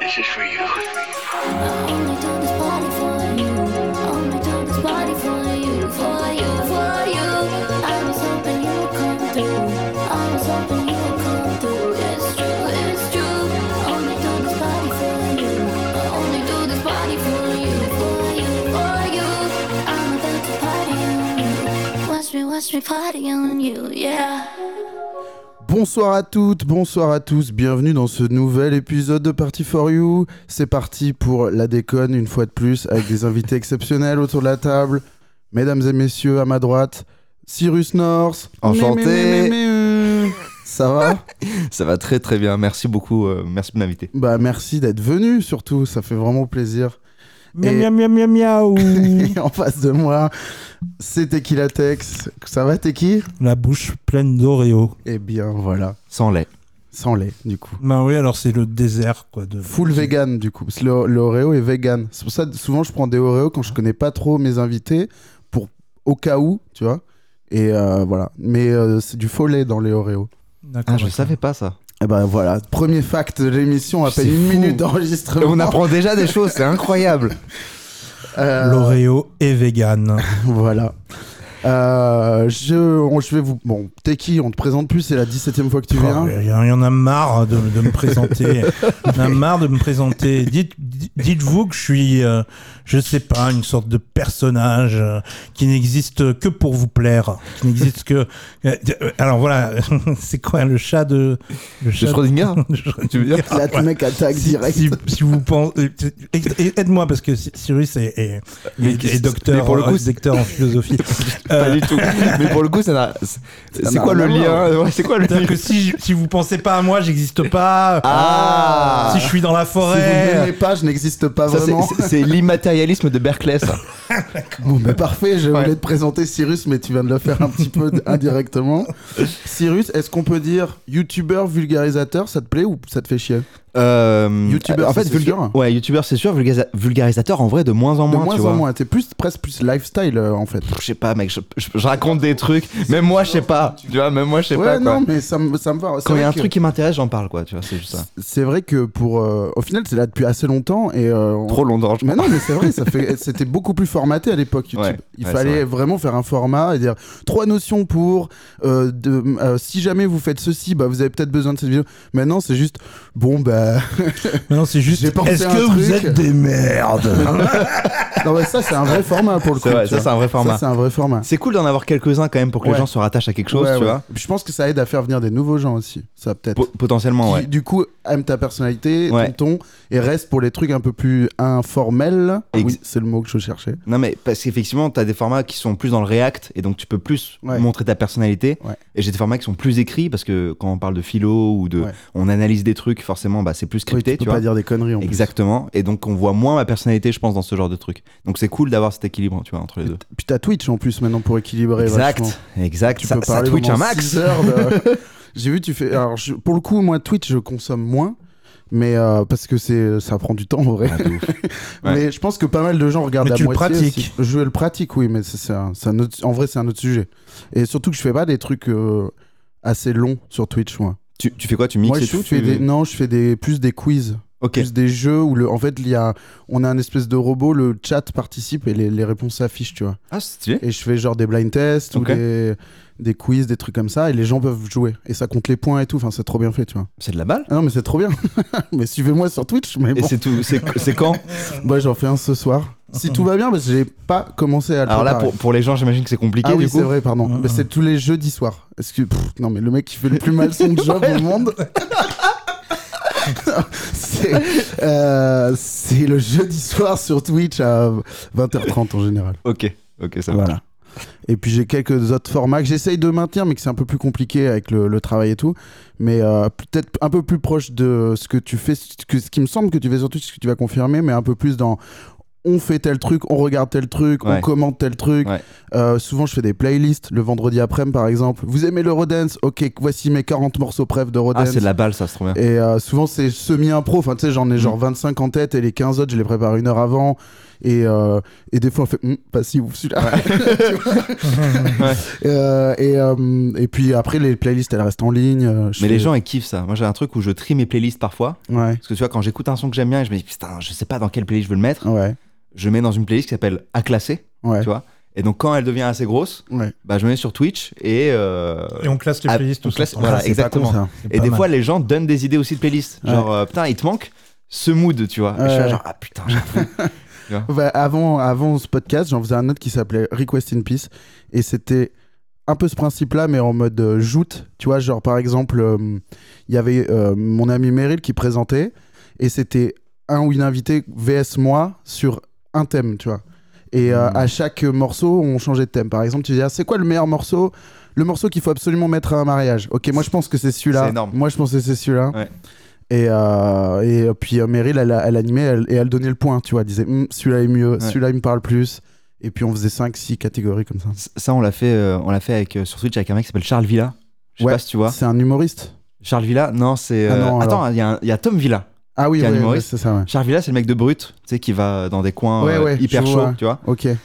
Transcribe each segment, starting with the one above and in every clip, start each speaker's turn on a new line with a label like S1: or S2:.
S1: This is for you.
S2: Oh, Oh, Watch me party on you, yeah.
S3: Bonsoir à toutes, bonsoir à tous, bienvenue dans ce nouvel épisode de Party for You. C'est parti pour la déconne une fois de plus avec des invités exceptionnels autour de la table. Mesdames et messieurs, à ma droite, Cyrus North.
S4: Enchanté.
S3: Mais, mais, mais, mais, Ça va
S4: Ça va très très bien, merci beaucoup, euh, merci de m'inviter.
S3: Bah merci d'être venu surtout, ça fait vraiment plaisir.
S5: Miam, miam, miam, miam, miaou.
S3: Et en face de moi, c'est Tequila Tex. Ça va Teki
S5: La bouche pleine d'Oreo.
S3: Eh bien voilà,
S4: Sans lait.
S3: sans lait du coup.
S5: Ben oui, alors c'est le désert, quoi. De...
S3: Full vegan du coup, parce que le, le Oreo est vegan. C'est pour ça souvent je prends des Oreo quand je connais pas trop mes invités pour au cas où, tu vois. Et euh, voilà, mais euh, c'est du faux lait dans les Oreo.
S5: D'accord,
S4: Ah, je
S5: d'accord.
S4: savais pas ça.
S3: Et ben voilà, premier fact de l'émission à
S4: C'est
S3: peine une
S4: fou.
S3: minute d'enregistrement.
S4: On apprend déjà des choses, c'est incroyable.
S3: Euh,
S5: L'Oreo est vegan.
S3: Voilà. Euh, je, on- je vais vous. Bon, Teki, on te présente plus, c'est la 17 e fois que tu
S5: Oh, Il
S3: viens.
S5: y, en- y en a marre de, de me présenter. Il y en a marre de me présenter. Dites- di- Dites-vous que je suis, euh, je sais pas, une sorte de personnage euh, qui n'existe que pour vous plaire. Qui n'existe que. Euh, euh, alors voilà, c'est quoi le chat de. Le
S4: Je
S5: chat
S4: Schrödinger
S5: de Schrödinger.
S4: Tu veux dire
S3: Là, le mec attaque
S5: Si-
S3: direct.
S5: Si, si vous pensez, et- et- aide-moi parce que Cyrus est, est-
S4: Mais
S5: est-
S4: qui-
S5: est docteur,
S4: mais pour le coup,
S5: euh, docteur en philosophie.
S4: Pas
S5: Euh,
S4: du tout. Mais pour le coup, ça n'a. C'est
S3: n'a
S4: quoi le
S3: rien à
S4: lien Ouais, C'est quoi le lien
S5: c'est-à-dire que si, je- si vous pensez pas à moi, j'existe pas.
S4: Ah
S5: si je suis dans la
S3: Si vous
S5: forêt.
S3: n'aimez pas, je n'existe pas
S4: Ça, c'est-
S3: vraiment.
S4: c'est- C'est l'immatérialisme de Berkeley, ça.
S3: Bon, bah, parfait, je
S4: Ouais.
S3: voulais te présenter Cyrus, mais tu viens de le faire un petit peu d- indirectement. Cyrus, est-ce qu'on peut dire youtubeur vulgarisateur, ça te plaît ou ça te fait chier
S4: Euh,
S3: Youtubeur,
S4: en
S3: ça,
S4: fait,
S3: c'est
S4: vulga-
S3: sûr.
S4: Ouais, youtubeur, c'est sûr. vulgarisa- vulgarisateur, en vrai, de moins en
S3: De
S4: moins.
S3: moins
S4: tu
S3: en
S4: vois.
S3: moins, t'es plus, presque plus lifestyle euh, en fait.
S4: Je sais pas, mec. Je, je- je raconte des trucs. Même moi, je sais pas. Tu vois, même moi, je sais
S3: ouais,
S4: pas. quoi.
S3: non, mais ça me ça me va. C'est
S4: Quand il y
S3: vrai
S4: a un
S3: que-
S4: truc qui m'intéresse, j'en parle, quoi. Tu vois, c'est juste ça.
S3: C'est vrai que pour. euh, au final, c'est là depuis assez longtemps et. euh, on-
S4: Trop longtemps, je
S3: Mais non, mais c'est vrai, ça fait, c'était beaucoup plus formaté à l'époque YouTube.
S4: Ouais,
S3: Il
S4: ouais,
S3: fallait
S4: c'est vrai.
S3: vraiment faire un format et dire trois notions pour. euh, de, euh, si jamais vous faites ceci, bah vous avez peut-être besoin de cette vidéo. Maintenant, c'est juste bon bah.
S5: Maintenant, c'est juste.
S3: J'ai pensé
S5: Est-ce
S3: à
S5: que
S3: un
S5: vous
S3: truc.
S5: êtes des merdes
S3: non mais ça c'est un vrai format pour le coup.
S4: C'est vrai,
S3: tu
S4: ça,
S3: vois.
S4: c'est un vrai format.
S3: Ça, c'est un vrai format.
S4: C'est cool d'en avoir quelques-uns quand même pour que
S3: Ouais.
S4: les gens se rattachent à quelque chose,
S3: Ouais,
S4: tu
S3: ouais.
S4: vois.
S3: Je pense que ça aide à faire venir des nouveaux gens aussi. Ça peut-être.
S4: Po- potentiellement,
S3: Qui,
S4: ouais.
S3: Du coup, aime ta personnalité,
S4: Ouais.
S3: ton ton, et reste pour les trucs un peu plus informels. Ah
S4: Ex-
S3: Oui, c'est le mot que je cherchais.
S4: Non, mais parce qu'effectivement, t'as des formats qui sont plus dans le React et donc tu peux plus
S3: Ouais.
S4: montrer ta personnalité.
S3: Ouais.
S4: Et j'ai des formats qui sont plus écrits parce que quand on parle de philo ou de.
S3: Ouais.
S4: On analyse des trucs, forcément, bah, c'est plus
S3: Oui,
S4: scripté,
S3: tu
S4: tu,
S3: peux
S4: vois.
S3: pas dire des conneries en plus.
S4: Exactement. Et donc on voit moins ma personnalité, je pense, dans ce genre de truc. Donc c'est cool d'avoir cet équilibre, tu vois, entre les deux.
S3: Puis t'as Twitch en plus maintenant pour équilibrer.
S4: exact.
S3: vachement.
S4: Exact.
S3: Tu
S4: Ça,
S3: peux
S4: ça
S3: parler
S4: Twitch un
S3: pendant
S4: max.
S3: six heures de- J'ai vu tu fais. Alors je- pour le coup, moi Twitch, je consomme moins, mais euh, parce que c'est ça prend du temps en vrai.
S4: Ah, de ouf. Ouais.
S3: Mais je pense que pas mal de gens regardent
S5: Mais
S3: la
S5: tu le
S3: moitié.
S5: pratiques.
S3: aussi. Je le pratique, oui, mais c'est- c'est un- c'est un autre- en vrai, c'est un autre sujet. Et surtout que je fais pas des trucs euh, assez longs sur Twitch, moi.
S4: tu, tu fais quoi Tu mixes
S3: moi,
S4: et
S3: je
S4: tout
S3: fais
S4: tu-
S3: des... non, je fais des plus des quiz,
S4: Ok.
S3: plus des jeux où le... en fait, il y a... on a un espèce de robot, le chat participe et les, les réponses s'affichent, tu vois.
S4: Ah, c'est stylé.
S3: Et je fais genre des blind tests
S4: Ok.
S3: ou des, des quiz, des trucs comme ça, et les gens peuvent jouer. Et ça compte les points et tout, enfin c'est trop bien fait, tu vois.
S4: C'est de la balle.
S3: Ah non mais c'est trop bien. mais suivez-moi sur Twitch, mais
S4: Et
S3: bon,
S4: c'est tout. C'est c'est quand
S3: moi j'en fais un ce soir. Si tout va bien, parce que j'ai pas commencé à le
S4: Alors là,
S3: préparer.
S4: pour, pour les gens, j'imagine que c'est compliqué
S3: Ah
S4: du
S3: oui,
S4: coup.
S3: c'est vrai, pardon.
S5: Mm,
S3: Mais
S5: mm.
S3: c'est tous les jeudis soirs. Est-ce que pff, non mais le mec qui fait le plus mal son job au monde. c'est euh, c'est le jeudi soir sur Twitch à 20h30 en général.
S4: Ok, ok, ça va.
S3: Voilà. Et puis j'ai quelques autres formats que j'essaye de maintenir, mais que c'est un peu plus compliqué avec le, le travail et tout. Mais euh, peut-être un peu plus proche de ce que tu fais, ce, que, ce qui me semble que tu fais surtout, ce que tu vas confirmer, mais un peu plus dans on fait tel truc, on regarde tel truc, on
S4: Ouais.
S3: commente tel truc.
S4: Ouais.
S3: Euh, souvent je fais des playlists le vendredi après-midi par exemple. Vous aimez le Rodance Ok, voici mes 40 morceaux préf de
S4: Ah,
S3: Rodance.
S4: c'est de la balle, ça, c'est trop bien. Mm.
S3: Et euh, souvent, c'est semi-impro. Enfin, tu sais, j'en ai genre 25 en tête et les 15 autres, je les prépare une heure avant. Et, euh, et des fois, on fait Hum, pas si ouf celui-là. Euh, et, euh, et puis après, les playlists, elles restent en ligne. euh, je
S4: Mais
S3: fais-
S4: les gens, ils kiffent ça. Moi, j'ai un truc où je trie mes playlists parfois.
S3: Ouais.
S4: Parce que tu vois, quand j'écoute un son que j'aime bien et je me dis, putain, je sais pas dans quelle playlist je veux le mettre,
S3: Ouais.
S4: je mets dans une playlist qui s'appelle À classer.
S3: Ouais.
S4: Tu vois Et donc, quand elle devient assez grosse,
S3: Ouais.
S4: bah, je me mets sur Twitch et. euh,
S5: Et on classe les
S4: Ah,
S5: playlists
S4: on
S5: tous
S4: classe-
S5: ensemble.
S4: voilà,
S3: Ah, c'est pas con,
S4: exactement.
S3: ça.
S5: C'est
S4: Et
S5: pas
S4: des
S5: mal.
S4: fois, les gens donnent des idées aussi de playlists. Genre,
S3: Ouais.
S4: euh, putain, il te manque ce mood, tu vois. Et je suis là,
S3: Ouais.
S4: genre, ah putain, j'avoue.
S3: Ouais, avant, avant ce podcast, j'en faisais un autre qui s'appelait Request in Peace. Et c'était un peu ce principe-là, mais en mode euh, joute. Tu vois, genre par exemple, euh, il y avait euh, mon ami Meryl qui présentait. Et c'était un ou une invitée VS moi sur un thème, tu vois. Et euh,
S4: Mm.
S3: à chaque morceau, on changeait de thème. Par exemple, tu disais, ah, c'est quoi le meilleur morceau Le morceau qu'il faut absolument mettre à un mariage. Ok, moi je pense que c'est
S4: C'est
S3: celui-là.
S4: énorme.
S3: Moi je pense que c'est celui-là.
S4: Ouais.
S3: Et, euh, et puis euh, Meryl, elle, a- elle animait elle- et elle donnait le point, tu vois. Elle disait, Hum, celui-là est mieux, celui-là il me parle plus. Et puis on faisait 5-6 catégories comme ça.
S4: Ça, on l'a fait, euh, on l'a fait avec, euh, sur Twitch avec un mec qui s'appelle Charles Villa. Je sais
S3: Ouais.
S4: pas si tu vois.
S3: C'est un humoriste
S4: Charles Villa, non, c'est.
S3: Ah
S4: euh,
S3: non, alors.
S4: Attends, il y, a un- il y a Tom Villa.
S3: Ah oui,
S4: Qui est un
S3: ouais, ouais,
S4: humoriste.
S3: c'est ça, ouais.
S4: Charles Villa, c'est le mec de Brut, tu sais, qui va dans des coins
S3: Ouais,
S4: euh,
S3: ouais,
S4: hyper
S3: je
S4: chauds,
S3: vois.
S4: tu vois.
S3: Ok.
S4: Et,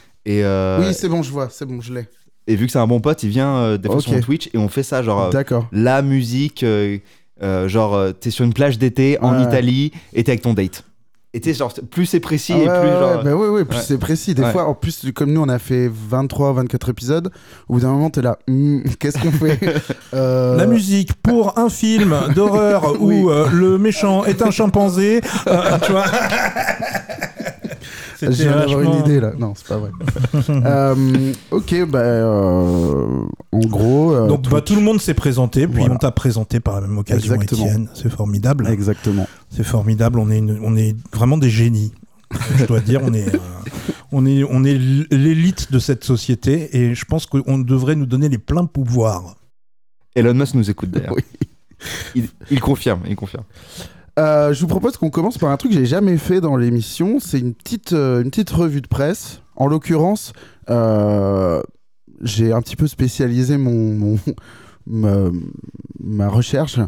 S4: euh,
S3: Oui, c'est bon, je vois, c'est bon, je l'ai.
S4: et vu que c'est un bon pote, il vient euh, des fois sur
S3: Ok.
S4: mon Twitch et on fait ça, genre euh,
S3: D'accord.
S4: la musique, euh, euh, genre euh, t'es sur une plage d'été en
S3: Ouais.
S4: Italie et t'es avec ton date. Et t'es genre, plus c'est précis
S3: Ah
S4: et
S3: ouais,
S4: plus
S3: ouais,
S4: genre.
S3: ouais, bah ouais, ouais, plus
S4: ouais.
S3: c'est précis. Des
S4: Ouais.
S3: fois, en plus, comme nous, on a fait 23, 24 épisodes. Au bout d'un moment, t'es là, Hmm, qu'est-ce qu'on fait Euh,
S5: La musique pour un film d'horreur
S3: Oui.
S5: où euh, le méchant est un chimpanzé, euh, tu vois.
S3: Je viens d'avoir une idée là. Non, c'est pas vrai. Euh, ok, bah, euh, en gros. euh,
S5: Donc bah, tout le monde s'est présenté, puis
S3: Voilà.
S5: on t'a présenté par la même occasion,
S3: Exactement.
S5: Étienne. C'est formidable.
S3: Exactement.
S5: C'est formidable. On est, une- on est vraiment des génies. je dois dire, on est, euh, on est, on est l'élite de cette société, et je pense qu'on devrait nous donner les pleins pouvoirs.
S4: Elon Musk nous écoute d'ailleurs.
S3: Oui.
S4: Il, il confirme, il confirme.
S3: Euh, je vous propose qu'on commence par un truc que j'ai jamais fait dans l'émission. C'est une petite, euh, une petite revue de presse. En l'occurrence, euh, j'ai un petit peu spécialisé mon, mon- ma, ma recherche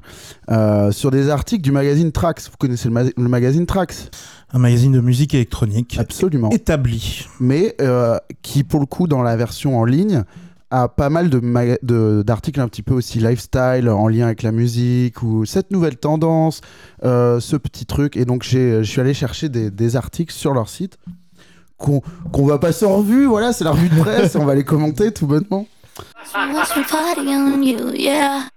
S3: euh, sur des articles du magazine Trax. Vous connaissez le, ma- le magazine Trax
S5: Un magazine de musique électronique
S3: Absolument.
S5: établi.
S3: mais euh, qui pour le coup dans la version en ligne a pas mal de maga- de- d'articles un petit peu aussi lifestyle en lien avec la musique ou cette nouvelle tendance, euh, ce petit truc. Et donc j'ai- je suis allé chercher des, des articles sur leur site qu'on qu'on va passer en revue. Voilà, c'est la revue de presse, on va les commenter tout bonnement.
S2: So what's the party on you, yeah?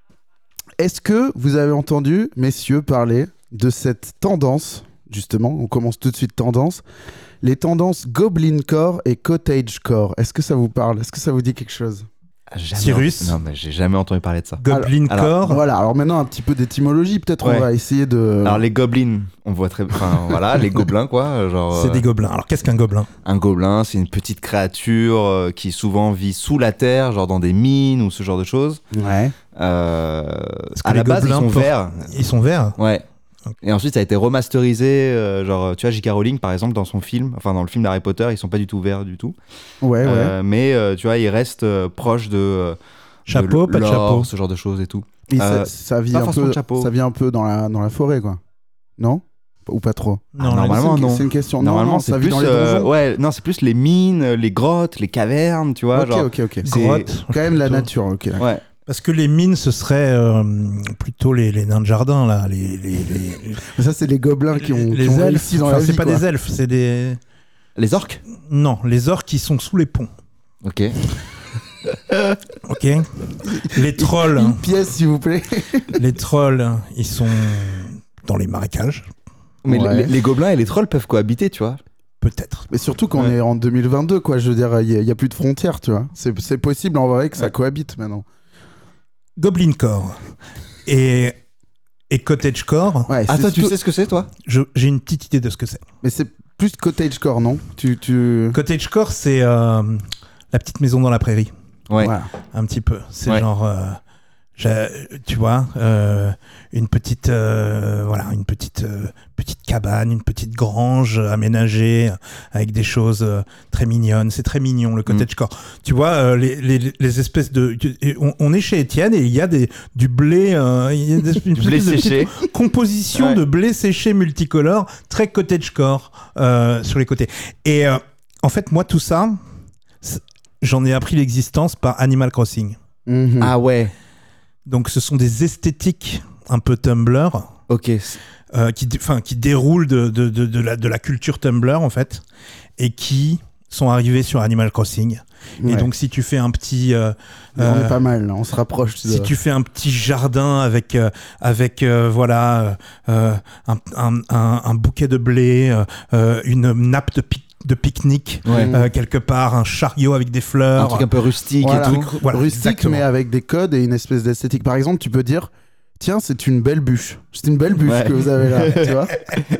S3: Est-ce que vous avez entendu, messieurs, parler de cette tendance Justement, on commence tout de suite tendance. Les tendances Goblin Core et Cottage Core. Est-ce que ça vous parle Est-ce que ça vous dit quelque chose
S4: Jamais
S5: Cyrus.
S4: entendu- Non, mais j'ai jamais entendu parler de ça.
S5: Goblin
S4: alors-
S5: Core.
S3: Voilà, alors maintenant un petit peu d'étymologie, peut-être
S4: Ouais.
S3: on va essayer de...
S4: Alors les gobelins, on voit très, enfin voilà, les gobelins quoi, euh, genre.
S5: C'est
S4: euh,
S5: des gobelins. Alors qu'est-ce qu'un gobelin
S4: Un gobelin, c'est une petite créature euh, qui souvent vit sous la terre, genre dans des mines ou ce genre de choses.
S3: Ouais.
S4: Euh,
S5: Parce que
S4: à
S5: les
S4: la base, ils
S5: gobelins
S4: sont
S5: portent-
S4: verts.
S5: Ils sont verts. hein
S4: Ouais.
S5: Ok.
S4: Et ensuite, ça a été remasterisé. euh, genre, tu vois, J.K. Rowling, par exemple, dans son film, enfin dans le film d'Harry Potter, ils sont pas du tout verts du tout.
S5: Eh
S3: Ouais, ouais.
S4: Euh, mais euh, tu vois, ils restent euh, proches de. euh, de
S5: Chapeau, pas de
S4: l'or,
S5: chapeau.
S4: Ce genre de choses et tout.
S3: Et ça,
S4: euh,
S3: ça vit
S4: pas
S3: un
S4: forcément
S3: peu,
S4: de chapeau.
S3: ça vit un peu dans la, dans la forêt, quoi. Non Ou pas trop
S5: Non,
S4: Ah,
S5: là,
S4: normalement,
S3: C'est une-
S4: non.
S3: C'est une question. Non,
S4: Normalement,
S3: non,
S4: c'est
S3: ça vit
S4: plus.
S3: dans les
S4: euh,
S3: donjons.
S4: ouais, non, c'est plus les mines, euh, les grottes, les cavernes, tu vois.
S3: ok,
S4: genre,
S3: ok, ok.
S5: les
S4: c'est-
S5: grottes.
S3: Quand même la
S5: plutôt.
S3: nature, ok. d'accord.
S4: Ouais.
S5: Parce que les mines, ce serait euh, plutôt les, les nains de jardin, là. Les, les, les,
S3: Mais ça, c'est les gobelins qui ont,
S5: les
S3: qui ont
S5: elfes.
S3: réussi dans la
S5: Enfin,
S3: vie,
S5: c'est pas
S3: quoi.
S5: des elfes, c'est des.
S4: Les orques
S5: Non, les orques qui sont sous les ponts.
S4: Ok.
S5: Ok Les trolls.
S3: Une pièce, s'il vous plaît.
S5: les trolls, ils sont dans les marécages,
S4: Mais
S3: Ouais.
S4: les, les gobelins et les trolls peuvent cohabiter, tu vois.
S5: peut-être.
S3: Mais surtout qu'on
S4: Ouais.
S3: est en 2022, quoi. Je veux dire, il n'y a, plus de frontières, tu vois. C'est c'est possible, en vrai, que ça
S4: Ouais.
S3: cohabite maintenant.
S5: Goblin Core. Et. Et Cottage Core,
S3: Ouais,
S4: Ah,
S3: Eh, c'est
S4: toi, tu
S3: tout-
S4: sais ce que c'est, toi
S5: je- j'ai une petite idée de ce que c'est.
S3: Mais c'est plus cottagecore, non Tu... tu...
S5: Cottage Core, c'est euh, la petite maison dans la prairie.
S4: Ouais.
S3: Voilà.
S5: un petit peu. C'est
S4: Ouais.
S5: genre, euh, J'ai- tu vois, euh, une petite, euh, voilà, une petite, euh, petite cabane, une petite grange euh, aménagée euh, avec des choses euh, très mignonnes. C'est très mignon le
S4: Mm.
S5: cottagecore. Tu vois, euh, les, les, les espèces de, tu- et on, on est chez Étienne et il y a des du blé, euh, il y a des, une
S4: Du blé
S5: espèce de petite
S4: séché.
S5: composition
S4: Ouais.
S5: de blé séché multicolore très cottagecore euh, sur les côtés. Et euh, en fait, moi, tout ça, c'est- j'en ai appris l'existence par Animal Crossing.
S3: Mhm.
S4: Ah ouais,
S5: Donc ce sont des esthétiques un peu Tumblr
S4: ok.
S5: euh, qui, dé- enfin, qui déroulent de, de, de, de la, de la culture Tumblr en fait et qui sont arrivés sur Animal Crossing. Et
S3: Ouais.
S5: donc si tu fais un petit... euh,
S3: Mais on
S5: euh,
S3: est pas mal, là, on se rapproche. de-
S5: si tu fais un petit jardin avec euh, avec euh, voilà euh, euh, un, un- un- un bouquet de blé, euh, euh, une nappe de, pic- de pique-nique
S4: Ouais.
S5: euh, quelque part, un chariot avec des fleurs,
S4: Un truc un peu rustique
S3: Voilà.
S4: et
S5: un
S4: tout.
S5: truc- voilà,
S3: rustique,
S5: exactement.
S3: mais avec des codes et une espèce d'esthétique. Par exemple, tu peux dire. Tiens, c'est une belle bûche. C'est une belle bûche
S4: Ouais.
S3: que vous avez là, tu vois.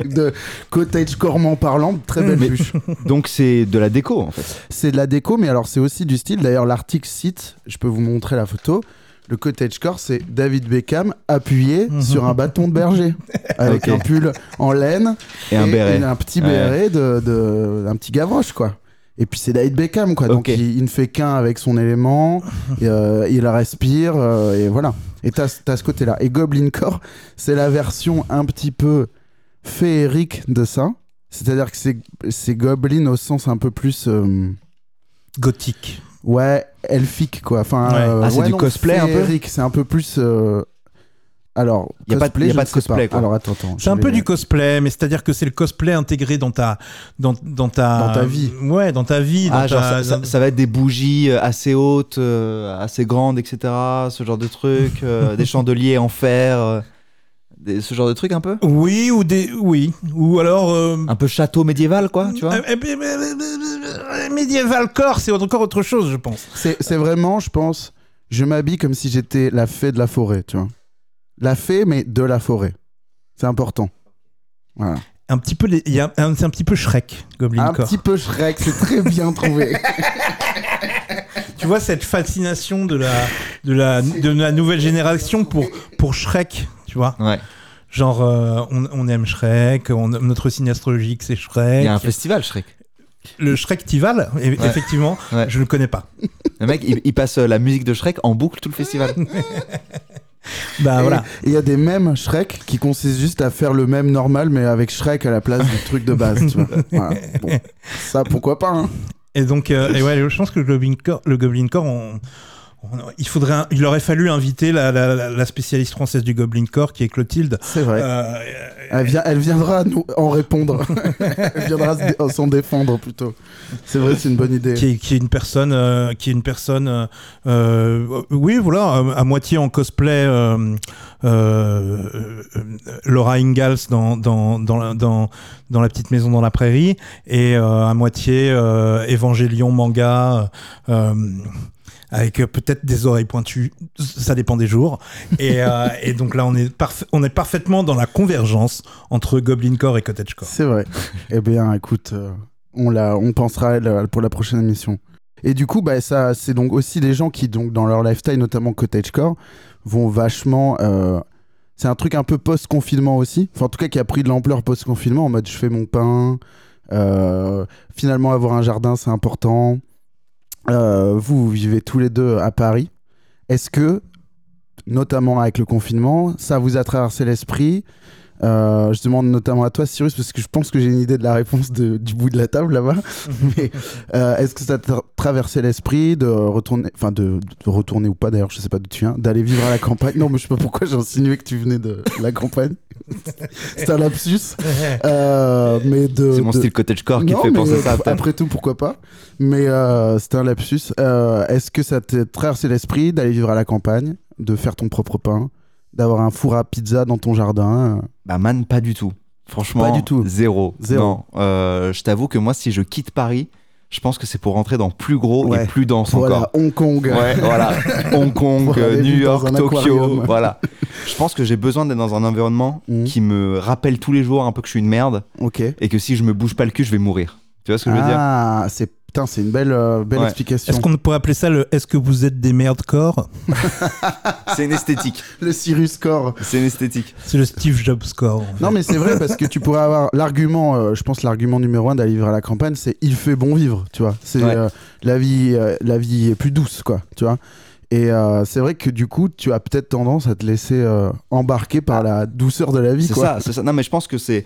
S3: De cottage cormant parlant, très belle
S4: Mais-
S3: bûche.
S4: Donc c'est de la déco en fait.
S3: C'est de la déco, mais alors c'est aussi du style. D'ailleurs, l'article cite, je peux vous montrer la photo. Le cottagecore, c'est David Beckham appuyé
S5: Mhm.
S3: sur un bâton de berger avec
S4: Ok.
S3: un pull en laine
S4: Et, un béret.
S3: une- un petit
S4: Ouais.
S3: béret de, de- un petit gavroche quoi. Et puis c'est David Beckham quoi. Donc
S4: Ok.
S3: il, il ne fait qu'un avec son élément. et, euh, il respire euh, et voilà. Et t'as t'as ce côté là. Et Goblin Core, c'est la version un petit peu féerique de ça. C'est-à-dire que c'est c'est Goblin au sens un peu plus euh,
S5: gothique.
S3: ouais elfique quoi. Enfin
S5: Ouais.
S3: euh,
S4: Ah, c'est
S3: ouais,
S4: du
S3: non,
S4: cosplay un peu
S3: féerique. C'est un peu plus euh, alors,
S4: Y a pas de-
S3: cosplay,
S4: y a
S3: je
S4: pas
S3: ne
S4: de
S3: sais
S4: cosplay, quoi.
S3: Alors attends, attends.
S5: C'est
S3: je
S5: un
S3: vais-
S5: peu du cosplay, mais c'est-à-dire que c'est le cosplay intégré dans ta dans, dans ta
S3: Dans ta vie.
S5: Ouais, dans ta vie.
S4: Ah,
S5: dans
S4: genre,
S5: ta-
S4: ça, ça-
S5: dans-
S4: ça va être des bougies euh, assez hautes, euh, assez grandes, etc. Ce genre de truc, euh, des chandeliers en fer, euh, des- ce genre de truc un peu.
S5: Oui ou des oui ou alors. euh,
S4: Un peu château médiéval, quoi, tu vois.
S5: euh, euh, euh, euh, Medieval Core, c'est encore autre chose, je pense.
S3: C'est c'est vraiment, je pense, je m'habille comme si j'étais la fée de la forêt, tu vois. La fée, mais de la forêt. C'est important. Voilà.
S5: Un petit peu, les- il y a un- c'est un petit peu Shrek, Goblin
S3: Un
S5: Core.
S3: petit peu Shrek, c'est très bien trouvé.
S5: Tu vois cette fascination de la de la de la nouvelle génération pour pour Shrek, tu vois.
S4: Ouais.
S5: Genre, euh, on, on aime Shrek, on- notre signe astrologique c'est Shrek.
S4: Il y a un festival, Shrek.
S5: Le Shrek Tival, e-
S4: Ouais.
S5: effectivement,
S4: Ouais.
S5: je ne le connais pas.
S4: Le mec, il, il passe euh, la musique de Shrek en boucle tout le festival.
S5: Bah
S3: Et-
S5: voilà.
S3: et Il y a des mêmes Shrek qui consistent juste à faire le même normal, mais avec Shrek à la place du truc de base, tu vois. Voilà. Bon. Ça, pourquoi pas, hein.
S5: Et donc, euh, et ouais, je pense que le Goblin Corps, le Goblin Corps on- on- il, faudrait, un- il aurait fallu inviter la, la- la- la spécialiste française du Goblin Corps, qui est Clotilde.
S3: C'est vrai.
S5: Euh,
S3: Elle, vient- elle viendra nous en répondre. elle viendra se dé- euh, s'en défendre, plutôt. C'est vrai, c'est une bonne idée.
S5: qui, est, qui est une personne, euh, qui est une personne, euh, euh, oui, voilà, à, à moitié en cosplay, euh, euh, euh, euh, Laura Ingalls dans dans dans la, dans, dans la petite maison dans la prairie et euh, à moitié euh, évangélion manga. euh, avec euh, peut-être des oreilles pointues, ça dépend des jours. Et, euh, et donc là, on est, parfa- on est parfaitement dans la convergence entre Goblin Core et Cottage Core.
S3: C'est vrai. eh bien, écoute, euh, on, la, on pensera à elle euh, pour la prochaine émission. Et du coup, bah, ça, c'est donc aussi des gens qui, donc, dans leur lifestyle, notamment cottagecore, vont vachement. euh, c'est un truc un peu post-confinement aussi. Enfin, en tout cas, qui a pris de l'ampleur post-confinement, en mode je fais mon pain. euh, finalement, avoir un jardin, c'est important. Euh, vous, vous vivez tous les deux à Paris. Est-ce que, notamment avec le confinement, ça vous a traversé l'esprit euh, je demande notamment à toi, Cyrus, parce que je pense que j'ai une idée de la réponse de- du bout de la table là-bas. Mais euh, est-ce que ça t'a traversé l'esprit de retourner, enfin de, de retourner ou pas d'ailleurs, je sais pas d'où tu viens, d'aller vivre à la campagne Non, mais je sais pas pourquoi j'ai insinué que tu venais de la campagne. C'est un lapsus. Euh, mais de,
S4: C'est mon
S3: de-
S4: style cottagecore qui
S3: Non,
S4: te fait
S3: mais
S4: penser ça.
S3: ap-
S4: peut-être.
S3: Après tout, pourquoi pas Mais euh, c'était un lapsus. Euh, Est-ce que ça t'a traversé l'esprit d'aller vivre à la campagne, de faire ton propre pain, d'avoir un four à pizza dans ton jardin euh,
S4: Bah man, pas du tout. Franchement,
S3: Pas du tout.
S4: Zéro.
S3: Zéro.
S4: Non. Euh, je t'avoue que moi, si je quitte Paris, je pense que c'est pour rentrer dans plus gros
S3: Ouais.
S4: et plus dense encore.
S3: Voilà, Hong Kong.
S4: Ouais, voilà. Hong Kong,
S3: Pour aller
S4: euh, New
S3: vivre dans
S4: York,
S3: un
S4: Tokyo,
S3: aquarium.
S4: voilà. Je pense que j'ai besoin d'être dans un environnement
S3: Mhm.
S4: qui me rappelle tous les jours un peu que je suis une merde
S3: Ok.
S4: et que si je me bouge pas le cul, je vais mourir. Tu vois ce que je veux dire
S3: ah, c'est Putain, c'est une belle, euh, belle
S4: Ouais.
S3: explication.
S5: Est-ce qu'on pourrait appeler ça le Est-ce que vous êtes des merdes corps
S3: Ah.
S4: C'est une esthétique.
S3: Le Cyrus Core.
S4: C'est une esthétique.
S5: C'est le Steve Jobs corps.
S3: Non, mais c'est vrai parce que tu pourrais avoir l'argument, euh, je pense, l'argument numéro un d'aller vivre à la campagne, c'est il fait bon vivre, tu vois. C'est
S4: Ouais.
S3: euh, la, vie, euh, la vie est plus douce, quoi, tu vois. Et euh, c'est vrai que du coup, tu as peut-être tendance à te laisser euh, embarquer par la douceur de la vie,
S4: C'est
S3: quoi.
S4: ça, c'est ça. Non, mais je pense que c'est.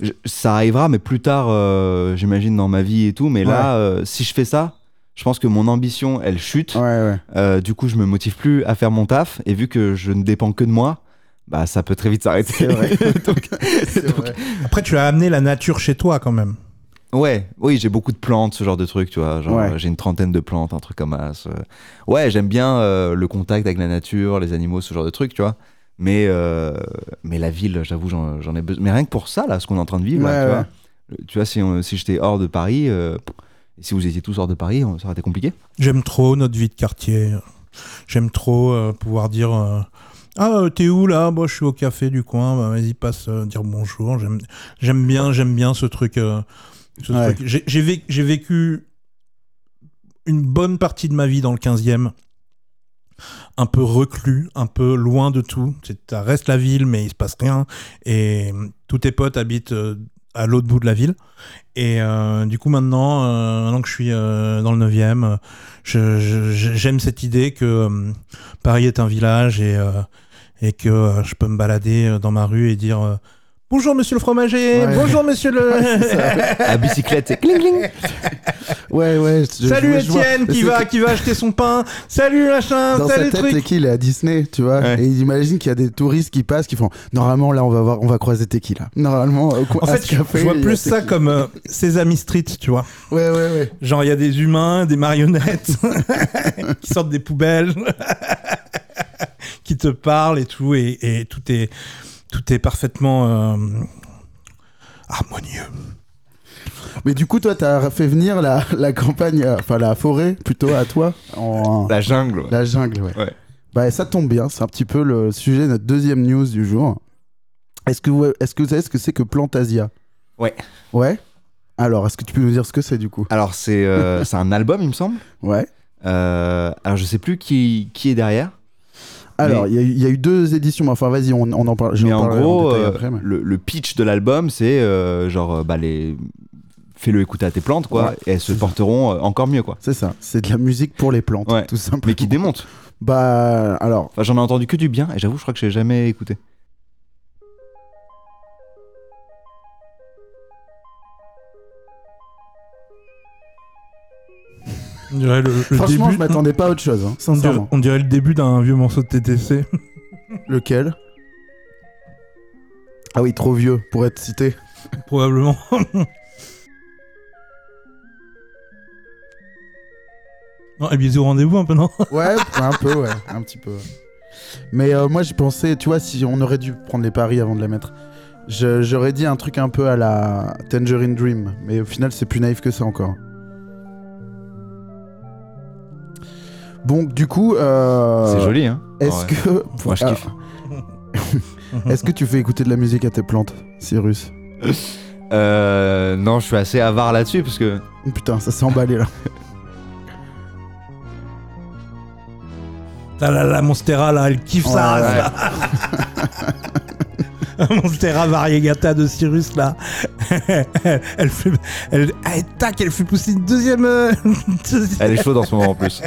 S4: je- Ça arrivera, mais plus tard, euh, j'imagine, dans ma vie et tout. Mais là, euh, si je fais ça, je pense que mon ambition, elle chute.
S3: Ouais, ouais.
S4: Euh, du coup, je me motive plus à faire mon taf. Et vu que je ne dépends que de moi, bah, ça peut très vite s'arrêter.
S3: C'est vrai.
S4: Donc,
S3: C'est
S4: donc,
S3: vrai.
S5: Après, tu as amené la nature chez toi quand même.
S4: ouais, oui, j'ai beaucoup de plantes, ce genre de truc, tu vois. Genre,
S3: Ouais.
S4: euh, j'ai une trentaine de plantes, un truc comme ça. Ouais, j'aime bien euh, le contact avec la nature, les animaux, ce genre de truc, tu vois. Mais, euh, mais la ville, j'avoue, j'en j'en ai besoin. Mais rien que pour ça, là, ce qu'on est en train de vivre, là,
S3: Ouais,
S4: tu
S3: ouais.
S4: vois. Le- tu vois, si, on- si j'étais hors de Paris, euh, et si vous étiez tous hors de Paris, on- ça aurait été compliqué.
S5: J'aime trop notre vie de quartier. J'aime trop euh, pouvoir dire euh, Ah, euh, t'es où là Moi, je suis au café du coin. Bah, Vas-y, passe euh, dire bonjour. J'aime- J'aime bien, j'aime bien ce truc. euh, ce
S3: Ouais.
S5: truc. J'ai- J'ai vé- j'ai vécu une bonne partie de ma vie dans le 15e. Un peu reclus, un peu loin de tout. C'est- Ça reste la ville, mais il se passe rien. Et euh, tous tes potes habitent euh, à l'autre bout de la ville. Et euh, du coup, maintenant, euh, maintenant que je suis euh, dans le 9e, euh, je- je- je- j'aime cette idée que euh, Paris est un village et, euh, et que euh, je peux me balader euh, dans ma rue et dire euh, Bonjour, monsieur le fromager
S3: Ouais.
S5: Bonjour, monsieur le.
S4: à bicyclette, c'est cling cling.
S3: Ouais, ouais. je- je-
S5: Salut
S3: je vois-
S5: Étienne qui
S3: c'est
S5: va, qui va acheter son pain Salut machin
S3: dans sa
S5: Salut
S3: tête,
S5: truc
S3: Teki, il est à Disney, tu vois,
S4: Ouais.
S3: et il imagine qu'il y a des touristes qui passent, qui font normalement là, on va voir, on va croiser Teki là. Normalement, au coin-
S5: En
S3: à
S5: fait,
S3: ce
S5: je,
S3: café,
S5: je vois
S3: il y a
S5: plus ça
S3: Teki.
S5: comme euh, Sesame Street, tu vois.
S3: Ouais, ouais, ouais.
S5: Genre, il y a des humains, des marionnettes qui sortent des poubelles, qui te parlent et tout, et, et tout est tout est parfaitement euh, harmonieux.
S3: Mais du coup, toi, t'as fait venir la, la campagne, euh, enfin la forêt plutôt à toi, en,
S4: La jungle. ouais.
S3: la jungle, ouais.
S4: Ouais.
S3: Bah, ça tombe bien, c'est un petit peu le sujet de notre deuxième news du jour. Est-ce que, vous- est-ce que vous savez ce que c'est que Plantasia
S4: Ouais.
S3: Ouais Alors, est-ce que tu peux nous dire ce que c'est du coup
S4: Alors, c'est euh, c'est un album, il me semble.
S3: Ouais.
S4: Euh, alors, je sais plus qui, qui est derrière.
S3: Alors,
S4: Mais-
S3: il y, a eu- il y a eu deux éditions, mais enfin, vas-y, on, on en parle. j'en
S4: mais en
S3: parlerai
S4: gros,
S3: détail
S4: euh,
S3: après, mais-
S4: le, le pitch de l'album, c'est euh, genre, euh, bah, les... fais-le écouter à tes plantes, quoi,
S3: Ouais,
S4: et elles se
S3: c'est ça.
S4: porteront euh, encore mieux, quoi.
S3: C'est ça, c'est de la musique pour les plantes,
S4: Ouais.
S3: tout simplement.
S4: Mais qui démonte.
S3: Bah, alors,
S4: Enfin, j'en ai entendu que du bien, et j'avoue, je crois que j'ai jamais écouté.
S5: On dirait le, le
S3: franchement,
S5: début.
S3: je m'attendais pas à autre chose, hein,
S5: on dirait,
S3: sincèrement.
S5: on dirait le début d'un vieux morceau de TTC.
S3: Lequel Ah oui, trop vieux pour être cité.
S5: Probablement. Non, et bien, au rendez-vous un peu, non
S3: Ouais, un peu, ouais, un petit peu. ouais. Mais euh, moi, j'ai pensé, tu vois, si on aurait dû prendre les paris avant de les mettre, Je- j'aurais dit un truc un peu à la Tangerine Dream, mais au final, c'est plus naïf que ça encore. Bon, du coup, euh,
S4: C'est joli, hein.
S3: Est-ce
S4: Ouais.
S3: que,
S4: Moi, je
S3: Ah,
S4: kiffe.
S3: est-ce que tu fais écouter de la musique à tes plantes, Cyrus
S4: Euh, non, je suis assez avare là-dessus, parce que.
S3: Oh, Putain, ça s'est emballé là.
S5: Ah là là, Monstera, là, elle kiffe ça
S3: Ouais,
S5: race, là. Monstera variegata de Cyrus, là. elle fait... Elle... Ah, et tac, elle fait pousser une deuxième... euh, une deuxième-
S4: Elle est chaude en ce moment en plus.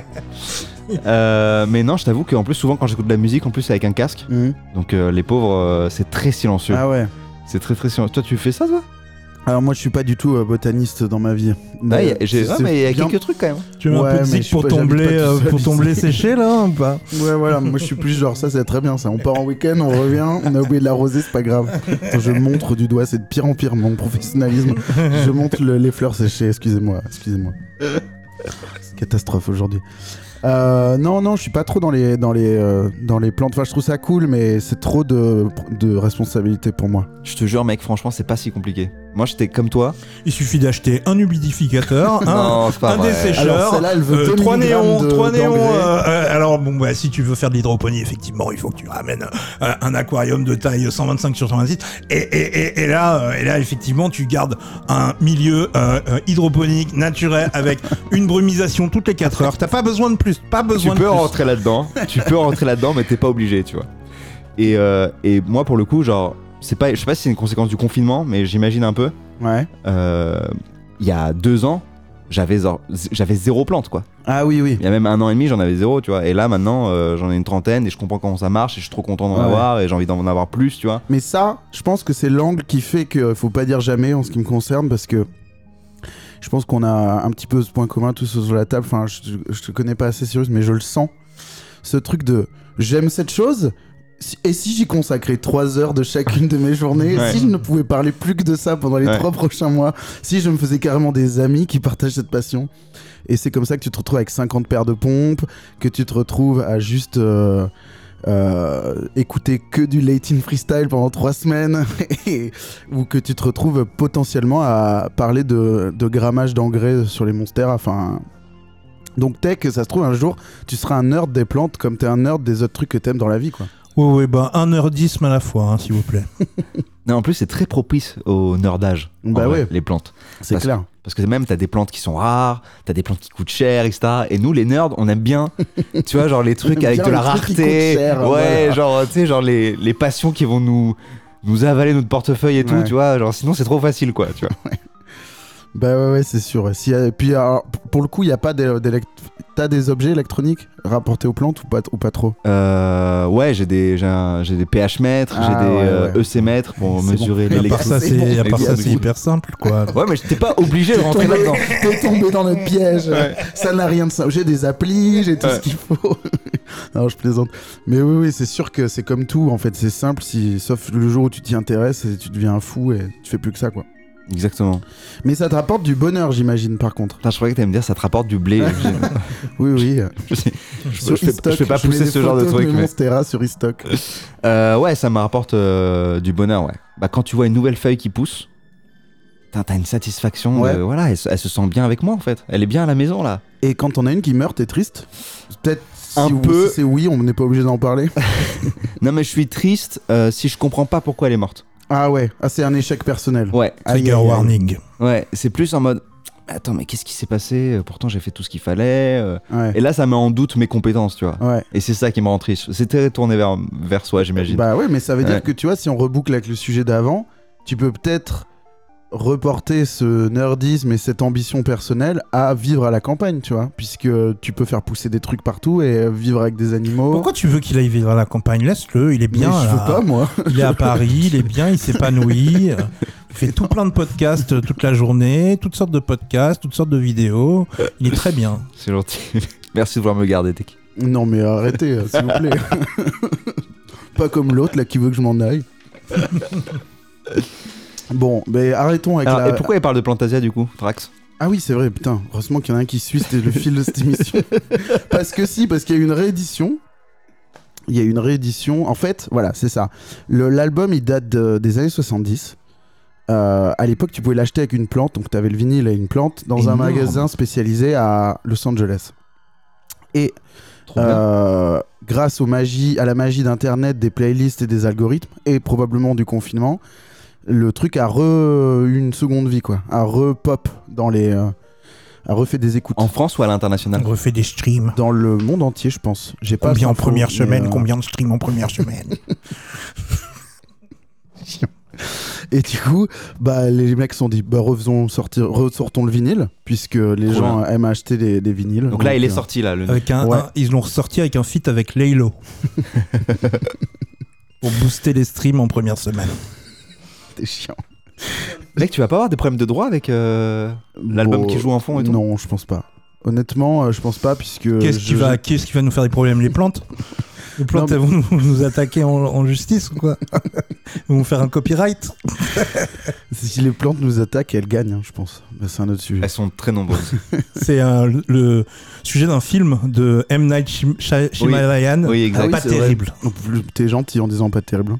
S4: Euh, mais non, je t'avoue qu'en plus, souvent quand j'écoute de la musique, en plus, c'est avec un casque.
S3: Mhm.
S4: Donc euh, les pauvres, euh, c'est très silencieux.
S3: Ah ouais.
S4: C'est très très silencieux. Toi, tu fais ça, toi
S3: Alors moi, je suis pas du tout euh, botaniste dans ma vie.
S4: Ah,
S3: Mais
S4: y a- j'ai-
S3: Bah, c'est-
S4: ah, mais il y a
S3: bien-
S4: quelques trucs quand même.
S5: Tu mets
S3: Eh, Ouais,
S5: un peu de
S3: mais je
S5: zik
S3: suis
S5: pour
S3: pas-
S5: ton
S3: j'habite
S5: blé,
S3: pas tout
S5: euh,
S3: seul
S5: pour ton
S3: ici.
S5: blé séché, là, ou pas
S3: Ouais, voilà. Moi, je suis plus genre ça, c'est très bien. Ça, on part en week-end, on revient, on a oublié de l'arroser, c'est pas grave. Attends, je montre du doigt, c'est de pire en pire mon professionnalisme. Je montre le- les fleurs séchées. Excusez-moi, excusez-moi. Catastrophe aujourd'hui. Euh, non, non, je suis pas trop dans les dans les euh, dans les plantes. Enfin, je trouve ça cool, mais c'est trop de de responsabilité pour moi.
S4: Je te jure, mec, franchement, c'est pas si compliqué. Moi, j'étais comme toi.
S5: Il suffit d'acheter un humidificateur, un,
S4: non, c'est pas
S5: un
S4: vrai.
S3: Alors,
S5: dessécheur,
S3: celle-là, elle veut
S5: euh,
S3: 2
S5: trois
S3: milligrammes
S5: néons,
S3: de-
S5: trois néons.
S3: d'engrais.
S5: euh, euh, alors bon, bah, si tu veux faire de l'hydroponie, effectivement, il faut que tu ramènes euh, un aquarium de taille 125 sur 126. Et, et- et- et là, euh, et là, effectivement, tu gardes un milieu euh, euh, hydroponique naturel avec une brumisation toutes les 4 heures. T'as pas besoin de plus, pas
S4: tu
S5: besoin de
S4: peux
S5: plus.
S4: rentrer là-dedans, tu peux rentrer là-dedans, mais t'es pas obligé, tu vois. Et, euh, et moi, pour le coup, genre, c'est pas, je sais pas si c'est une conséquence du confinement, mais j'imagine un peu.
S3: Ouais.
S4: Euh, Il y a deux ans, j'avais zor- z- j'avais zéro plante, quoi.
S3: Ah oui, oui.
S4: Il y a même un an et demi, j'en avais zéro, tu vois. Et là, maintenant, euh, j'en ai une trentaine et je comprends comment ça marche et je suis trop content d'en
S3: Ouais.
S4: avoir et j'ai envie d'en avoir plus, tu vois.
S3: Mais ça, je pense que c'est l'angle qui fait que euh, faut pas dire jamais en ce qui me concerne parce que je pense qu'on a un petit peu ce point commun tous sur la table. Enfin, je, je te connais pas assez Cyrus, mais je le sens. Ce truc de j'aime cette chose. si- Et si j'y consacrais 3 heures de chacune de mes journées,
S4: Ouais.
S3: si je ne pouvais parler plus que de ça pendant les
S4: Ouais.
S3: trois prochains mois, si je me faisais carrément des amis qui partagent cette passion, et c'est comme ça que tu te retrouves avec 50 paires de pompes, que tu te retrouves à juste euh, euh, écouter que du Latin freestyle pendant trois semaines, et- ou que tu te retrouves potentiellement à parler de, de grammage d'engrais sur les monstères. Enfin, donc tech, ça se trouve un jour, tu seras un nerd des plantes comme t'es un nerd des autres trucs que t'aimes dans la vie, quoi.
S5: Oui, oui, bah, 1h10 à la fois, hein, s'il vous plaît.
S4: Non, en plus, c'est très propice au nerdage. en
S3: Bah
S4: vrai,
S3: ouais.
S4: Les plantes.
S3: C'est
S4: Parce-
S3: clair.
S4: Parce que même, t'as des plantes qui sont rares, t'as des plantes qui coûtent cher, etc. Et nous, les nerds, on aime bien, tu vois, genre les
S3: On
S4: trucs
S3: aime
S4: avec
S3: bien
S4: de la
S3: les trucs qui
S4: rareté.
S3: coûtent cher,
S4: ouais,
S3: voilà.
S4: genre, tu sais, genre les, les passions qui vont nous, nous avaler notre portefeuille et tout,
S3: Ouais.
S4: tu vois. Genre, sinon, c'est trop facile, quoi, tu vois.
S3: Bah ouais, ouais c'est sûr. Si, et puis alors, p- pour le coup, il y a pas d'élec- d'élect- t'as des objets électroniques rapportés aux plantes ou pas, ou pas trop
S4: Euh, ouais, j'ai des, j'ai un- j'ai des pH mètres,
S3: Ah,
S4: j'ai des
S3: ouais,
S4: euh,
S3: ouais.
S4: EC mètres pour
S3: C'est
S4: mesurer
S3: bon.
S5: À part ça,
S4: l'électricité.
S3: c'est
S5: c'est
S3: bon,
S5: à part ça,
S4: c'est
S5: c'est
S4: bon.
S5: hyper simple, quoi.
S4: Ouais, mais j'étais pas obligé de rentrer
S3: tombé-
S4: là-dedans.
S3: T'es tombé dans le piège. Ça n'a rien de ça. J'ai des applis, j'ai tout
S4: Ouais.
S3: ce qu'il faut. non, je plaisante. Mais oui, oui, c'est sûr que c'est comme tout. En fait, c'est simple. Si, sauf le jour où tu t'y intéresses, et tu deviens un fou et tu fais plus que ça, quoi.
S4: Exactement.
S3: Mais ça te rapporte du bonheur, j'imagine, par contre.
S4: Putain, je croyais que t'allais me dire ça te rapporte du blé.
S3: Oui, oui. Euh,
S4: Je- je-
S3: Sur
S4: je fais-
S3: Estoc,
S4: je fais pas
S3: mets
S4: pousser
S3: des
S4: ce genre de
S3: photos
S4: truc,
S3: mes
S4: mais-
S3: Monstera sur Estoc.
S4: Euh, ouais, ça me rapporte euh, du bonheur, ouais. Bah, quand tu vois une nouvelle feuille qui pousse, putain, t'as une satisfaction.
S3: Ouais.
S4: de- voilà, elle, se- elle se sent bien avec moi en fait. Elle est bien à la maison là.
S3: Et quand on a une qui meurt, t'es triste Peut-être si
S4: Un
S3: ou-
S4: peu.
S3: si c'est oui, on n'est pas obligé d'en parler.
S4: Non, mais je suis triste euh, si je comprends pas pourquoi elle est morte.
S3: Ah ouais, ah, c'est un échec personnel.
S4: Ouais,
S3: Aïe,
S5: Trigger
S3: aïe, aïe.
S5: warning.
S4: ouais, c'est plus en mode. Attends, mais qu'est-ce qui s'est passé euh, Pourtant, j'ai fait tout ce qu'il fallait. euh.
S3: Ouais.
S4: Et là, ça met en doute mes compétences, tu vois.
S3: ouais.
S4: Et c'est ça qui me rend triste. C'était tourné vers, vers soi, j'imagine.
S3: Bah ouais, mais ça veut
S4: Ouais.
S3: dire que tu vois, si on reboucle avec le sujet d'avant, tu peux peut-être reporter ce nerdisme et cette ambition personnelle à vivre à la campagne, tu vois, puisque tu peux faire pousser des trucs partout et vivre avec des animaux.
S5: Pourquoi tu veux qu'il aille vivre à la campagne Laisse-le, il est
S3: Mais
S5: bien.
S3: je
S5: là.
S3: veux pas moi.
S5: Il est à Paris, il est bien, il s'épanouit. euh, Il fait tout plein de podcasts euh, toute la journée, toutes sortes de podcasts, toutes sortes de vidéos. Il est très bien.
S4: C'est gentil. Merci de vouloir me garder, Teki.
S3: Non mais arrêtez, euh, s'il vous plaît. Pas comme l'autre là qui veut que je m'en aille. bon, mais arrêtons avec
S4: Alors,
S3: la.
S4: Et pourquoi il parle de Plantasia du coup, Trax
S3: Ah oui, c'est vrai, putain. Heureusement qu'il y en a un qui suit c'était le fil de cette émission. parce que si, parce qu'il y a eu une réédition. Il y a eu une réédition. En fait, voilà, c'est ça. Le- L'album, il date de- des années 70. Euh, à l'époque, tu pouvais l'acheter avec une plante. Donc, tu avais le vinyle et une plante dans
S4: Énorme.
S3: un magasin spécialisé à Los Angeles. Et
S4: Trop bien.
S3: euh, grâce aux magies, à la magie d'Internet, des playlists et des algorithmes, et probablement du confinement, le truc a re une seconde vie, quoi. A re-pop dans les. euh, a refait des écoutes.
S4: En France ou à
S5: On
S4: l'international
S5: refait des streams.
S3: Dans le monde entier, je pense. J'ai pas
S5: Combien en
S3: cette info,
S5: première
S3: mais,
S5: semaine
S3: euh,
S5: Combien de streams en première semaine
S3: Et du coup, bah, les mecs se sont dit, bah, refaisons sortir, ressortons le vinyle, puisque les
S4: Trop
S3: gens aiment acheter des, des vinyles.
S4: Donc là, il est
S3: euh,
S4: sorti là. Le...
S5: Avec un,
S3: Ouais.
S5: un- Ils l'ont ressorti avec un feat avec Laylo. Pour booster les streams en première semaine.
S3: T'es chiant.
S4: Mec, tu vas pas avoir des problèmes de droit avec euh, l'album
S3: Bon,
S4: qui joue en fond et tout
S3: Oh, Non, je pense pas. Honnêtement, euh, je pense pas, puisque.
S5: Qu'est-ce
S3: je-
S5: qui, va, qu'est-ce qui va nous faire des problèmes Les plantes Les plantes,
S3: Non,
S5: elles vont nous, nous attaquer en, en justice ou quoi Elles vont nous faire un copyright
S3: Si les plantes nous attaquent, elles gagnent, hein, je pense. Mais c'est un autre sujet.
S4: Elles sont très nombreuses.
S5: C'est euh, le- le sujet d'un film de M. Night Shyam- Shy- Shyamalan.
S4: oui, exact.
S5: pas
S3: Ah oui, c'est vrai.
S5: terrible.
S3: Non hein. plus, T'es gentil en disant pas terrible.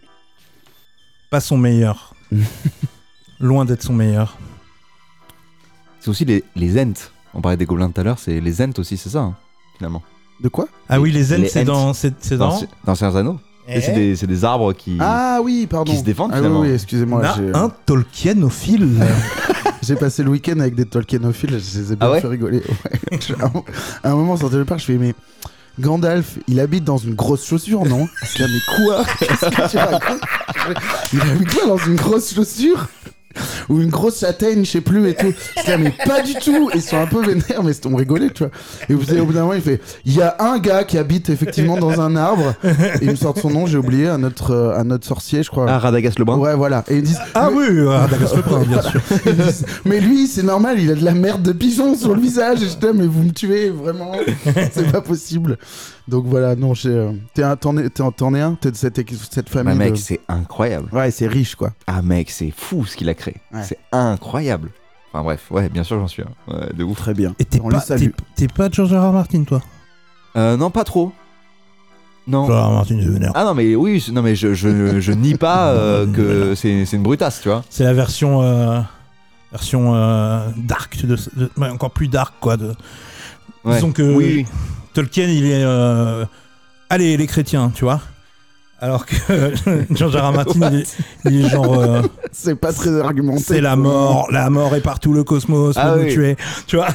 S5: Pas son meilleur. loin d'être son meilleur.
S4: C'est aussi les, les Ents. On parlait des gobelins tout à l'heure, c'est les Ents aussi, c'est ça, hein, finalement.
S3: De quoi
S5: Ah oui, les Ents,
S4: Les
S5: c'est
S4: Ents.
S5: dans. C'est c'est dans. Eh
S4: Dans, dans Seigneur des Anneaux. Et c'est des, c'est des arbres qui.
S3: Ah oui, pardon.
S4: qui se défendent,
S3: Ah oui,
S4: finalement.
S3: oui, excusez-moi.
S5: On a
S3: j'ai-
S5: Eh, un Tolkienophile.
S3: J'ai passé le week-end avec des Tolkienophiles, je les ai bien
S4: Ah ouais
S3: fait rigoler. Ouais. Je- à un- à un moment, sorti le parc, je fais mais Gandalf, il habite dans une grosse chaussure, non Je suis là, mais quoi Qu'est-ce que tu racontes Il habite quoi dans une grosse chaussure ou une grosse châtaigne, je sais plus, et tout. Je suis là, mais pas du tout. Ils sont un peu vénères, mais c'est- on rigolait, tu vois. Et vous savez, au bout d'un moment, il fait il y a un gars qui habite effectivement dans un arbre. Et il me sort son nom, j'ai oublié, un autre, euh, un autre sorcier, je crois.
S4: Ah, Radagast le Brun.
S3: Ouais, voilà. Et ils disent
S5: ah oui, ah, Dagas le Brun, bien sûr.
S3: mais lui, c'est normal, il a de la merde de pigeon sur le visage. Et je dis, mais vous me tuez, vraiment, c'est pas possible. Donc voilà, non, j'ai, euh, t'es un- t'en es, t'en- t'en es un, t'es de cette, équi- cette
S4: Mais
S3: famille.
S4: Ah, mec,
S3: de-
S4: c'est incroyable.
S3: Ouais, c'est riche, quoi.
S4: Ah, mec, c'est fou ce qu'il a créé.
S3: Ouais.
S4: C'est incroyable. Enfin, bref, ouais, bien sûr, j'en suis. hein. Ouais, de ouf.
S3: Très bien.
S5: Et t'es
S3: On le
S5: pas,
S3: salue.
S5: t'es, t'es pas George R. R. Martin, toi
S4: Euh, non, pas trop. Non.
S5: George R. R. Martin, c'est vénère.
S4: Ah non, mais oui, c'est- non, mais je, je, je nie pas euh, que c'est c'est une brutasse, tu vois.
S5: C'est la version. euh, version euh, dark, de, de- ouais, encore plus dark, quoi. De,
S4: Ouais.
S5: Disons que-
S4: Oui,
S5: Tolkien, il est. euh, Allez, les chrétiens, tu vois. Alors que George R. R. Martin, il, est, il est genre. euh,
S3: C'est pas très argumenté.
S5: c'est la mort, la mort est partout, le cosmos,
S4: Ah
S5: va nous
S4: oui.
S5: tuer. Tu vois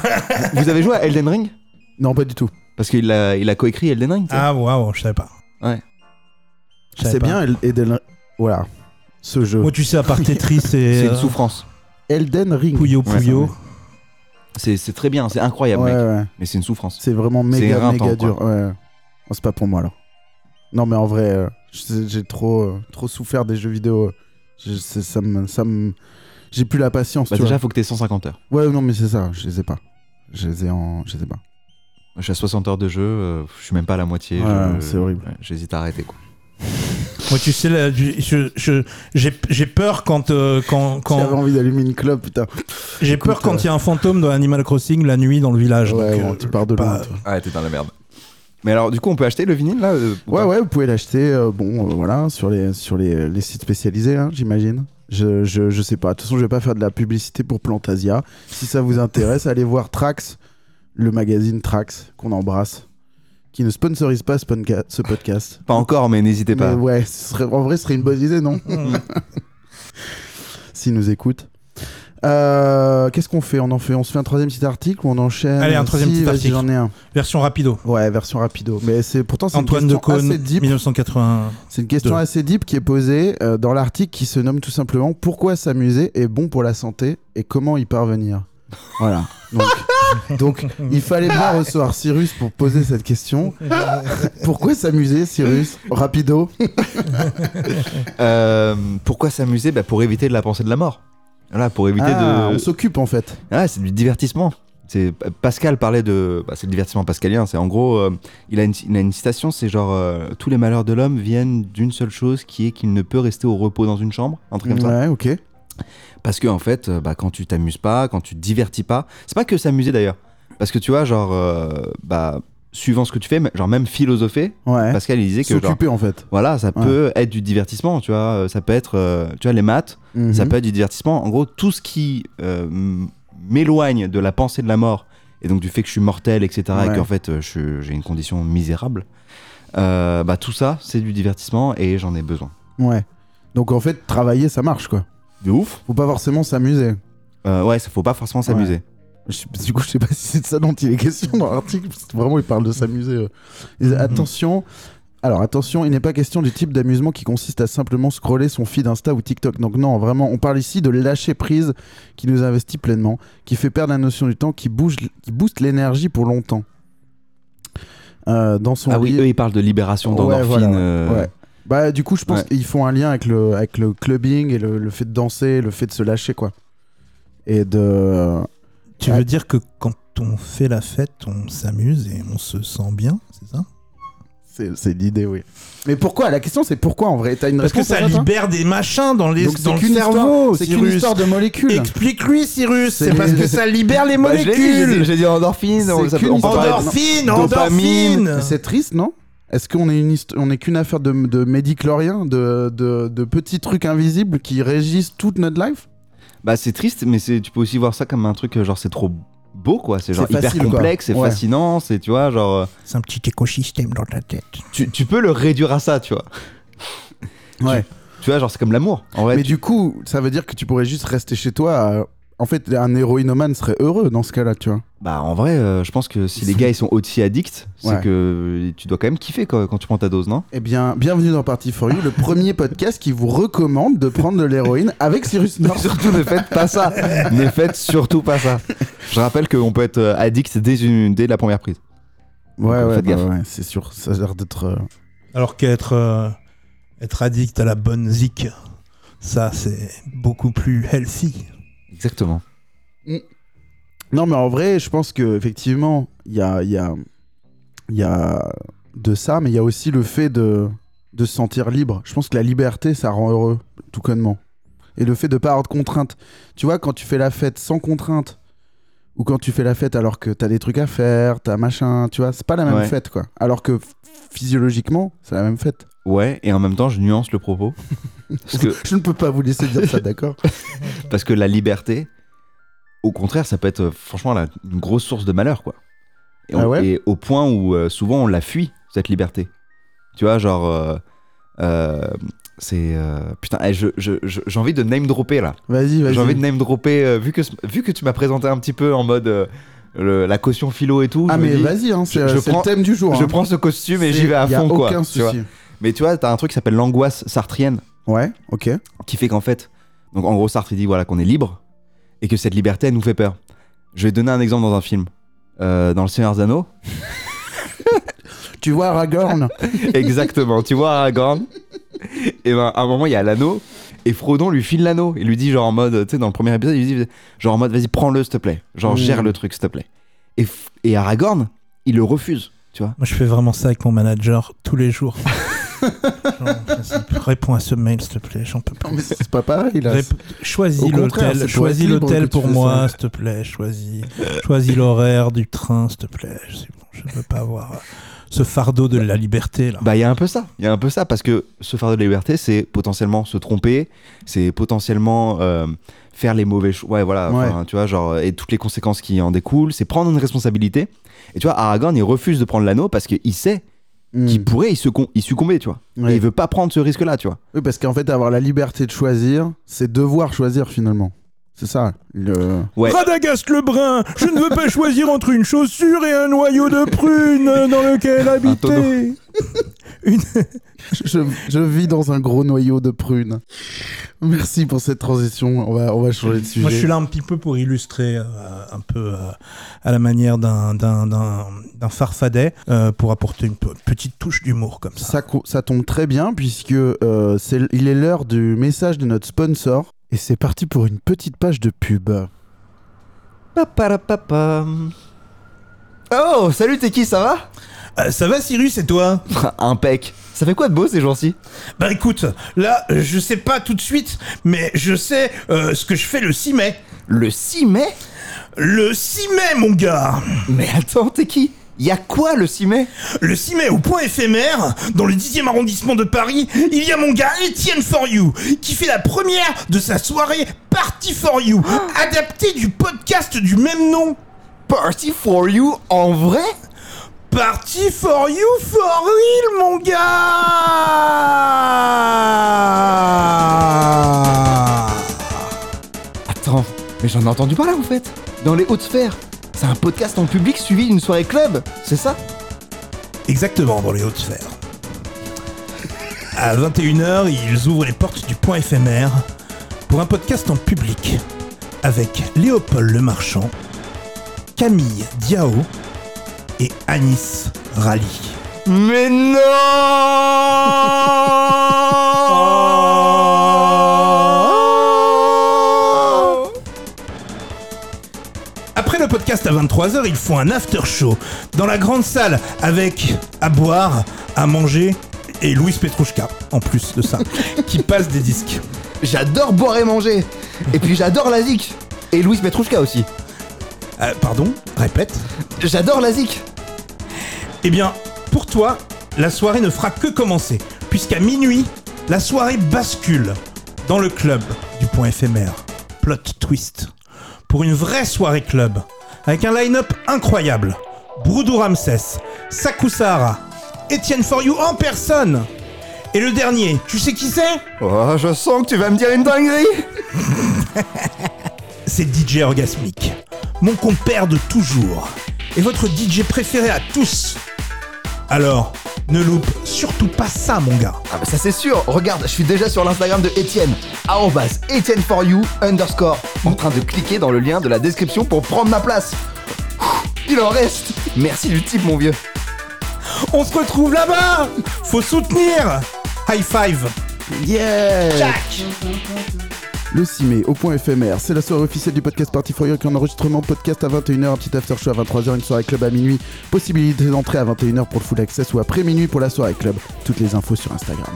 S4: Vous avez joué à Elden Ring
S3: Non, pas du tout.
S4: Parce qu'il a, il a coécrit Elden Ring. tu sais.
S5: Ah, waouh, je savais pas.
S4: Ouais.
S5: Je savais
S3: C'est
S5: pas.
S3: bien, euh, El- Elden... Voilà, ce jeu.
S5: Moi, tu sais, à part Tetris
S4: C'est
S5: et.
S4: une
S5: euh,
S4: souffrance.
S3: Elden Ring.
S5: Pouyo
S4: Ouais,
S5: Pouyo.
S4: ouais. C'est c'est très bien, c'est incroyable,
S3: Ouais,
S4: mec.
S3: ouais.
S4: Mais c'est une souffrance.
S3: C'est vraiment
S4: C'est
S3: méga,
S4: éreintant,
S3: méga
S4: quoi.
S3: dur. Ouais. Oh, c'est pas pour moi, alors. Non, mais en vrai, euh, je- j'ai trop, euh, trop souffert des jeux vidéo. Je- c'est- ça me. Ça me... J'ai plus la patience,
S4: Bah,
S3: tu
S4: déjà, faut que t'aies 150 heures.
S3: vois. Ouais, non, mais c'est ça, je les ai pas. Je les ai en. Je les ai pas.
S4: Je suis à 60 heures de jeu, euh, je suis même pas à la moitié.
S3: Ouais,
S4: je-
S3: c'est horrible.
S4: ouais, J'hésite à arrêter, quoi.
S5: Moi, tu sais, là, je- je- je- j'ai j'ai peur quand, euh, quand, quand-
S3: J'avais envie d'allumer une clope, putain.
S5: j'ai
S3: Écoute,
S5: peur quand
S3: euh,
S5: il y a un fantôme dans Animal Crossing la nuit dans le village.
S3: ouais,
S5: donc,
S3: bon,
S5: euh,
S3: tu pars de
S5: pas-
S3: loin. toi.
S4: Ouais, Ah, t'es dans la merde. Mais alors, du coup, on peut acheter le vinyle, là euh, ou
S3: Ouais,
S4: pas
S3: ouais, vous pouvez l'acheter, euh, bon, euh, voilà, sur les, sur les, les sites spécialisés, hein, j'imagine. Je, je, je sais pas. De toute façon, je vais pas faire de la publicité pour Plantasia. Si ça vous intéresse, allez voir Trax, le magazine Trax, qu'on embrasse, qui ne sponsorise pas ce, podca- ce podcast.
S4: Pas encore, mais n'hésitez
S3: Mais
S4: pas.
S3: ouais, ce serait, en vrai, ce serait une bonne idée, non
S5: hmm,
S3: S'ils nous écoutent. Euh, Qu'est-ce qu'on fait On en fait, on se fait un troisième petit article ou on enchaîne
S5: Allez, un troisième
S3: Si,
S5: petit
S3: vas-y,
S5: article.
S3: J'en ai un.
S5: Version rapido.
S3: Ouais, version rapido. Mais c'est pourtant c'est une
S5: Antoine de
S3: question
S5: Caunes,
S3: assez deep.
S5: 1980.
S3: C'est une question
S5: Deux.
S3: assez deep qui est posée euh, dans l'article qui se nomme tout simplement Pourquoi s'amuser est bon pour la santé et comment y parvenir Voilà. Donc, donc, il fallait bien recevoir Cyrus pour poser cette question. Pourquoi s'amuser, Cyrus Rapido.
S4: Euh, pourquoi s'amuser bah, Pour éviter de la pensée de la mort. Voilà, pour éviter
S3: Ah,
S4: de.
S3: On s'occupe en fait.
S4: Ah, c'est du divertissement. C'est Pascal parlait de, bah, c'est le divertissement pascalien. C'est en gros, euh, il, a une, il a une citation, c'est genre euh, tous les malheurs de l'homme viennent d'une seule chose, qui est qu'il ne peut rester au repos dans une chambre, un truc comme ça.
S3: Ouais, ok.
S4: Parce que en fait, euh, bah, quand tu t'amuses pas, quand tu te divertis pas, c'est pas que s'amuser d'ailleurs. Parce que tu vois, genre, euh, bah, suivant ce que tu fais, mais- genre même philosopher,
S3: Ouais.
S4: Pascal il disait que genre,
S3: S'occuper en fait.
S4: voilà, ça peut être du divertissement, tu vois. euh, Ça peut être, euh, tu vois, les maths. Ça
S3: Mhm.
S4: peut être du divertissement. En gros, tout ce qui euh, m- m'éloigne de la pensée de la mort et donc du fait que je suis mortel, etc., et
S3: Ouais.
S4: qu'en fait euh, je suis- j'ai une condition misérable, euh, bah, tout ça, c'est du divertissement et j'en ai besoin.
S3: Ouais. Donc en fait, travailler ça marche quoi.
S4: De ouf
S3: Faut pas forcément s'amuser.
S4: Euh, Ouais, ça faut pas forcément s'amuser.
S3: Je sais- Du coup, je sais pas si c'est de ça dont il est question dans l'article, parce que vraiment, il parle de s'amuser. euh. Et Attention. Alors, attention, il n'est pas question du type d'amusement qui consiste à simplement scroller son feed Insta ou TikTok. Donc, non, vraiment, on parle ici de lâcher prise qui nous investit pleinement, qui fait perdre la notion du temps, qui, bouge, qui booste l'énergie pour longtemps. Euh, dans son
S4: Ah oui,
S3: lit-
S4: eux ils parlent de libération d'endorphine.
S3: Ouais, voilà, ouais.
S4: euh,
S3: Ouais. Bah, du coup, je pense
S4: Ouais.
S3: qu'ils font un lien avec le, avec le clubbing et le, le fait de danser, le fait de se lâcher, quoi. Et de.
S5: Tu
S3: Ouais.
S5: veux dire que quand on fait la fête, on s'amuse et on se sent bien, c'est ça
S3: C'est c'est l'idée, oui. Mais pourquoi La question, c'est pourquoi en vrai T'as une
S5: Parce que
S3: réponse
S5: ça
S3: à toi
S5: libère des machins dans, les,
S3: Donc c'est
S5: dans le
S3: qu'une
S5: cerveau,
S3: histoire- C'est qu'une
S5: Cyrus.
S3: histoire de molécules.
S5: Explique-lui, Cyrus,
S3: C'est
S5: c'est
S3: les-
S5: parce que ça libère les
S4: Bah, je l'ai dit, j'ai dit-
S5: molécules
S4: j'ai dit endorphine.
S3: C'est
S4: on- ça peut-
S3: qu'une
S4: on peut parler-
S3: histoire.
S5: Endorphine,
S4: Dopamine,
S5: endorphine
S3: C'est triste, non Est-ce qu'on est une hist- on est qu'une affaire de, de médicloriens, de, de, de petits trucs invisibles qui régissent toute notre life
S4: Bah, c'est triste, mais c'est- tu peux aussi voir ça comme un truc, euh, genre, c'est trop beau, quoi. C'est genre
S3: C'est facile,
S4: hyper
S3: quoi.
S4: complexe, c'est
S3: Ouais.
S4: fascinant, c'est, tu vois, genre. euh,
S5: C'est un petit écosystème dans ta tête.
S4: Tu, tu peux le réduire à ça, tu vois.
S3: Ouais.
S4: Tu vois, genre, c'est comme l'amour. En vrai,
S3: Mais
S4: tu-
S3: du coup, ça veut dire que tu pourrais juste rester chez toi. euh, En fait, un héroïnomane serait heureux dans ce cas-là, tu vois.
S4: bah, en vrai, euh, je pense que si les gars, ils sont aussi addicts,
S3: Ouais.
S4: c'est que euh, tu dois quand même kiffer quoi, quand tu prends ta dose, non
S3: Eh bien, bienvenue dans Party for You, le premier podcast qui vous recommande de prendre de l'héroïne avec Cyrus North.
S4: Surtout ne faites pas ça. ne faites surtout pas ça. Je rappelle qu'on peut être euh, addict dès, une, dès la première prise.
S3: Ouais, ouais,
S4: Faites
S3: bah
S4: gaffe.
S3: ouais, c'est sûr. Ça a l'air d'être. euh,
S5: Alors qu'être euh, être addict à la bonne zik, ça c'est beaucoup plus healthy.
S4: Exactement.
S3: Non, mais en vrai, je pense que effectivement, il y a, il y a, il y a de ça, mais il y a aussi le fait de de se sentir libre. Je pense que la liberté, ça rend heureux, tout connement. Et le fait de pas avoir de contraintes. Tu vois, quand tu fais la fête sans contrainte, ou quand tu fais la fête alors que t'as des trucs à faire, t'as machin, tu vois, c'est pas la même
S4: Ouais.
S3: fête, quoi. Alors que physiologiquement, c'est la même fête.
S4: Ouais, et en même temps, je nuance le propos. parce, que,
S3: Je ne peux pas vous laisser dire ça, d'accord
S4: parce que la liberté, au contraire, ça peut être euh, franchement la- une grosse source de malheur, quoi. Et, on-
S3: Ah ouais
S4: et au point où euh, souvent on la fuit, cette liberté. Tu vois, genre. euh, euh, c'est. euh, putain, eh, je- je- je- j'ai envie de name dropper là.
S3: Vas-y, vas-y.
S4: J'ai envie de name dropper, euh, vu, que, ce- vu que tu m'as présenté un petit peu en mode euh, le- la caution philo et tout.
S3: Ah
S4: je me
S3: mais
S4: dis,
S3: vas-y, hein, c'est
S4: je- je
S3: c'est le
S4: prends-
S3: thème du jour.
S4: je
S3: hein.
S4: prends ce costume et
S3: C'est-
S4: j'y vais à
S3: y a
S4: fond, quoi.
S3: aucun
S4: tu vois.
S3: souci.
S4: Mais tu vois, t'as un truc qui s'appelle l'angoisse sartrienne,
S3: Ouais, ok.
S4: qui fait qu'en fait, donc en gros, Sartre il dit voilà qu'on est libre et que cette liberté elle nous fait peur. Je vais donner un exemple dans un film, Euh, dans Le Seigneur des Anneaux.
S3: Tu vois Aragorn
S4: Exactement. tu vois Aragorn. Et ben à un moment il y a l'anneau et Frodon lui file l'anneau. Il lui dit genre en mode, tu sais dans le premier épisode il lui dit genre en mode vas-y prends-le s'il te plaît, genre
S3: Mm.
S4: gère le truc s'il te plaît. Et, F- et Aragorn il le refuse, tu vois.
S5: Moi je fais vraiment ça avec mon manager tous les jours. Genre, vas-y, réponds à ce mail s'il te plaît, j'en peux
S3: Non
S5: plus.
S3: mais c'est pas pareil là.
S5: Rép-
S3: Au
S5: Choisis
S3: contraire, c'est
S5: l'hôtel,
S3: pour
S5: choisis
S3: être libre que
S5: l'hôtel
S3: tu
S5: pour
S3: fais
S5: moi,
S3: ça.
S5: s'il te plaît. Choisis, choisis l'horaire du train, s'il te plaît. Je sais- bon, je ne veux pas avoir euh, ce fardeau de la liberté là.
S4: Bah il y a un peu ça, il y a un peu ça parce que se faire de la liberté c'est potentiellement se tromper, c'est potentiellement euh, faire les mauvais choix, ouais voilà,
S3: Ouais.
S4: enfin, tu vois genre et toutes les conséquences qui en découlent, c'est prendre une responsabilité. Et tu vois Aragorn il refuse de prendre l'anneau parce qu'il sait qu'il
S3: Mm.
S4: pourrait y secom- y succomber, tu vois.
S3: Ouais.
S4: Et il veut pas prendre ce risque-là, tu vois.
S3: Oui, parce qu'en fait, avoir la liberté de choisir, c'est devoir choisir finalement. C'est ça. Le...
S4: Ouais.
S5: Radagast le brun, je ne veux pas choisir entre une chaussure et un noyau de prune dans lequel
S4: tonneau.
S5: habiter. Une...
S3: Je, je vis dans un gros noyau de prunes. Merci pour cette transition. On va, on va changer de sujet.
S5: Moi, je suis là un petit peu pour illustrer euh, un peu euh, à la manière d'un d'un- d'un- d'un farfadet, euh, pour apporter une pe- petite touche d'humour comme ça.
S3: Ça, co- ça tombe très bien puisque euh, c'est, il est l'heure du message de notre sponsor. Et c'est parti pour une petite page de pub.
S4: Paparapapam. Oh, salut, t'es qui, ça
S5: Euh, ça va, Cyrus, et toi
S4: va Impec. Ça fait quoi de beau ces jours-ci
S5: Bah écoute, là, euh, je sais pas tout de suite, mais je sais euh, ce que je fais le 6 mai.
S4: Le 6 mai
S5: Le 6 mai, mon gars
S4: Mais attends, t'es qui Y'a quoi le 6 mai
S5: Le 6 mai, au point éphémère, dans le 10e arrondissement de Paris, il y a mon gars Étienne For You, qui fait la première de sa soirée Party For You,
S4: Ah.
S5: adaptée du podcast du même nom.
S4: Party for you en vrai
S5: Party For You For Real, mon gars
S4: Attends, mais j'en ai entendu parler en fait. Dans les hautes sphères. C'est un podcast en public suivi d'une soirée club, c'est ça
S5: Exactement, dans les hautes sphères. À 21h, ils ouvrent les portes du point éphémère pour un podcast en public avec Léopold Le Marchand, Camille Diao et Anis Rally.
S4: Mais non
S5: Après le podcast à 23h, ils font un after show dans la grande salle avec à boire, à manger et Louis Petrouchka, en plus de ça, qui passe des disques.
S4: J'adore boire et manger. Et puis j'adore la zik. Et Louis Petrouchka aussi.
S5: Euh, pardon, répète.
S4: J'adore la zik.
S5: Eh bien, pour toi, la soirée ne fera que commencer, puisqu'à minuit, la soirée bascule dans le club du point éphémère. plot twist pour une vraie soirée club avec un line-up incroyable. Broudou Ramsès, Sakusara, Etienne For You en personne. Et le dernier, tu sais qui c'est
S4: Oh, je sens que tu vas me dire une dinguerie
S5: c'est DJ Orgasmic, mon compère de toujours, et votre DJ préféré à tous. Alors, ne loupe surtout pas ça, mon gars.
S4: Ah bah ça c'est sûr, regarde, je suis déjà sur l'Instagram de Étienne, arrobas Étienne for you underscore, en train de cliquer dans le lien de la description pour prendre ma place. Ouh, Il en reste Merci du type mon vieux.
S5: On se retrouve là-bas Faut soutenir High five
S4: Yeah
S5: Jack
S3: Le 6 mai, au point éphémère, c'est la soirée officielle du podcast Party for You avec un enregistrement podcast à 21h, un petit after show à 23h, une soirée club à minuit, possibilité d'entrer à 21h pour le full access ou après minuit pour la soirée club. Toutes les infos sur Instagram.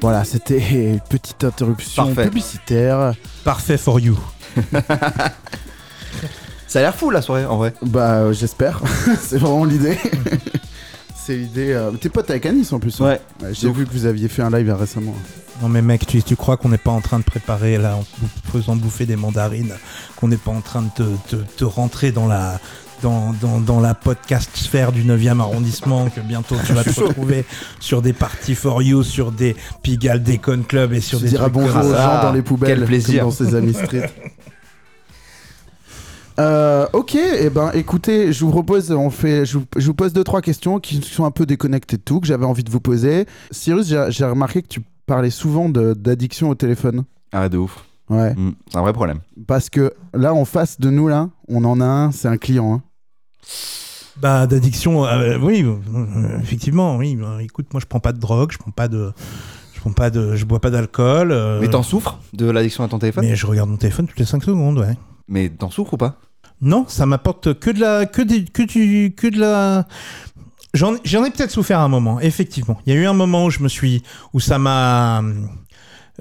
S3: Voilà, c'était une petite interruption
S4: Parfait.
S3: publicitaire.
S5: Parfait for you.
S4: Ça a l'air fou la soirée en vrai.
S3: Bah, euh, j'espère. c'est vraiment l'idée. c'est l'idée. euh, T'es pote avec Anis en plus. hein
S4: Mm. Ouais.
S3: J'ai
S4: Donc-
S3: vu que vous aviez fait un live récemment.
S5: Non mais mec, tu, tu crois qu'on n'est pas en train de préparer là, en bou- faisant bouffer des mandarines, qu'on n'est pas en train de te, te- te rentrer dans la dans, dans, dans la podcast sphère du 9e arrondissement, que bientôt tu vas te retrouver sur des parties for you, sur des Pigalle Déconne Club et sur
S3: tu
S5: des
S3: diras
S5: trucs
S3: bonjour
S5: comme
S3: aux
S5: ça.
S4: ça.
S3: gens dans les poubelles.
S4: Quel plaisir.
S3: comme dans ces amis street. Euh, ok, et ben écoutez, je vous propose, on fait, je vous, je vous pose deux trois questions qui sont un peu déconnectées de tout que j'avais envie de vous poser. Cyrus, j'ai j'ai remarqué que tu parlais souvent de- d'addiction au téléphone.
S4: Ah de ouf.
S3: Ouais,
S4: Mm, c'est un vrai problème.
S3: parce que là en face de nous là, on en a un, c'est un client. hein.
S5: Bah d'addiction, euh, oui, euh, effectivement, oui. bah, écoute, moi je prends pas de drogue, je prends pas de, je prends pas de, je bois pas d'alcool. euh,
S4: Mais t'en souffres de l'addiction à ton téléphone
S5: mais je regarde mon téléphone toutes les 5 secondes, ouais.
S4: Mais t'en souffres ou pas
S5: Non, ça m'apporte que de la, que des, que du, que de la. J'en, j'en ai peut-être souffert à un moment, effectivement. Il y a eu un moment où je me suis, où ça m'a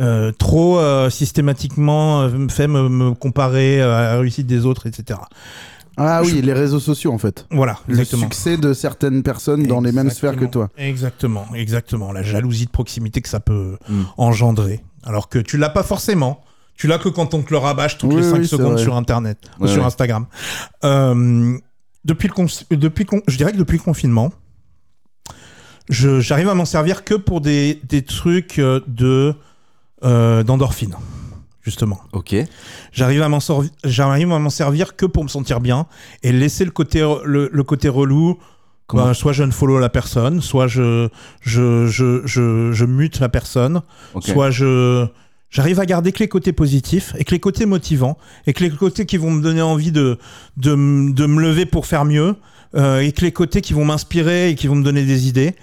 S5: euh, trop euh, systématiquement euh, fait me, me comparer euh, à la réussite des autres, etc.
S3: Ah oui, les réseaux sociaux en fait.
S5: Voilà,
S3: Le
S5: exactement.
S3: succès de certaines personnes dans les mêmes sphères que toi.
S5: Exactement, exactement. La jalousie de proximité que ça peut
S4: Mm.
S5: engendrer. Alors que tu l'as pas forcément. Tu l'as que quand on te le rabâche toutes
S3: Oui,
S5: les 5
S3: oui, c'est
S5: secondes
S3: vrai.
S5: sur Internet
S4: Ouais,
S5: ou sur
S4: ouais.
S5: Instagram. Euh, depuis le cons- depuis le con- je dirais que depuis le confinement, je- j'arrive à m'en servir que pour des, des trucs euh, de euh, d'endorphine, justement.
S4: Ok.
S5: J'arrive à m'en sorvi- j'arrive à m'en servir que pour me sentir bien et laisser le côté re- le, le côté relou.
S4: Comment
S5: Ben, soit je ne follow la personne, soit je je je je, je mute la personne,
S4: Ok.
S5: soit je j'arrive à garder que les côtés positifs et que les côtés motivants et que les côtés qui vont me donner envie de de, m- de me lever pour faire mieux euh, et que les côtés qui vont m'inspirer et qui vont me donner des idées.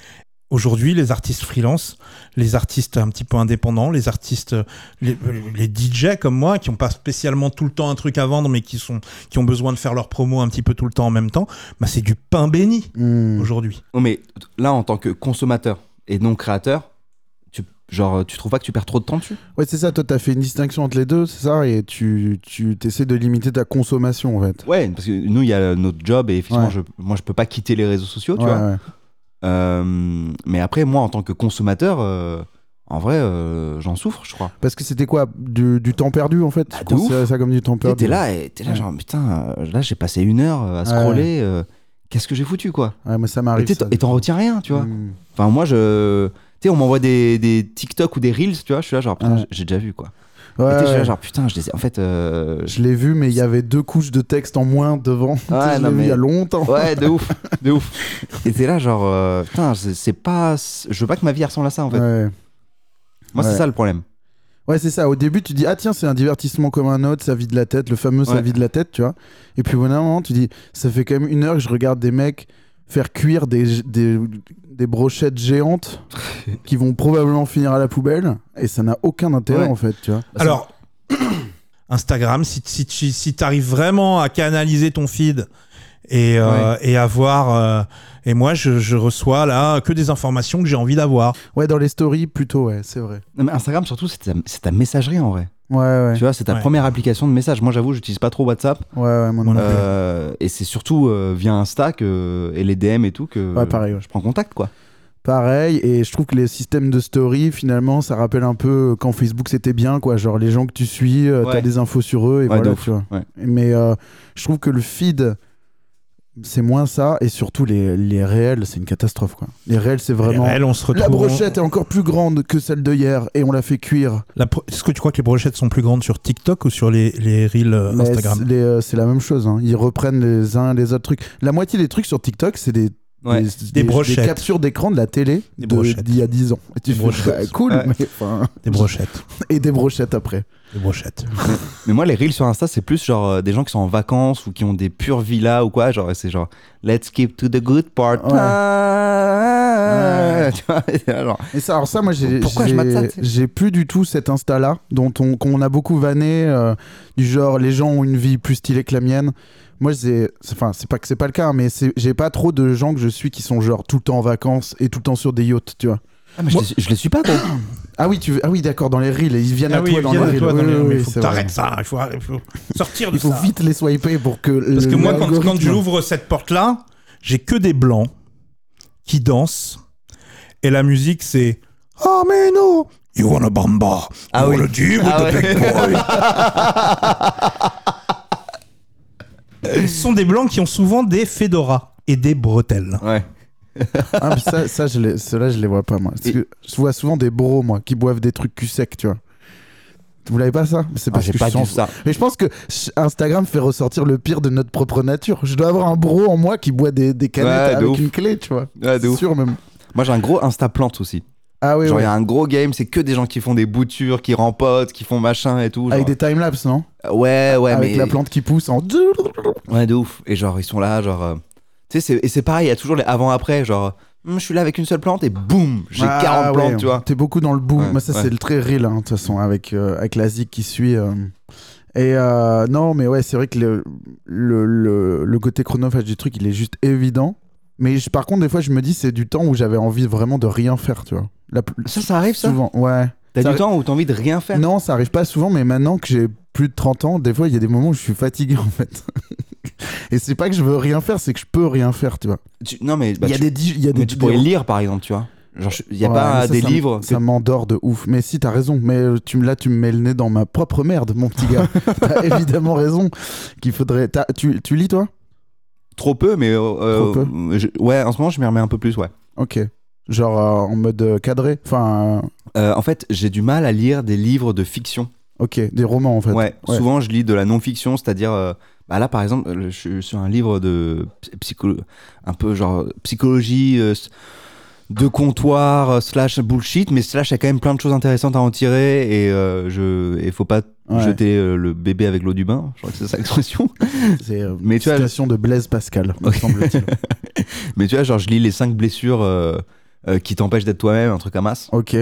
S5: Aujourd'hui, les artistes freelance, les artistes un petit peu indépendants, les artistes, les, les DJ comme moi, qui n'ont pas spécialement tout le temps un truc à vendre, mais qui sont, qui ont besoin de faire leur promo un petit peu tout le temps en même temps, bah c'est du pain béni
S3: Hmm.
S5: aujourd'hui.
S4: Non, mais là en tant que consommateur et non créateur, tu, genre tu trouves pas que tu perds trop de temps dessus
S3: Ouais, c'est ça, toi, t'as fait une distinction entre les deux, c'est ça, et tu, tu essaies de limiter ta consommation, en fait.
S4: Ouais, parce que nous il y a notre job et effectivement
S3: Ouais.
S4: je, moi je peux pas quitter les réseaux sociaux, Oh, tu
S3: Ouais,
S4: vois.
S3: ouais.
S4: Euh, mais après, moi, en tant que consommateur, euh, en vrai, euh, j'en souffre, je crois.
S3: Parce que c'était quoi du, du temps perdu, en fait
S4: Bah,
S3: Tu
S4: de ouf.
S3: considères ça comme du temps
S4: Tu sais,
S3: perdu
S4: T'es là, et t'es là,
S3: Ouais.
S4: genre, putain, euh, là, j'ai passé une heure euh, à
S3: Ouais.
S4: scroller. euh, Qu'est-ce que j'ai foutu, quoi
S3: Ouais, moi, ça
S4: Et
S3: m'arrive.
S4: t'es-
S3: ça.
S4: Et t'en retiens rien, tu vois.
S3: Hmm.
S4: Enfin, moi, je. Tu sais, on m'envoie des, des TikTok ou des Reels, tu vois. Je suis là, genre, putain,
S3: Ouais.
S4: j'ai- j'ai déjà vu, quoi.
S3: Ouais,
S4: et t'es- je suis là,
S3: ouais.
S4: genre, putain, je les ai- En fait. euh, je-
S3: Je l'ai vu, mais il y avait deux couches de texte en moins devant. je l'ai
S4: non,
S3: vu
S4: mais-
S3: il y a longtemps.
S4: Ouais, de ouf, de ouf. Et t'es là, genre, euh, putain, c'est c'est pas. c'est- Je veux pas que ma vie ressemble à ça, en fait.
S3: Ouais.
S4: Moi,
S3: Ouais.
S4: c'est ça le problème.
S3: Ouais, c'est ça. Au début, tu dis, ah tiens, c'est un divertissement comme un autre, ça vide la tête, le fameux ça
S4: Ouais.
S3: vide la tête, tu vois. Et puis au bout d'un moment, tu dis, ça fait quand même une heure que je regarde des mecs faire cuire des, des, des brochettes géantes qui vont probablement finir à la poubelle et ça n'a aucun intérêt
S4: Ouais.
S3: en fait, tu vois.
S4: Bah, ça-
S5: Alors, Instagram, si, si, tu si t'arrives vraiment à canaliser ton feed et, euh, et avoir. euh, et moi, je, je reçois là que des informations que j'ai envie d'avoir.
S3: Ouais, dans les stories, plutôt, ouais, c'est vrai.
S4: Non, mais Instagram, surtout, c'est ta- c'est ta messagerie, en vrai.
S3: Ouais, ouais,
S4: Tu vois, c'est ta
S5: Ouais.
S4: première application de message. Moi, j'avoue, j'utilise pas trop WhatsApp.
S3: ouais, ouais, moi non
S5: Voilà.
S3: plus.
S4: Euh, et c'est surtout euh, via Insta que, et les DM et tout que
S3: Ouais, pareil, ouais.
S4: je prends contact, quoi.
S3: Pareil, et je trouve que les systèmes de story, finalement, ça rappelle un peu quand Facebook c'était bien, quoi. Genre les gens que tu suis, euh, t'as
S4: Ouais.
S3: des infos sur eux, et
S4: Ouais, de
S3: voilà,
S4: ouf.
S3: tu vois.
S4: Ouais.
S3: Mais euh, je trouve que le feed, c'est moins ça, et surtout les, les réels, c'est une catastrophe, quoi. Les réels, c'est vraiment.
S5: Elle, on se retrouve.
S3: La brochette est encore plus grande que celle de hier, et on l'a fait cuire.
S5: La pro- Est-ce que tu crois que les brochettes sont plus grandes sur TikTok ou sur les, les reels euh,
S3: Mais
S5: Instagram
S3: c'est- les, euh, C'est la même chose, hein. ils reprennent les uns les autres trucs. La moitié des trucs sur TikTok, c'est des,
S4: Ouais.
S3: des,
S5: Des brochettes.
S3: captures d'écran de la télé
S5: Des
S3: de-
S5: brochettes.
S3: d'il y a 10 ans. Et tu
S5: Des
S3: fais,
S5: brochettes.
S3: bah, cool,
S4: Ouais.
S3: mais, enfin,
S5: Des brochettes.
S3: et des brochettes après.
S5: Des brochettes.
S4: Mais moi, les reels sur Insta, c'est plus genre euh, des gens qui sont en vacances ou qui ont des pures villas ou quoi. Genre, c'est genre, let's skip to the good part.
S3: Ouais.
S4: Ah, tu vois, et alors,
S3: Et ça, alors ça, moi, j'ai
S4: Pourquoi je
S3: j'ai-
S4: mate ça, tu sais
S3: j'ai plus du tout cet Insta-là, dont on, qu'on a beaucoup vanné, euh, du genre les gens ont une vie plus stylée que la mienne. Moi, j'ai- c'est- enfin, c'est pas que c'est pas le cas, mais c'est- j'ai pas trop de gens que je suis qui sont genre tout le temps en vacances et tout le temps sur des yachts, tu vois.
S4: Ah, mais je,
S5: Moi-
S4: les, je les suis pas, gros.
S3: Ah oui, tu veux- ah oui, d'accord, dans les reels, ils
S5: Ah
S3: viennent à toi dans les reels. Ah Oui, oui, oui,
S5: Il faut
S3: c'est
S5: que
S3: vrai.
S5: t'arrêtes ça. Il faut, il faut sortir de
S3: Il faut
S5: ça.
S3: vite les swiper pour que.
S5: Parce
S3: le-
S5: que moi, quand,
S3: l'algorithme-
S5: quand j'ouvre cette porte-là, j'ai que des blancs qui dansent. Et la musique, c'est Oh, mais non You wanna bamba
S4: Ah
S5: You
S4: oui.
S5: wanna deal with
S4: Ah
S5: the
S4: ouais.
S5: big boy. Ce sont des blancs qui ont souvent des fedoras et des bretelles.
S4: Ouais.
S3: Ah, puis ça, ça je les... ceux-là, je les vois pas, moi. Parce
S4: Et-
S3: que je vois souvent des bros, moi, qui boivent des trucs cul sec, tu vois. Vous l'avez pas ça C'est
S4: Ah,
S3: parce
S4: j'ai
S3: que
S4: pas
S3: je
S4: du
S3: sens-
S4: ça.
S3: Mais je pense que ch- Instagram fait ressortir le pire de notre propre nature. Je dois avoir un bro en moi qui boit des, des canettes
S4: Ouais, de
S3: avec
S4: ouf.
S3: une clé, tu vois.
S4: Ouais, de
S3: C'est
S4: ouf.
S3: sûr même.
S4: Moi, j'ai un gros Insta plante aussi.
S3: Ah oui,
S4: genre,
S3: ouais.
S4: il y a un gros game, c'est que des gens qui font des boutures, qui rempotent, qui font machin et tout.
S3: Avec
S4: genre.
S3: des timelapses, non
S4: Ouais, ouais,
S3: Avec
S4: mais.
S3: la plante qui pousse en.
S4: Ouais, de ouf. Et genre, ils sont là, genre. euh, Tu sais, c'est- et c'est pareil, il y a toujours les avant-après, genre. Hum, je suis là avec une seule plante et boum, j'ai
S3: Ah,
S4: 40 plantes,
S3: ouais.
S4: tu vois.
S3: T'es beaucoup dans le boom.
S4: Ouais,
S3: Moi, ça,
S4: ouais.
S3: c'est le très real, hein, de toute façon, avec, euh, avec la zig qui suit. euh. Et euh, non, mais ouais, c'est vrai que le, le, le, le côté chronophage du truc, il est juste évident. Mais je- par contre, des fois, je me dis, c'est du temps où j'avais envie vraiment de rien faire, tu vois. La plus-
S4: Ça, ça arrive, ça
S3: souvent, ouais.
S4: T'as
S3: Ça
S4: du
S3: arri-
S4: temps où t'as envie de rien faire
S3: Non, ça arrive pas souvent, mais maintenant que j'ai plus de 30 ans, des fois, il y a des moments où je suis fatigué, en fait. Et c'est pas que je veux rien faire, c'est que je peux rien faire, tu vois.
S4: Tu- non, mais,
S3: Il
S4: bah,
S3: y a
S4: tu,
S3: des. dix- il y a
S4: mais
S3: des-
S4: tu pourrais
S3: des-
S4: lire, par exemple, tu vois. Genre, je- y a
S3: Ouais,
S4: pas
S3: mais ça,
S4: des
S3: ça m-
S4: livres. que-
S3: Ça m'endort de ouf. Mais si, t'as raison. Mais euh, tu, me- là, tu me mets le nez dans ma propre merde, mon petit gars. t'as évidemment raison. Qu'il faudrait. t'as- Tu, tu lis, toi
S4: Trop peu, mais. euh, euh,
S3: Trop
S4: je- ouais, en ce moment, je m'y remets un peu plus, ouais.
S3: Ok. Genre euh, en mode euh, cadré. Enfin, euh,
S4: Euh, en fait, j'ai du mal à lire des livres de fiction.
S3: ok. Des romans, en fait.
S4: Ouais,
S3: ouais.
S4: souvent je lis de la non-fiction, c'est-à-dire. euh, bah là, par exemple, euh, je suis sur un livre de psy- psycho, un peu genre psychologie euh, s- de comptoir euh, slash bullshit, mais slash il y a quand même plein de choses intéressantes à en tirer et euh, je, et faut pas
S3: Ouais.
S4: jeter euh, le bébé avec l'eau du bain. Je crois que c'est ça l'expression.
S3: C'est euh,
S4: Mais
S3: une
S4: tu vois,
S3: citation de Blaise Pascal, me
S4: Ok.
S3: semble-t-il.
S4: mais tu vois, genre je lis les cinq blessures euh, euh, qui t'empêchent d'être toi-même, un truc à masse.
S3: Ok.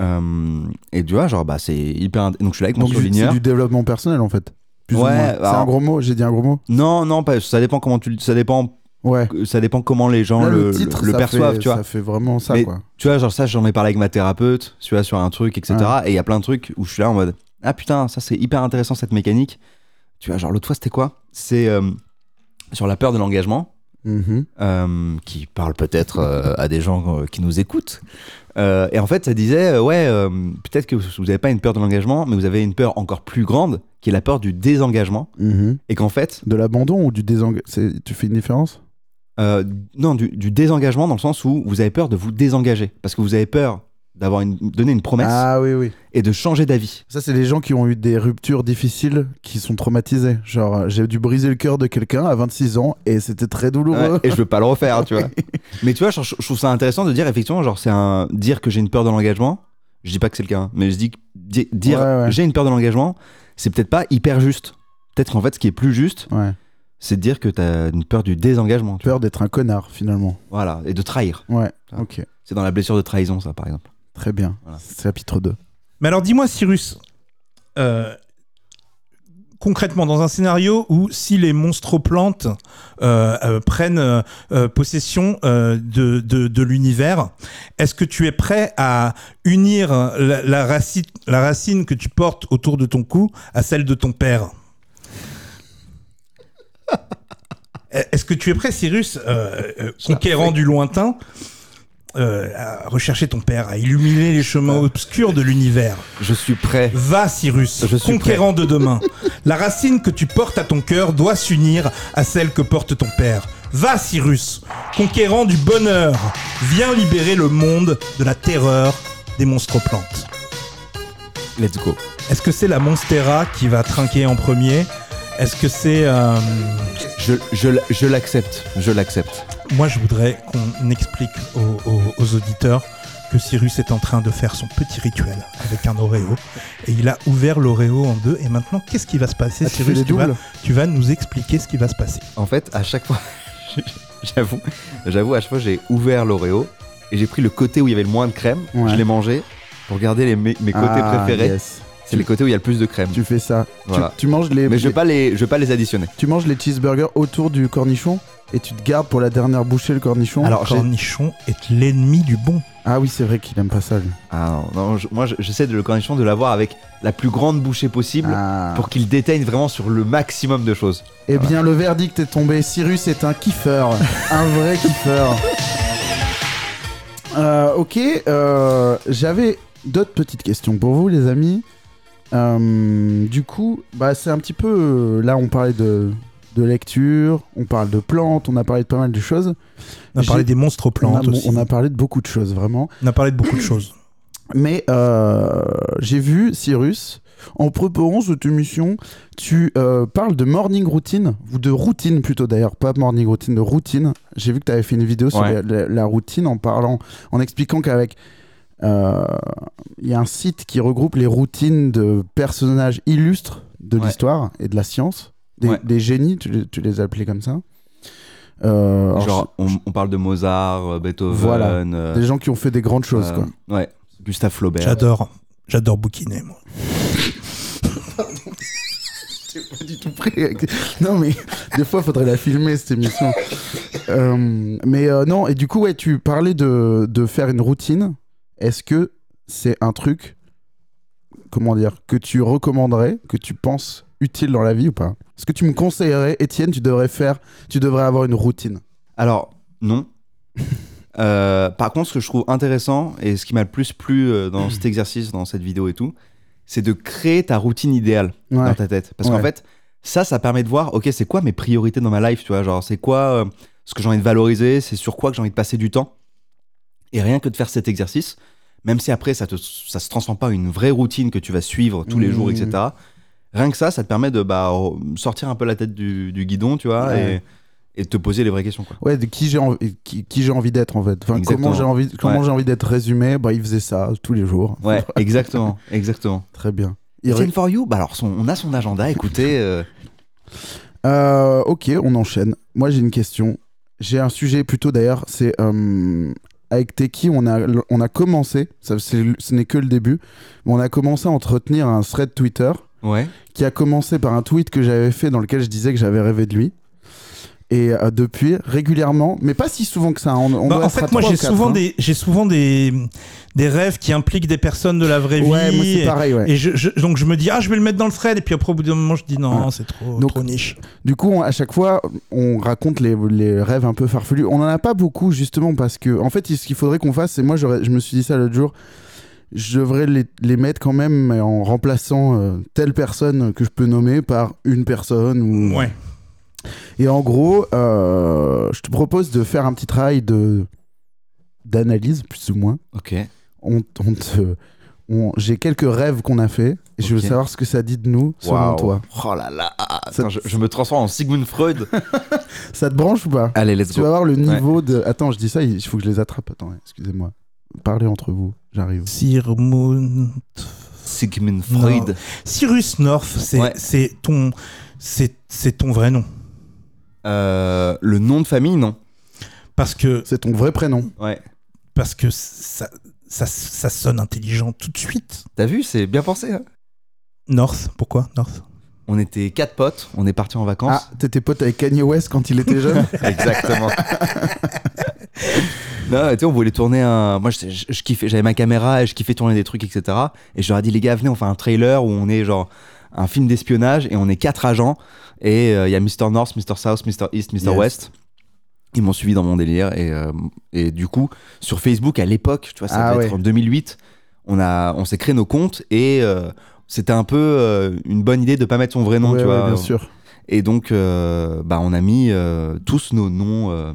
S4: Euh, et tu vois, genre bah c'est hyper. int- Donc je suis là avec mon
S3: Donc, du- c'est
S4: surligneur.
S3: du développement personnel, en fait. Plus ou
S4: Ouais,
S3: moins. C'est
S4: alors-
S3: un gros mot. J'ai dit un gros mot.
S4: Non, non, pas, ça dépend comment tu, le- ça dépend,
S3: Ouais.
S4: ça dépend comment les gens
S3: Là,
S4: le,
S3: titre,
S4: le
S3: ça
S4: perçoivent,
S3: fait-
S4: tu vois.
S3: Ça fait vraiment ça,
S4: Mais-
S3: quoi.
S4: Tu vois, genre ça, j'en ai parlé avec ma thérapeute, tu vois, sur un truc, etc. Et il y a plein de trucs où je suis là en mode Ah putain, ça c'est hyper intéressant cette mécanique. Tu vois, genre l'autre fois, c'était quoi C'est euh, sur la peur de l'engagement,
S3: Mhm.
S4: euh, qui parle peut-être euh, à des gens euh, qui nous écoutent. Euh, et en fait, ça disait euh, Ouais, euh, peut-être que vous n'avez pas une peur de l'engagement, mais vous avez une peur encore plus grande, qui est la peur du désengagement.
S3: Mhm.
S4: Et qu'en fait,
S3: De l'abandon ou du désengagement Tu fais une différence
S4: euh, non, du, du désengagement dans le sens où vous avez peur de vous désengager, parce que vous avez peur d'avoir une, donné une promesse
S3: Ah oui, oui.
S4: et de changer d'avis.
S3: Ça, c'est les gens qui ont eu des ruptures difficiles, qui sont traumatisés. Genre, euh, j'ai dû briser le cœur de quelqu'un à 26 ans et c'était très douloureux.
S4: Ouais, et je veux pas le refaire, tu vois. Mais tu vois, genre, je, je trouve ça intéressant de dire effectivement, genre, c'est un dire que j'ai une peur de l'engagement. Je dis pas que c'est le cas, hein, mais je dis que di- dire
S3: Ouais, ouais.
S4: j'ai une peur de l'engagement, c'est peut-être pas hyper juste. Peut-être qu'en fait, ce qui est plus juste,
S3: Ouais.
S4: c'est de dire que t'as une peur du désengagement. tu
S3: Peur d'être un connard, finalement.
S4: vois. Voilà, et de trahir.
S3: Ouais,
S4: Ah.
S3: ok.
S4: C'est dans la blessure de trahison, ça, par exemple.
S3: Très bien.
S4: Voilà.
S3: C'est chapitre 2.
S5: Mais alors dis-moi, Cyrus, euh, concrètement, dans un scénario où si les monstres plantes euh, euh, prennent euh, euh, possession euh, de, de- de l'univers, est-ce que tu es prêt à unir la, la racine, la racine que tu portes autour de ton cou à celle de ton père Est-ce que tu es prêt, Cyrus, euh, euh, conquérant du lointain, euh, à rechercher ton père, à illuminer les chemins obscurs de l'univers.
S4: Je suis prêt.
S5: Va, Cyrus,
S4: Je suis
S5: conquérant de demain. La racine que tu portes à ton cœur doit s'unir à celle que porte ton père. Va, Cyrus, conquérant du bonheur. Viens libérer le monde de la terreur des monstres plantes.
S4: Let's go.
S5: Est-ce que c'est la Monstera qui va trinquer en premier Est-ce que c'est... euh,
S4: Je, je, l- je l'accepte. Je l'accepte.
S5: Moi, je voudrais qu'on explique aux, aux- aux auditeurs que Cyrus est en train de faire son petit rituel avec un Oreo. Et il a ouvert l'Oreo en deux. Et maintenant, qu'est-ce qui va se passer,
S3: Ah, tu fais
S5: Cyrus
S3: les
S5: tu vas,
S3: doubles
S5: tu vas nous expliquer ce qui va se passer.
S4: En fait, à chaque fois, j'avoue, j'avoue, à chaque fois, j'ai ouvert l'Oreo et j'ai pris le côté où il y avait le moins de crème.
S3: Ouais.
S4: Je l'ai mangé pour garder les, mes, mes côtés
S3: Ah,
S4: préférés.
S3: yes.
S4: C'est les côtés où il y a le plus de crème.
S3: Tu fais ça. Tu-
S4: Voilà.
S3: Tu, manges les,
S4: Mais je
S3: les-
S4: vais pas les, je vais pas les additionner.
S3: tu manges les cheeseburgers autour du cornichon et tu te gardes pour la dernière bouchée le cornichon.
S4: Alors,
S5: Le
S4: j'ai-
S5: cornichon est l'ennemi du bon.
S3: Ah oui, c'est vrai qu'il aime pas ça. lui.
S4: Ah non, non, je- moi, je- j'essaie de le cornichon de l'avoir avec la plus grande bouchée possible
S3: Ah.
S4: pour qu'il déteigne vraiment sur le maximum de choses.
S3: Eh bien, le verdict est tombé. Cyrus est un kiffeur. un vrai kiffeur. Euh, ok, euh, j'avais d'autres petites questions pour vous, les amis. Euh, du coup, bah, c'est un petit peu. euh, Là, on parlait de, de lecture, on parle de plantes, on a parlé de pas mal de choses.
S5: On a
S3: J'ai-
S5: parlé des monstres
S3: On a,
S5: plantes aussi.
S3: on a parlé de beaucoup de choses, vraiment.
S5: parlé de beaucoup de choses.
S3: Mais euh, j'ai vu Cyrus. En préparant cette émission, tu euh, parles de morning routine, ou de routine plutôt d'ailleurs, pas morning routine, de routine. J'ai vu que tu avais fait une vidéo sur
S4: Ouais.
S3: la, la- la routine en parlant, en expliquant qu'avec. euh, Il y a un site qui regroupe les routines de personnages illustres de
S4: Ouais.
S3: l'histoire et de la science, des,
S4: Ouais.
S3: des génies, tu, les- tu les appelais comme ça. Euh, alors,
S4: Genre, on, on parle de Mozart, euh, Beethoven,
S3: Voilà.
S4: euh,
S3: des gens qui ont fait des grandes choses,
S4: euh,
S3: quoi.
S4: ouais, Gustave Flaubert.
S5: J'adore. J'adore bouquiner, moi.
S3: pas du tout prêt. avec- Non, mais des fois, faudrait la filmer, cette émission. Euh, mais euh, non, et du coup, ouais, tu parlais de, de faire une routine. Est-ce que c'est un truc, comment dire, que tu recommanderais, que tu penses utile dans la vie ou pas Est-ce que tu me conseillerais, Étienne, tu devrais faire, tu devrais avoir une routine
S4: Alors, non. Euh, par contre, ce que je trouve intéressant et ce qui m'a le plus plu euh, dans cet exercice, dans cette vidéo et tout, c'est de créer ta routine idéale dans
S3: Ouais.
S4: ta tête. Parce qu'en
S3: Ouais.
S4: fait, ça, ça permet de voir, ok, c'est quoi mes priorités dans ma life, tu vois, genre, c'est quoi euh, ce que j'ai envie de valoriser, c'est sur quoi que j'ai envie de passer du temps. Et rien que de faire cet exercice, même si après, ça ne ça se transforme pas en une vraie routine que tu vas suivre tous les jours,
S3: Mmh.
S4: etc. Rien que ça, ça te permet de bah, re- sortir un peu la tête du, du guidon, tu vois,
S3: Ouais.
S4: et, et de te poser les vraies questions, quoi.
S3: Ouais, de qui j'ai envie, qui, qui j'ai envie d'être en fait. Enfin, comment
S4: Exactement.
S3: j'ai envie, comment
S4: Ouais.
S3: j'ai envie d'être résumé Bah, il faisait ça tous les jours.
S4: Ouais, exactement, exactement.
S3: Très bien. Il-
S4: Étienne for you, bah alors son- on a son agenda, écoutez. euh,
S3: Euh, ok, on enchaîne. Moi, j'ai une question. J'ai un sujet plutôt d'ailleurs, c'est euh, avec Teki, on a, on a commencé, ça, c'est- ce n'est que le début, mais on a commencé à entretenir un thread Twitter
S4: Ouais.
S3: qui a commencé par un tweet que j'avais fait dans lequel je disais que j'avais rêvé de lui. Et euh, depuis, régulièrement, mais pas si souvent que ça. On, on
S5: Bah,
S3: doit être à
S5: en fait, moi,
S3: trois ou
S5: j'ai
S3: quatre,
S5: souvent,
S3: hein.
S5: des, j'ai souvent des, des rêves qui impliquent des personnes de la vraie
S3: Ouais,
S5: vie.
S3: moi c'est
S5: et-
S3: pareil, ouais.
S5: Et je, je- donc je me dis, ah, je vais le mettre dans le thread. Et puis après, au bout d'un moment, je dis, non,
S3: Voilà.
S5: c'est trop,
S3: Donc-
S5: trop niche.
S3: Du coup, on- à chaque fois, on raconte les, les rêves un peu farfelus. On n'en a pas beaucoup, justement, parce que, en fait, ce qu'il faudrait qu'on fasse, c'est moi, j'aurais- je me suis dit ça l'autre jour, je devrais les, les mettre quand même mais en remplaçant euh, telle personne que je peux nommer par une personne. Ou...
S5: Ouais.
S3: Et en gros, euh, je te propose de faire un petit travail de d'analyse, plus ou moins.
S4: Ok.
S3: On, on te- on- J'ai quelques rêves qu'on a fait, et je veux
S4: Ok.
S3: savoir ce que ça dit de nous, selon
S4: Waouh.
S3: toi.
S4: Oh là là.
S3: Ça-
S4: Attends, je, je me transforme en Sigmund Freud.
S3: Ça te branche ou pas
S4: Allez, let's
S3: Tu vas voir le niveau de. Attends, je dis ça, il faut que je les attrape. Attends, excusez-moi. Parlez entre vous, j'arrive.
S5: Sir Moon-
S4: Sigmund Freud.
S5: Cyrus North, c'est
S4: Ouais.
S5: c'est ton, c'est c'est ton vrai nom.
S4: Euh, le nom de famille, non
S5: Parce que,
S3: C'est ton vrai prénom.
S4: Ouais.
S5: parce que ça, ça, ça sonne intelligent tout de suite.
S4: T'as vu, c'est bien pensé. hein.
S5: North, pourquoi North
S4: on était quatre potes, on est partis en
S3: Ah,
S4: vacances.
S3: t'étais pote avec Kanye West quand il était jeune
S4: Exactement. non, tu sais, on voulait tourner un. Moi, je, je- je kiffais, j'avais ma caméra et je kiffais tourner des trucs, etc. Et je leur ai dit, les gars, venez, on fait un trailer où on est genre un film d'espionnage et on est quatre agents. Et euh, il y a Mr. North, Mr. South, Mr. East, Mr.
S3: Yes.
S4: West. Ils m'ont suivi dans mon délire. Et, euh, et du coup, sur Facebook, à l'époque, tu vois, ça
S3: Ah
S4: devait
S3: ouais.
S4: être en 2008, on, a, on s'est créé nos comptes et euh, c'était un peu euh, une bonne idée de pas mettre son vrai nom,
S3: Ouais,
S4: tu
S3: ouais,
S4: vois. euh,
S3: bien sûr.
S4: Et donc, euh, bah, on a mis euh, tous nos noms, euh,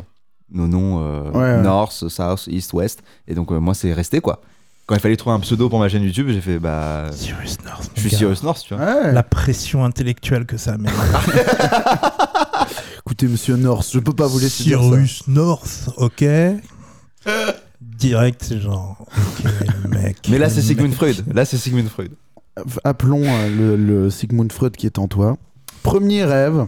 S4: nos noms euh,
S3: Ouais, ouais.
S4: North, South, East, West. Et donc, euh, moi, c'est resté quoi. Quand il fallait trouver un pseudo pour ma chaîne YouTube, j'ai fait
S3: Euh,
S4: bah,
S5: Cyrus North.
S4: je suis
S5: mon gars.
S4: Cyrus North, tu vois.
S3: Ouais.
S5: La pression intellectuelle que ça met.
S3: Écoutez, monsieur North, je peux pas vous laisser dire ça.
S5: Cyrus North, ok Direct, c'est genre. Ok, le mec.
S4: Mais là, c'est
S5: le
S4: Sigmund
S5: mec.
S4: Freud. Là, c'est Sigmund Freud.
S3: Appelons euh, le, le Sigmund Freud qui est en toi. Premier rêve.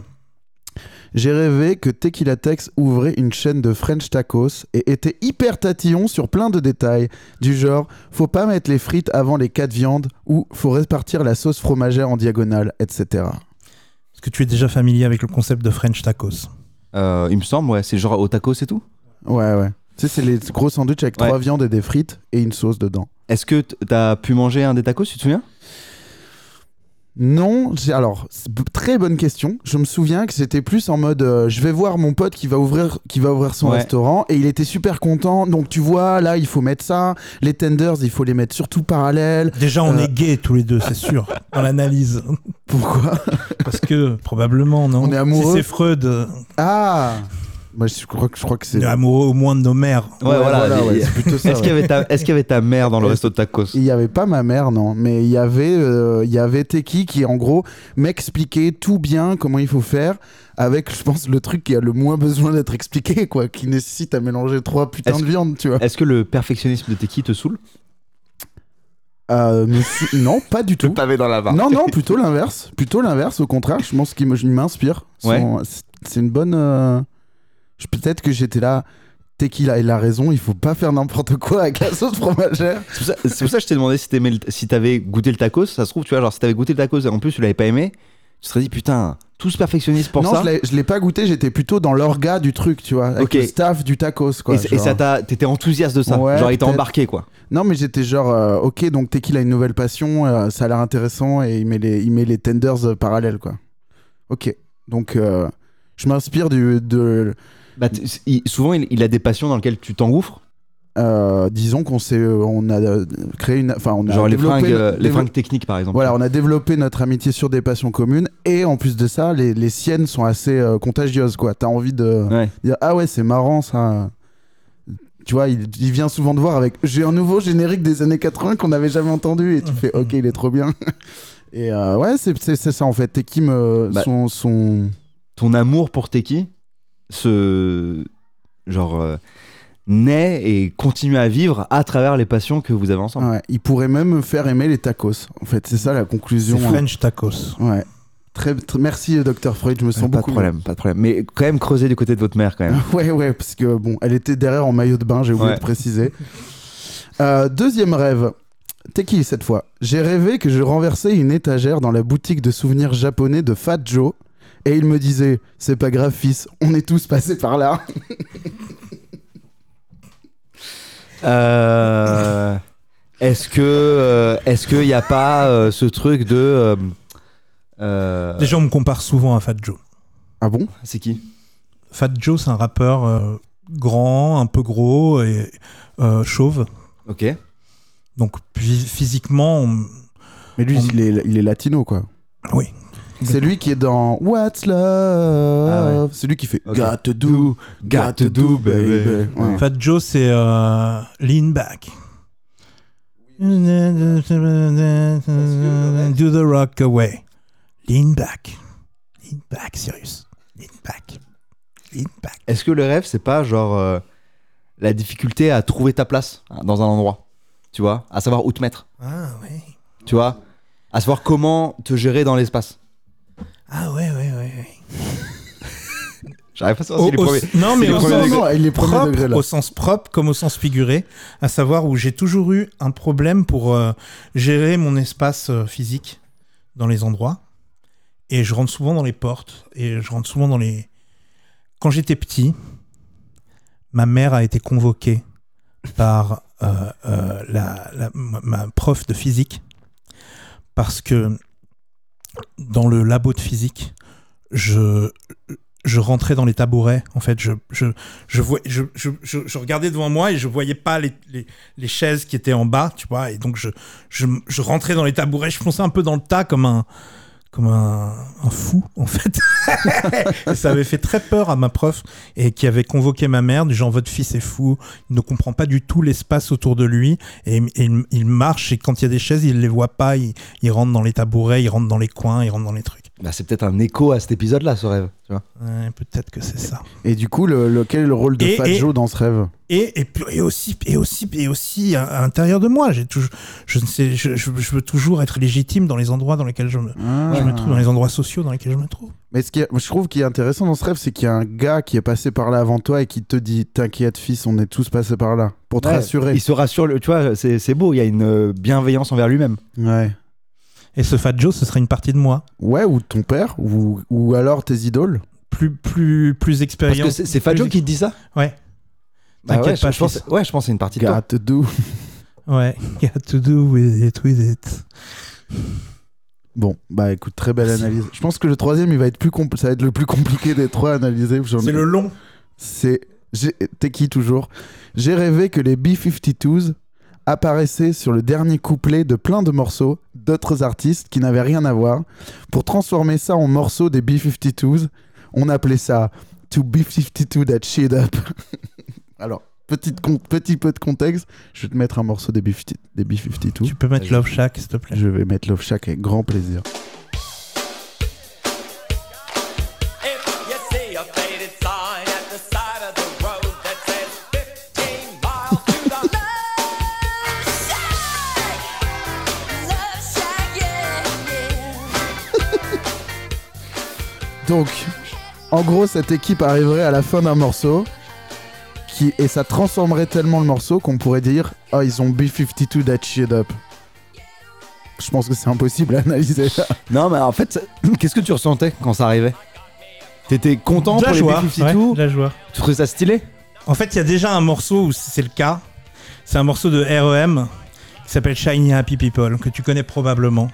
S3: J'ai rêvé que Tequila Tex ouvrait une chaîne de French tacos et était hyper tatillon sur plein de détails, du genre faut pas mettre les frites avant les quatre viandes ou faut répartir la sauce fromagère en diagonale, etc.
S5: Est-ce que tu es déjà familier avec le concept de French tacos
S4: Euh, il me semble, ouais, c'est genre au taco, c'est tout.
S3: Ouais, ouais. Tu sais, c'est les gros sandwichs avec
S4: Ouais.
S3: trois viandes et des frites et une sauce dedans.
S4: Est-ce que t- t'as pu manger un des tacos, tu te souviens
S3: Non, j'ai- alors c'est b- très bonne question. Je me souviens que c'était plus en mode, euh, je vais voir mon pote qui va ouvrir, qui va ouvrir son
S4: Ouais.
S3: restaurant et il était super content. Donc tu vois, là il faut mettre ça, les tenders il faut les mettre surtout parallèles.
S5: Déjà, on
S3: Euh.
S5: est gays tous les deux, c'est sûr, dans l'analyse.
S3: Pourquoi
S5: Parce que, probablement, non
S3: On est amoureux.
S5: Si c'est Freud, euh,
S3: Ah, moi je crois que je crois que c'est.
S5: on est amoureux au moins de nos mères.
S4: Ah, Ouais, voilà.
S3: ouais,
S4: il-
S3: c'est plutôt ça.
S4: Est-ce
S3: ouais.
S4: qu'il y, avait ta- est-ce qu'il y avait ta mère dans le
S3: Est-ce-
S4: resto de tacos
S3: Il y avait pas ma mère, non, mais il y avait, euh, il y avait Teki qui, en gros, m'expliquait tout bien comment il faut faire avec, je pense, le truc qui a le moins besoin d'être expliqué, quoi, qui nécessite à mélanger trois putains
S4: Est-ce-
S3: de viandes, tu vois.
S4: Est-ce que le perfectionnisme de Teki te saoule
S3: Euh, mais si- non, pas du tout.
S4: pavé dans la barre.
S3: Non, non, plutôt l'inverse. Plutôt l'inverse, au contraire, je pense qu'il me- il m'inspire. Son-
S4: Ouais.
S3: c'est- C'est une bonne. euh, je- Peut-être que j'étais là. Teki, là, il a raison, il faut pas faire n'importe quoi avec la sauce fromagère.
S4: C'est pour, ça- c'est pour ça que je t'ai demandé si t'aimais le- si t'avais goûté le tacos. Ça se trouve, tu vois, genre si t'avais goûté le tacos et en plus tu l'avais pas aimé, tu te serais dit putain, tout ce perfectionniste pour
S3: non,
S4: ça.
S3: je l'ai- je l'ai pas goûté, j'étais plutôt dans l'orga du truc, tu vois. Avec
S4: Ok.
S3: le staff du tacos, quoi.
S4: et, et
S3: genre.
S4: ça t'a, t'étais enthousiaste de ça.
S3: Ouais,
S4: genre il t'a
S3: peut-être.
S4: embarqué quoi.
S3: Non, mais j'étais genre, euh, ok, donc Teki, il a une nouvelle passion, euh, ça a l'air intéressant et il met les, il met les tenders euh, parallèles, quoi. Ok. Donc, euh, je m'inspire du, de.
S4: Bah, t- il- souvent il, il a des passions dans lesquelles tu t'engouffres.
S3: Euh, disons qu'on s'est, euh, on a euh, créé une, enfin on a
S4: Genre les
S3: développé
S4: fringues,
S3: no-
S4: euh, les
S3: dévo-
S4: fringues techniques par exemple.
S3: Voilà, on a développé notre amitié sur des passions communes et en plus de ça, les, les siennes sont assez euh, contagieuses quoi. T'as envie de
S4: Ouais.
S3: dire ah ouais c'est marrant ça. Tu vois, il, il vient souvent te voir avec j'ai un nouveau générique des années 80 qu'on n'avait jamais entendu et tu fais ok il est trop bien. et euh, ouais c'est c'est- c'est ça en fait. euh, Et qui me
S4: Bah.
S3: son son
S4: Ton amour pour Teki, ce genre euh, naît et continue à vivre à travers les passions que vous avez ensemble.
S3: ouais, il pourrait même me faire aimer les tacos. En fait c'est ça la
S5: C'est
S3: conclusion. hein.
S5: French tacos.
S3: Ouais. Très, très- merci, euh, Dr. Freud, je me sens
S4: pas de
S3: beaucoup
S4: problème, pas de problème. Mais quand même creuser du côté de votre mère quand même.
S3: mieux. Ouais, ouais, parce que bon, elle était derrière en maillot de bain, j'ai oublié
S4: Ouais.
S3: de préciser. Euh, deuxième rêve. T'es qui cette fois J'ai rêvé que je renversais une étagère dans la boutique de souvenirs japonais de Fat Joe et il me disait C'est pas grave, fils, on est tous passés par là.
S4: Euh, est-ce que euh, est-ce qu'il n'y a pas euh, ce truc de euh, euh,
S5: Déjà, on me compare souvent à Fat Joe.
S3: Ah bon
S4: c'est qui
S5: Fat Joe, c'est un rappeur euh, grand, un peu gros et euh, chauve.
S4: Ok.
S5: Donc, puis- physiquement, on-
S3: Mais lui,
S5: On-
S3: il, est, il est latino, quoi.
S5: oui.
S3: C'est lui qui est dans What's Love
S4: Ah
S3: C'est lui qui fait
S4: Ok.
S3: Got to do, got to do, baby. Ouais.
S5: Fat Joe, c'est euh, lean back. Do the rock away. Lean back. Lean back, Sirius. Lean back. Lean back.
S4: Est-ce que le rêve c'est pas genre euh, la difficulté à trouver ta place hein, dans un endroit, tu vois, à savoir où te mettre,
S5: Ah ouais.
S4: tu vois, à savoir comment te gérer dans l'espace.
S5: Ah ouais, ouais, ouais. ouais.
S4: J'arrive pas à savoir
S5: Au-
S4: si les
S5: au-
S4: premiers.
S5: non, mais
S4: les
S5: au
S4: premiers
S5: sens,
S4: degrés.
S3: Non, non, il est premier
S5: propre,
S3: degré là.
S5: au sens propre comme au sens figuré, à savoir où j'ai toujours eu un problème pour euh, gérer mon espace euh, physique dans les endroits. Et je rentre souvent dans les portes, et je rentre souvent dans les... Quand j'étais petit, ma mère a été convoquée par euh, euh, la, la- ma ma prof de physique, parce que dans le labo de physique, je, je rentrais dans les tabourets. En fait, je, je, je, voy- je, je, je- je regardais devant moi et je voyais pas les, les, les chaises qui étaient en bas, tu vois. Et donc, je, je, je rentrais dans les tabourets, je fonçais un peu dans le tas comme un, comme un, un fou, en fait. Et ça avait fait très peur à ma prof et qui avait convoqué ma mère, du genre, votre fils est fou, il ne comprend pas du tout l'espace autour de lui et, et il, il marche et quand il y a des chaises, il les voit pas, il, il rentre dans les tabourets, il rentre dans les coins, il rentre dans les trucs.
S4: Bah, c'est peut-être un écho à cet épisode-là, ce rêve. Tu vois
S5: Ouais, Peut-être que c'est ça.
S3: Et du coup, le, le- quel est le rôle de
S5: Et-
S3: Fat
S5: et-
S3: Joe dans ce rêve
S5: et, et, puis- et aussi et aussi et aussi à, à l'intérieur de moi j'ai toujours je ne sais je, je- je veux toujours être légitime dans les endroits dans lesquels je me,
S3: Ah.
S5: je me trouve dans les endroits sociaux dans lesquels je me trouve
S3: Mais ce qui est- je trouve qui est intéressant dans ce rêve, c'est qu'il y a un gars qui est passé par là avant toi et qui te dit T'inquiète, fils, on est tous passés par là. Pour te
S4: Ouais,
S3: rassurer.
S4: Il se rassure, le- tu vois, c'est c'est beau, il y a une euh, bienveillance envers lui-même.
S3: Ouais.
S5: et ce Fat Joe ce serait une partie de moi
S3: Ouais, ou ton père, ou, ou alors tes idoles.
S5: plus plus plus
S4: Parce que
S5: expérience
S4: c'est c'est Fat Joe qui te dit ça
S5: Ouais.
S4: Bah
S5: T'inquiète
S4: ouais, je-
S5: pas,
S4: je pense,
S5: fils.
S4: ouais, je pense que c'est une partie de toi.
S3: Got to do.
S5: ouais got to do with it with it
S3: Bon, bah écoute, très belle
S5: Merci.
S3: analyse. Je pense que le troisième, il va être plus compl- ça va être le plus compliqué des trois à analyser. J'en-
S5: c'est le long
S3: C'est. j'ai- T'es qui toujours J'ai rêvé que les B-52s apparaissaient sur le dernier couplet de plein de morceaux d'autres artistes qui n'avaient rien à voir. Pour transformer ça en morceaux des B-52s, on appelait ça To B-52 That Shit Up. Alors, petite con- petit peu de contexte, je vais te mettre un morceau des B-50- des B-52.
S5: tu peux mettre Love Shack s'il te plaît
S3: Je vais mettre Love Shack avec grand plaisir.
S1: If you see a faded sign at the side of the road that says 15 miles to the
S3: Donc, en gros, cette équipe arriverait à la fin d'un morceau qui, et ça transformerait tellement le morceau qu'on pourrait dire Ah, ils ont B52 that shit up. Je pense que c'est impossible à analyser.
S4: Non, mais en fait, ça- qu'est-ce que tu ressentais quand ça arrivait T'étais content
S5: De
S4: pour
S5: la
S4: les
S5: joie,
S4: B-52
S5: ouais, de la joie.
S4: Tu trouvais ça stylé
S5: En fait, il y a déjà un morceau où c'est le cas. C'est un morceau de REM qui s'appelle Shiny Happy People, que tu connais probablement.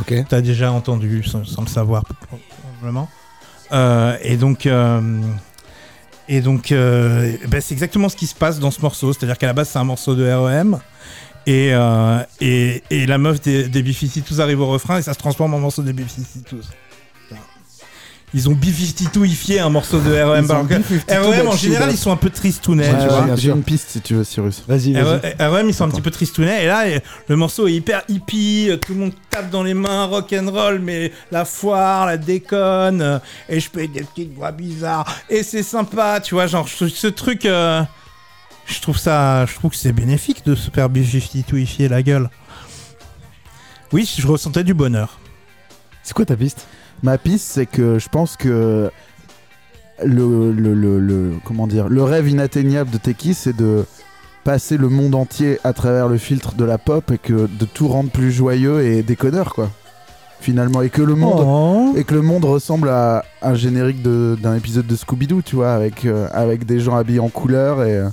S4: Ok.
S5: Tu as déjà entendu sans, sans le savoir, probablement. Euh, et donc, euh, et donc euh, ben, c'est exactement ce qui se passe dans ce morceau. C'est-à-dire qu'à la base, c'est un morceau de REM. Et, euh, et, et la meuf des, des tous arrive au refrain et ça se transforme en morceau des tous. Ils ont B52 ifié un morceau de REM.
S3: Ils ont
S5: alors que-
S3: B-52
S5: REM,
S3: that
S5: en
S3: shit
S5: général,
S3: up.
S5: ils sont un peu tristounets,
S3: hein. Ouais,
S5: tu
S3: j'ai-
S5: vois.
S4: bien
S3: J'ai
S4: sûr.
S3: une piste si tu veux, Cyrus.
S4: Vas-y, vas-y.
S5: RM, ils sont un petit peu tristounets. Et là, euh, le morceau est hyper hippie. euh, Tout le monde tape dans les mains, rock and roll, mais la foire, la déconne. euh, Et je fais des petites voix bizarres. Et c'est sympa, tu vois. Genre, ce, ce truc, euh, je trouve ça, je trouve que c'est bénéfique de se faire B52 la gueule. Oui, je ressentais du bonheur.
S4: C'est quoi ta piste
S3: Ma piste, c'est que je pense que le, le, le- le- comment dire, le rêve inatteignable de Teki, c'est de passer le monde entier à travers le filtre de la pop et que de tout rendre plus joyeux et déconneur, quoi. Finalement, et que le monde
S5: Oh.
S3: et que le monde ressemble à un générique de- d'un épisode de Scooby-Doo, tu vois, avec, euh, avec des gens habillés en couleur et, euh,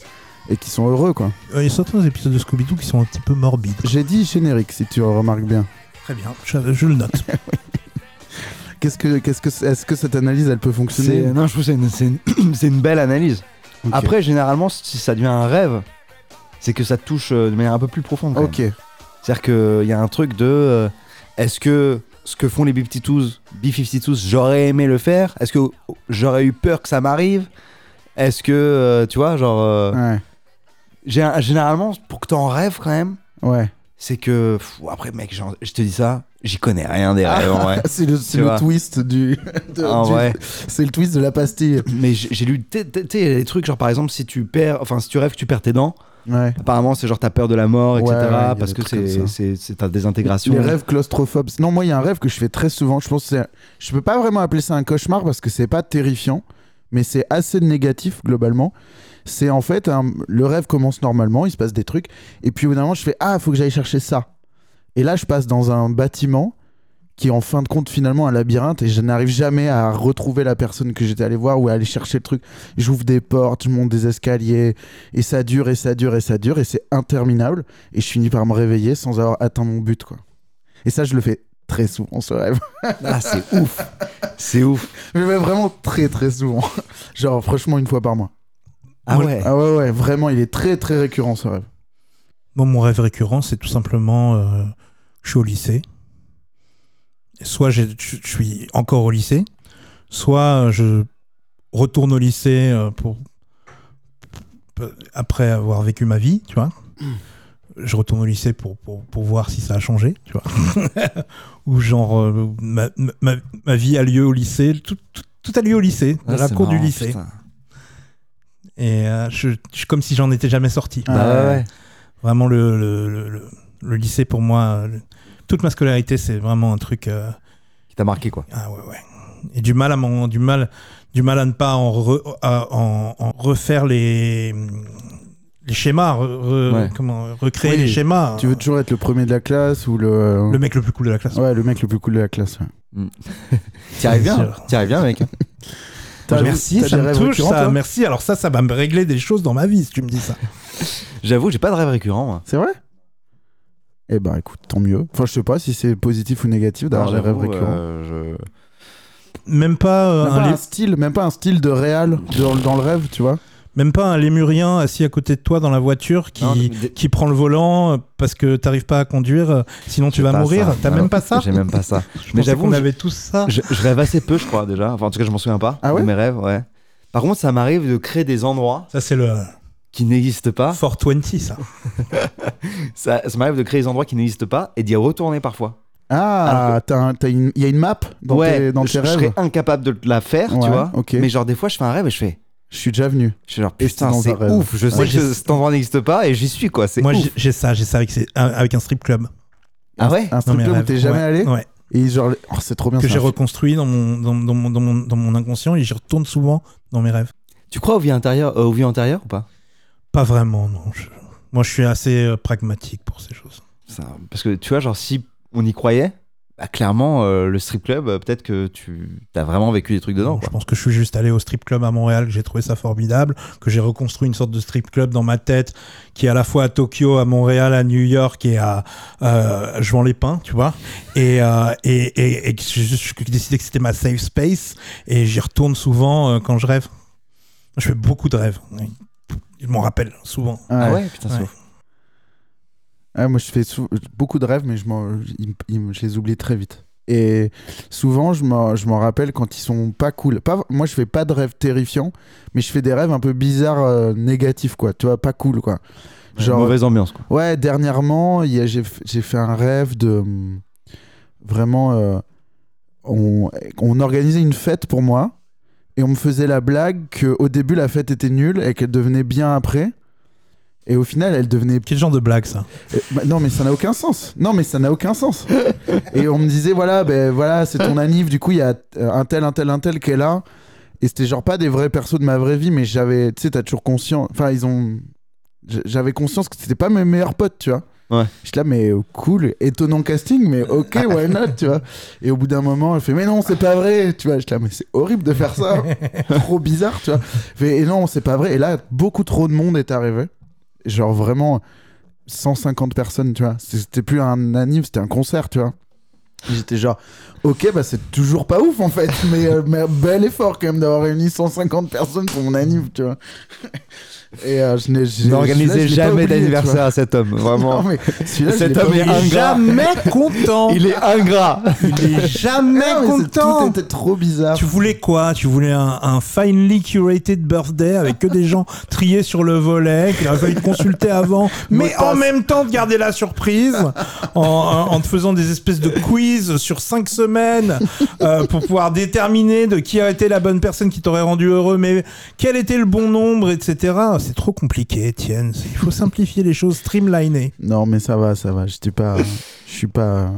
S3: et qui sont heureux, quoi.
S5: Euh, Il y a certains épisodes de Scooby-Doo qui sont un petit peu morbides.
S3: J'ai dit générique, si tu remarques bien.
S5: Très bien, je, je le note.
S3: Qu'est-ce que, qu'est-ce que, est-ce que cette analyse, elle peut fonctionner
S4: C'est- Non, je trouve que c'est une, c'est une- c'est une belle analyse.
S3: Ok.
S4: Après, généralement, si ça devient un rêve, c'est que ça te touche euh, de manière un peu plus profonde. quand même.
S3: Ok.
S4: C'est-à-dire qu'il y a un truc de. euh, Est-ce que ce que font les B-52s, B-52s, j'aurais aimé le faire Est-ce que j'aurais eu peur que ça m'arrive Est-ce que, euh, tu vois, genre. euh,
S3: Ouais.
S4: j'ai un- généralement, pour que t'en rêves quand même,
S3: Ouais.
S4: c'est que. pff, après, mec, genre, je te dis ça, j'y connais rien des rêves en vrai.
S3: c'est le, c'est
S4: Tu
S3: le
S4: vois. Ah
S3: twist du. de-
S4: En
S3: du-
S4: vrai.
S3: C'est le twist de la pastille.
S4: Mais j'ai j'ai lu. Tu sais, il y a des trucs, genre par exemple, si tu perds. Enfin, si tu rêves que tu perds tes dents,
S3: Ouais.
S4: apparemment, c'est genre t'as peur de la mort,
S3: Ouais,
S4: etc.
S3: ouais, il y a
S4: parce
S3: des
S4: que
S3: trucs comme
S4: c'est-
S3: ça.
S4: c'est c'est ta désintégration.
S3: Les rêves claustrophobes. Non, moi, il y a un rêve que je fais très souvent. Je pense que c'est- je peux pas vraiment appeler ça un cauchemar parce que c'est pas terrifiant, mais c'est assez négatif globalement. C'est en fait un- le rêve commence normalement, il se passe des trucs, et puis au bout d'un moment, je fais ah, faut que j'aille chercher ça. Et là, je passe dans un bâtiment qui est en fin de compte finalement un labyrinthe et je n'arrive jamais à retrouver la personne que j'étais allé voir ou à aller chercher le truc. J'ouvre des portes, je monte des escaliers et ça dure et ça dure et ça dure et c'est interminable et je finis par me réveiller sans avoir atteint mon but quoi. Et ça, je le fais très souvent ce rêve.
S4: Ah, c'est ouf. C'est ouf.
S3: Mais ouais, vraiment très très souvent. Genre franchement une fois par mois.
S4: Ah
S5: Moi,
S4: ouais.
S3: Ah ouais ouais, vraiment il est très très récurrent ce rêve.
S5: Moi, mon rêve récurrent, c'est tout simplement, euh, je suis au lycée. Et Soit j'ai- je je suis encore au lycée, soit euh, je retourne au lycée euh, pour pe- après avoir vécu ma vie, tu vois.
S4: Mm.
S5: Je retourne au lycée pour, pour, pour voir si ça a changé, tu vois. Ou genre, euh, ma, ma, ma vie a lieu au lycée, tout, tout, tout a lieu au lycée,
S4: Ah,
S5: dans la
S4: c'est
S5: cour du
S4: marrant,
S5: lycée.
S4: putain.
S5: Et euh, je, je- comme si j'en étais jamais sorti
S4: Bah ouais, ouais.
S5: vraiment le, le, le- le- le lycée pour moi. euh, le- toute ma scolarité, c'est vraiment un truc. euh,
S4: Qui t'a marqué quoi.
S5: ah ouais, ouais. Et du mal à m'en- du mal, du mal à ne pas en, re- à- en, en refaire les les schémas, re- re-
S4: Ouais.
S5: comment recréer
S3: Oui,
S5: les schémas.
S3: Tu veux toujours être le premier de la classe ou le,
S5: le mec le plus cool de la classe.
S3: ouais le mec le plus cool de la classe. ouais.
S4: T'y arrives
S5: Bien
S4: bien.
S5: sûr.
S4: T'y arrives bien, mec. Bah,
S3: T'as-
S5: Merci,
S3: t'as
S5: ça
S3: des
S5: me
S3: rêves
S5: touche,
S3: récurrents,
S5: ça.
S3: toi
S5: Merci. Alors ça, ça va me régler des choses dans ma vie si tu me dis ça.
S4: J'avoue, j'ai pas de rêve récurrent. moi.
S3: C'est vrai Eh ben écoute, tant mieux. Enfin je sais pas si c'est positif ou négatif d'avoir des rêves
S4: Ah, J'avoue,
S3: récurrents.
S4: euh, je-
S5: Même pas, euh,
S3: Même
S5: un,
S3: pas un
S5: lé-
S3: style, même pas un style de réal dans, dans le rêve, tu vois.
S5: même pas un Lémurien assis à côté de toi dans la voiture qui
S4: Non, mais-
S5: qui prend le volant euh, parce que t'arrives pas à conduire, euh, sinon tu
S4: j'ai
S5: vas
S4: pas
S5: mourir.
S4: ça.
S5: T'as
S4: Non,
S5: même pas ça
S4: J'ai même pas ça.
S5: Je
S4: Mais
S5: pensais
S4: j'avoue,
S5: qu'on
S4: je-
S5: avait tous ça.
S4: je, je rêve assez peu, je crois, déjà. Enfin, en tout cas, je m'en souviens pas
S3: Ah ouais
S4: de mes rêves, ouais. Par contre, ça m'arrive de créer des endroits
S5: Ça, c'est le
S4: qui n'existent pas.
S5: 420, ça.
S4: Ça, ça m'arrive de créer des endroits qui n'existent pas et d'y retourner parfois.
S3: Ah, t'as un- t'as une- il y a une map dans
S4: ouais,
S3: tes, dans
S4: je,
S3: tes
S4: je
S3: rêves.
S4: serais incapable de la faire,
S3: Ouais,
S4: tu vois.
S3: ok.
S4: Mais genre, des fois, je fais un rêve et je fais.
S3: Je suis déjà venu.
S4: Je suis genre,
S3: Et c'est
S4: putain,
S3: dans un
S4: c'est
S3: rêve.
S4: ouf. Je sais
S5: Moi,
S4: que
S5: j'ai-
S4: ce- cet endroit n'existe pas et j'y suis, quoi. C'est
S5: Moi,
S4: ouf.
S5: j'ai- j'ai ça, j'ai ça avec, ces- un- avec un strip club.
S4: Ah ouais
S3: Un strip
S5: mais
S3: club où
S5: rêve,
S3: t'es jamais
S5: ouais,
S3: allé
S5: ouais.
S3: et genre oh, c'est trop bien.
S5: Que
S3: c'est
S5: j'ai
S3: un film.
S5: reconstruit dans mon, dans, dans mon, dans, mon, dans mon inconscient et j'y retourne souvent dans mes rêves.
S4: Tu crois aux vies intérieures, euh, aux vies antérieures ou pas
S5: Pas vraiment, non. Je- moi, je suis assez euh, pragmatique pour ces choses.
S4: Ça- Parce que tu vois, genre, si on y croyait, bah, clairement, euh, le strip club, euh, peut-être que tu as vraiment vécu des trucs dedans.
S5: Donc, je
S4: quoi.
S5: pense que je suis juste allé au strip club à Montréal, que j'ai trouvé ça formidable, que j'ai reconstruit une sorte de strip club dans ma tête, qui est à la fois à Tokyo, à Montréal, à New York et à euh, Jouan les Pins, tu vois. Et, euh, et, et, et que j'ai juste- j'ai décidé que c'était ma safe space et j'y retourne souvent euh, quand je rêve. Je fais beaucoup de rêves. oui. Je m'en rappelle souvent.
S4: Ah
S3: Ouais.
S4: ouais, putain, c'est
S5: Ouais.
S4: ouf.
S3: Ouais, Ah, moi, je fais sou- beaucoup de rêves, mais je, m'en- ils me- ils me- je les oublie très vite. Et souvent, je m'en je m'en rappelle quand ils sont pas cool. Pas, moi, je fais pas de rêves terrifiants, mais je fais des rêves un peu bizarres, euh, négatifs, quoi. Tu vois, pas cool, quoi. Genre,
S4: Mauvaise ambiance, quoi.
S3: ouais, dernièrement, il y a- j'ai f- j'ai fait un rêve de. hum, Vraiment, euh, on, on organisait une fête pour moi, et on me faisait la blague qu'au début, la fête était nulle et qu'elle devenait bien après. Et au final, elle devenait
S5: Quel genre de blague ça
S3: euh, bah, non mais ça n'a aucun sens. Non mais ça n'a aucun sens. Et on me disait voilà ben voilà c'est ton anniv du coup il y a euh, un tel un tel un tel qui est là et c'était genre pas des vrais persos de ma vraie vie mais j'avais tu sais t'as toujours conscience enfin ils ont j- j'avais conscience que c'était pas mes meilleurs potes tu vois.
S4: Ouais.
S3: Je suis là mais euh, cool étonnant casting mais ok why not tu vois. Et au bout d'un moment elle fait mais non c'est pas vrai tu vois je suis là mais c'est horrible de faire ça trop bizarre tu vois. Elle fait, et non c'est pas vrai et là beaucoup trop de monde est arrivé genre vraiment 150 personnes, tu vois. C'était plus un anime, c'était un concert, tu vois. Et J'étais genre, ok, bah c'est toujours pas ouf en fait, mais, euh, mais bel effort quand même d'avoir réuni 150 personnes pour mon anime, tu vois. Et euh, je n'ai j'ai- celui-là,
S4: N'organisez
S3: je l'ai pas
S4: jamais
S3: oublié,
S4: d'anniversaire à cet homme,
S3: tu vois.
S4: vraiment.
S3: Non, mais celui-là, je
S4: Cet
S3: l'ai pas
S4: homme est
S3: oublié.
S4: un gars.
S5: Jamais content
S4: Il est ingrat.
S5: Il est jamais
S3: Non, mais c'est- Tout était trop bizarre.
S5: Tu voulais quoi Tu voulais un, un finely curated birthday avec que des gens triés sur le volet, qu'il aurait fallu te consulter avant, mais en même temps de garder la surprise en, en- en te faisant des espèces de quiz sur cinq semaines euh, pour pouvoir déterminer de qui a été la bonne personne qui t'aurait rendu heureux, mais quel était le bon nombre, etc. C'est trop compliqué, Étienne. Il faut simplifier les choses, streamliner.
S3: Non, mais ça va, ça va. J'étais pas. Je suis pas.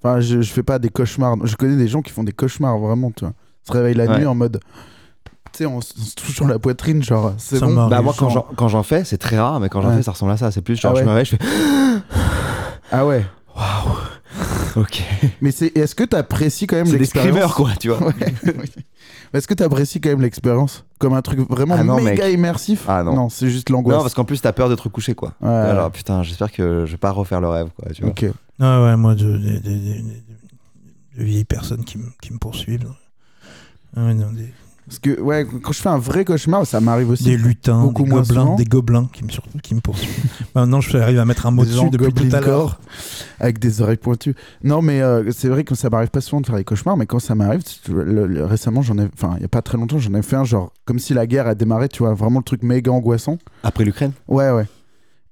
S3: Enfin, je, je fais pas des cauchemars. Je connais des gens qui font des cauchemars, vraiment, tu vois. Se réveillent la
S4: Ouais.
S3: nuit en mode. Tu sais, on se on se touche sur la poitrine, genre. C'est
S5: Ça
S3: bon.
S5: marche.
S4: Bah
S5: Les
S4: moi quand
S5: gens-
S4: j'en- quand j'en fais, c'est très rare, mais quand j'en
S3: Ouais.
S4: fais, ça ressemble à ça. C'est plus genre
S3: Ah
S4: je me
S3: ouais.
S4: réveille, je fais
S3: Ah ouais.
S4: ok.
S3: Mais c'est. Est-ce que t'apprécies quand même
S4: C'est des
S3: l'expérience
S4: screamers quoi, tu vois.
S3: Ouais. Mais Est-ce que t'apprécies quand même l'expérience comme un truc vraiment
S4: Ah non,
S3: méga immersif
S4: Ah non.
S3: c'est juste
S4: Non
S3: l'angoisse.
S4: parce qu'en plus t'as peur d'être couché quoi.
S3: Ouais.
S4: Alors putain, j'espère que je vais pas refaire le rêve quoi. Tu vois.
S3: Ok.
S5: Ah ouais, moi, de- de- de- de- de- de vieilles personnes qui, me- qui me poursuivent. Ah ouais, non, des,
S3: Parce que, ouais, quand je fais un vrai cauchemar, ça m'arrive aussi.
S5: des lutins,
S3: beaucoup
S5: des
S3: moins
S5: gobelins,
S3: souvent.
S5: des gobelins qui me, sur- qui me poursuivent. Maintenant, je arrive à mettre un mot
S3: Des gens
S5: dessus depuis tout
S3: goblin
S5: à l'heure.
S3: corps, avec des oreilles pointues. Non, mais euh, c'est vrai que ça m'arrive pas souvent de faire des cauchemars, mais quand ça m'arrive, tu- tu- le- le- récemment, j'en ai, enfin, il y a pas très longtemps, j'en ai fait un genre comme si la guerre a démarré, tu vois, vraiment le truc méga angoissant.
S4: Après l'Ukraine
S3: Ouais, ouais.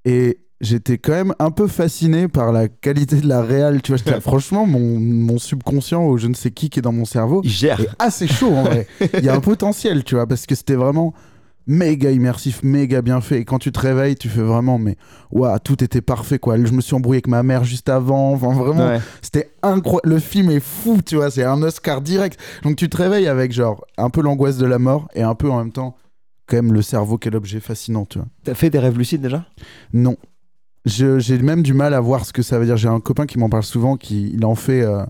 S3: Et j'étais quand même un peu fasciné par la qualité de la réal, tu vois. J'étais là, franchement, mon, mon subconscient ou je ne sais qui qui est dans mon cerveau
S4: Il gère.
S3: est assez chaud en vrai. Il y a un potentiel, tu vois, parce que c'était vraiment méga immersif, méga bien fait. Et quand tu te réveilles, tu fais vraiment, mais waouh, tout était parfait, quoi. Je me suis embrouillé avec ma mère juste avant. Enfin, vraiment,
S4: Ouais.
S3: c'était incroyable. Le film est fou, tu vois. C'est un Oscar direct. Donc tu te réveilles avec, genre, un peu l'angoisse de la mort et un peu en même temps, quand même, le cerveau, quel objet fascinant, tu vois.
S4: T'as fait des rêves lucides déjà
S3: Non. Je- J'ai même du mal à voir ce que ça veut dire. J'ai un copain qui m'en parle souvent, qui il en fait euh,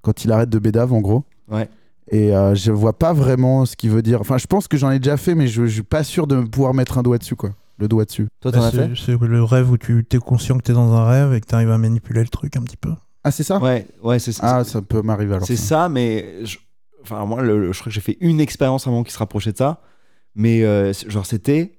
S3: quand il arrête de bédave, en gros.
S4: Ouais.
S3: Et euh, je vois pas vraiment ce qu'il veut dire. Enfin, je pense que j'en ai déjà fait, mais je, je suis pas sûr de pouvoir mettre un doigt dessus, quoi. Le doigt dessus.
S4: Toi, t'en as fait
S5: C'est c'est le rêve où tu es conscient que tu es dans un rêve et que tu arrives à manipuler le truc un petit peu.
S3: Ah, c'est ça
S4: Ouais, ouais, c'est ça.
S3: Ah, ça peut m'arriver alors.
S4: C'est ça, mais je- enfin moi, le- le- je crois que j'ai fait une expérience à un moment qui se rapprochait de ça, mais euh, c'est- genre c'était,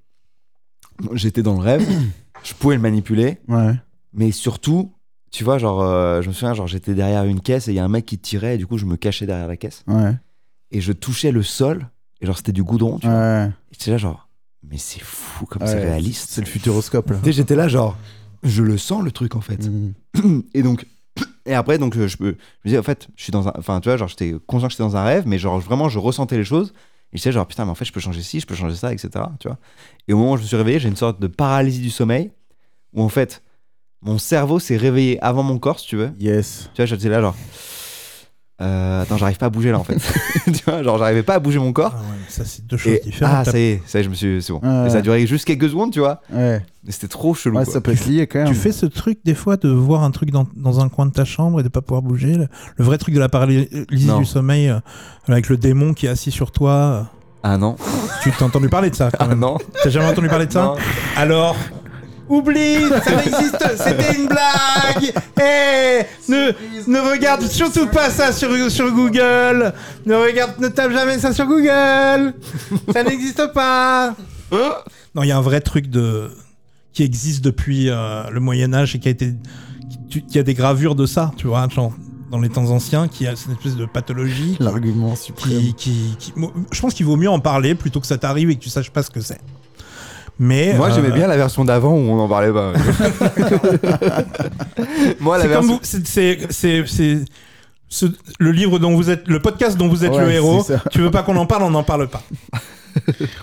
S4: j'étais dans le rêve, je pouvais le manipuler,
S3: Ouais.
S4: mais surtout, tu vois, genre, euh, je me souviens, genre j'étais derrière une caisse et il y a un mec qui tirait, et du coup je me cachais derrière la caisse
S3: Ouais.
S4: et je touchais le sol et genre c'était du goudron, tu vois.
S3: Ouais.
S4: Et J'étais là genre, mais c'est fou comme c'est
S3: Ouais.
S4: réaliste.
S3: C'est le futuroscope, là.
S4: Tu sais, j'étais là genre, je le sens le truc en fait.
S3: Mhm.
S4: Et donc, et après, donc, euh, je, me- je me disais, en fait, je suis dans un. Enfin, tu vois, genre, j'étais conscient que j'étais dans un rêve, mais genre, vraiment, je ressentais les choses. Et j'étais genre, putain, mais en fait, je peux changer ci, je peux changer ça, etc. Tu vois. Et au moment où je me suis réveillé, j'ai une sorte de paralysie du sommeil, où en fait, mon cerveau s'est réveillé avant mon corps, si tu veux.
S3: Yes.
S4: Tu vois, j'étais là, genre. Euh, attends, j'arrive pas à bouger là, en fait. tu vois, genre, j'arrivais pas à bouger mon corps.
S5: Ah ouais, mais ça, c'est deux choses
S4: Et, ah,
S5: différentes.
S4: ça y est, ça y est, je me suis. C'est bon.
S3: Ouais.
S4: Et ça a duré juste quelques secondes, tu vois.
S3: Ouais.
S4: Mais c'était trop chelou.
S3: Ouais,
S4: quoi.
S3: ça peut être lié quand même.
S5: Tu fais ce truc des fois de voir un truc dans, dans un coin de ta chambre et de pas pouvoir bouger. Le, le vrai truc de la paralysie
S4: Non.
S5: du sommeil euh, avec le démon qui est assis sur toi.
S4: Ah non.
S5: euh, Tu t'es entendu parler de ça quand
S4: Ah
S5: même.
S4: non.
S5: T'as jamais entendu parler de ça
S4: Non.
S5: Alors. Oublie, ça n'existe, c'était une blague. Eh, ne, ne regarde surtout pas ça sur, sur Google. Ne regarde, ne tape jamais ça sur Google. Ça n'existe pas. Non, il y a un vrai truc de qui existe depuis euh, le Moyen Âge et qui a été, qui, tu- il y a des gravures de ça, tu vois, genre, dans les temps anciens, qui a cette espèce de pathologie.
S3: L'argument suprême.
S5: Qui, qui- qui- mo- je pense qu'il vaut mieux en parler plutôt que ça t'arrive et que tu saches pas ce que c'est. Mais
S4: Moi,
S5: euh,
S4: j'aimais bien la version d'avant où on en parlait pas. Moi, la
S5: C'est comme
S4: version.
S5: vous. C'est, c'est- c'est- c'est- ce- le livre dont vous êtes, le podcast dont vous êtes
S3: Ouais,
S5: le
S3: c'est
S5: héros.
S3: ça.
S5: Tu veux pas qu'on en parle, on n'en parle pas.
S4: Bah,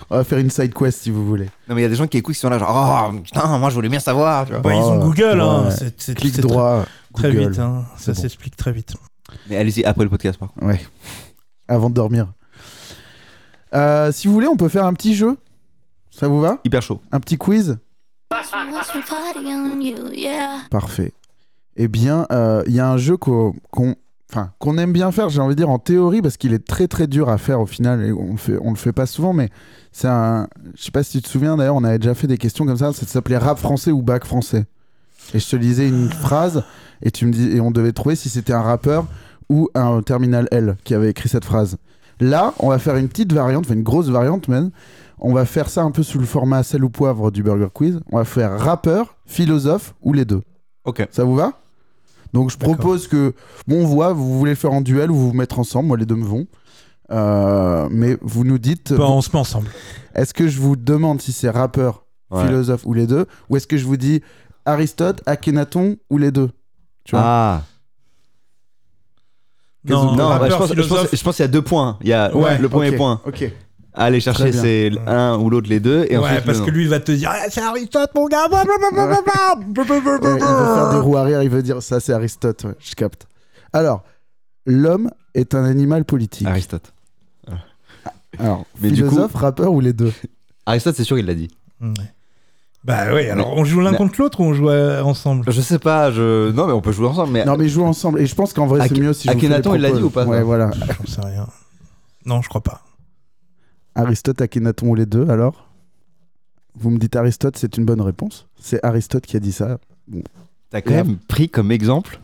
S3: On va faire une side quest si vous voulez.
S4: Non, mais il y a des gens qui écoutent qui sont là, genre, oh putain, moi, je voulais bien savoir. tu vois.
S5: Bah, ils ont
S3: ouais,
S5: Google. hein,
S3: ouais.
S5: c'est- c'est-
S3: Clic
S5: c'est
S3: droit.
S5: Très, très
S3: Google.
S5: vite. hein,
S3: C'est
S5: ça
S3: bon.
S5: s'explique très vite.
S4: Mais allez-y, après le podcast, par contre.
S3: Ouais. Avant de dormir. Euh, si vous voulez, on peut faire un petit jeu. Ça vous va
S4: Hyper chaud.
S3: Un petit quiz
S2: Watch me party on you, yeah.
S3: Parfait. Eh bien, euh, il y a un jeu qu'on qu'on- enfin, qu'on aime bien faire, j'ai envie de dire, en théorie, parce qu'il est très très dur à faire au final, et on, le fait, on le fait pas souvent, mais c'est un... Je sais pas si tu te souviens, d'ailleurs, on avait déjà fait des questions comme ça, ça s'appelait rap français ou bac français. Et je te lisais une phrase, et, tu me dis, et on devait trouver si c'était un rappeur ou un terminal L qui avait écrit cette phrase. Là, on va faire une petite variante, enfin une grosse variante même. On va faire ça un peu sous le format sel ou poivre du Burger Quiz. On va faire rappeur, philosophe ou les deux.
S4: Ok.
S3: Ça vous va Donc je
S5: D'accord.
S3: propose que, bon, on voit, vous voulez le faire en duel ou vous vous mettre ensemble, moi les deux me vont. Euh, mais vous nous dites,
S5: Bah, on se met ensemble.
S3: est-ce que je vous demande si c'est rappeur,
S4: Ouais.
S3: philosophe ou les deux Ou est-ce que je vous dis Aristote, Akhenaton ou les deux Tu vois
S4: Ah.
S5: Non,
S4: Non,
S5: rappeur,
S4: bah, je pense, je pense-
S5: philosophe.
S4: je pense qu'il y a deux points. Il y a
S5: Ouais,
S4: Ah, le premier
S3: Ok,
S4: point.
S3: Ok.
S4: Allez chercher,
S3: Très bien.
S4: c'est un ou l'autre, les deux. Et
S5: ouais,
S4: ensuite,
S5: parce
S4: le
S5: que
S4: nom.
S5: lui, il va te dire, Ah, c'est Aristote, mon gars. Bah,
S3: Ouais, il veut faire des
S5: blablabla.
S3: roues arrière, il veut dire ça, c'est Aristote, ouais, je capte. Alors, l'homme est un animal politique.
S4: Aristote.
S3: Alors,
S4: Mais du
S3: philosophe, rappeur ou les deux
S4: Aristote, c'est sûr, il l'a dit.
S5: Ouais. Bah oui, alors on joue l'un
S4: Mais-
S5: contre l'autre ou on joue euh, ensemble
S4: Je sais pas, je. Non, mais on peut jouer ensemble. Mais
S3: Non, mais jouons ensemble. Et je pense qu'en vrai, c'est
S4: Akhe-
S3: mieux si je vous fais
S4: Akhenaton,
S3: les
S4: il l'a dit
S3: propos.
S4: ou pas,
S3: Ouais,
S4: ça
S3: voilà.
S5: J'en sais rien. Non, je crois pas.
S3: Aristote, Akhenaton ou les deux, alors Vous me dites Aristote, c'est une bonne réponse. C'est Aristote qui a dit ça.
S4: t'as quand même pris comme exemple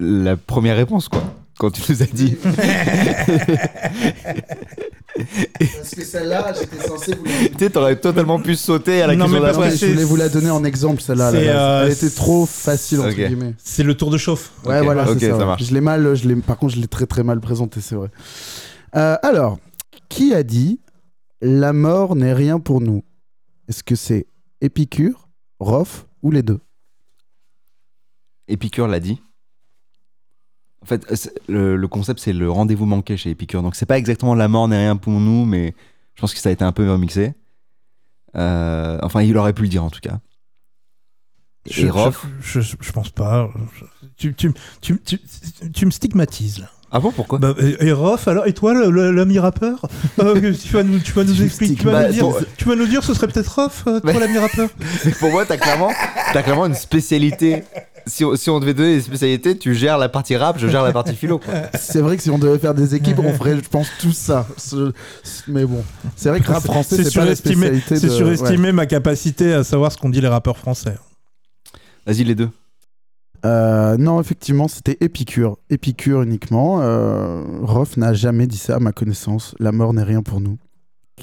S4: la première réponse, quoi. quand tu nous as dit.
S3: Parce que celle-là, j'étais censé vous la
S4: tu sais, t'aurais totalement pu sauter à la
S5: Non,
S4: question
S5: mais parce
S3: Non, mais
S4: d'après.
S5: que-
S3: je voulais vous la donner en exemple, celle-là.
S5: C'est,
S3: là, là.
S5: euh,
S3: Elle était trop facile, entre
S4: Ok.
S3: guillemets.
S5: C'est le tour de chauffe.
S3: Ouais,
S4: Ok,
S3: voilà,
S4: ok,
S3: c'est ça.
S4: ça
S3: ouais.
S4: marche.
S3: Je l'ai mal, je l'ai, par contre, je l'ai très très mal présenté, c'est vrai. Euh, alors, qui a dit la mort n'est rien pour nous Est-ce que c'est Épicure, Rof ou les deux
S4: Épicure l'a dit. En fait, euh, c'est- le, le concept, c'est le rendez-vous manqué chez Épicure. Donc, c'est pas exactement la mort n'est rien pour nous, mais je pense que ça a été un peu remixé. Euh, enfin, il aurait pu le dire en tout cas.
S5: Je,
S4: Et Rof
S5: je, je- je pense pas. Tu, tu, tu, tu, tu me stigmatises là.
S4: Ah bon, pourquoi
S5: Bah, et, et Rof, alors, et toi, le- le- l'ami rappeur Euh, que Tu vas nous, tu vas nous
S3: Tu me
S5: expliquer, tu vas nous, dire,
S3: euh,
S4: stigmatises.
S5: tu vas nous dire, ce serait peut-être Rof, euh, toi,
S4: Mais-
S5: l'ami rappeur
S4: Pour moi, t'as clairement, t'as clairement une spécialité. Si on, si on devait donner des spécialités, tu gères la partie rap, je gère la partie philo. quoi.
S3: C'est vrai que si on devait faire des équipes, on ferait, je pense, tout ça. Ce- ce- mais bon, c'est vrai que rap français, c'est, pas la
S5: surestimé,
S3: spécialité
S5: c'est
S3: de-
S5: surestimé ma capacité à savoir ce qu'on dit les rappeurs français.
S4: Vas-y, les deux.
S3: ouais. Euh, non, effectivement, c'était Épicure. Épicure uniquement. Euh, Rof n'a jamais dit ça, à ma connaissance. La mort n'est rien pour nous.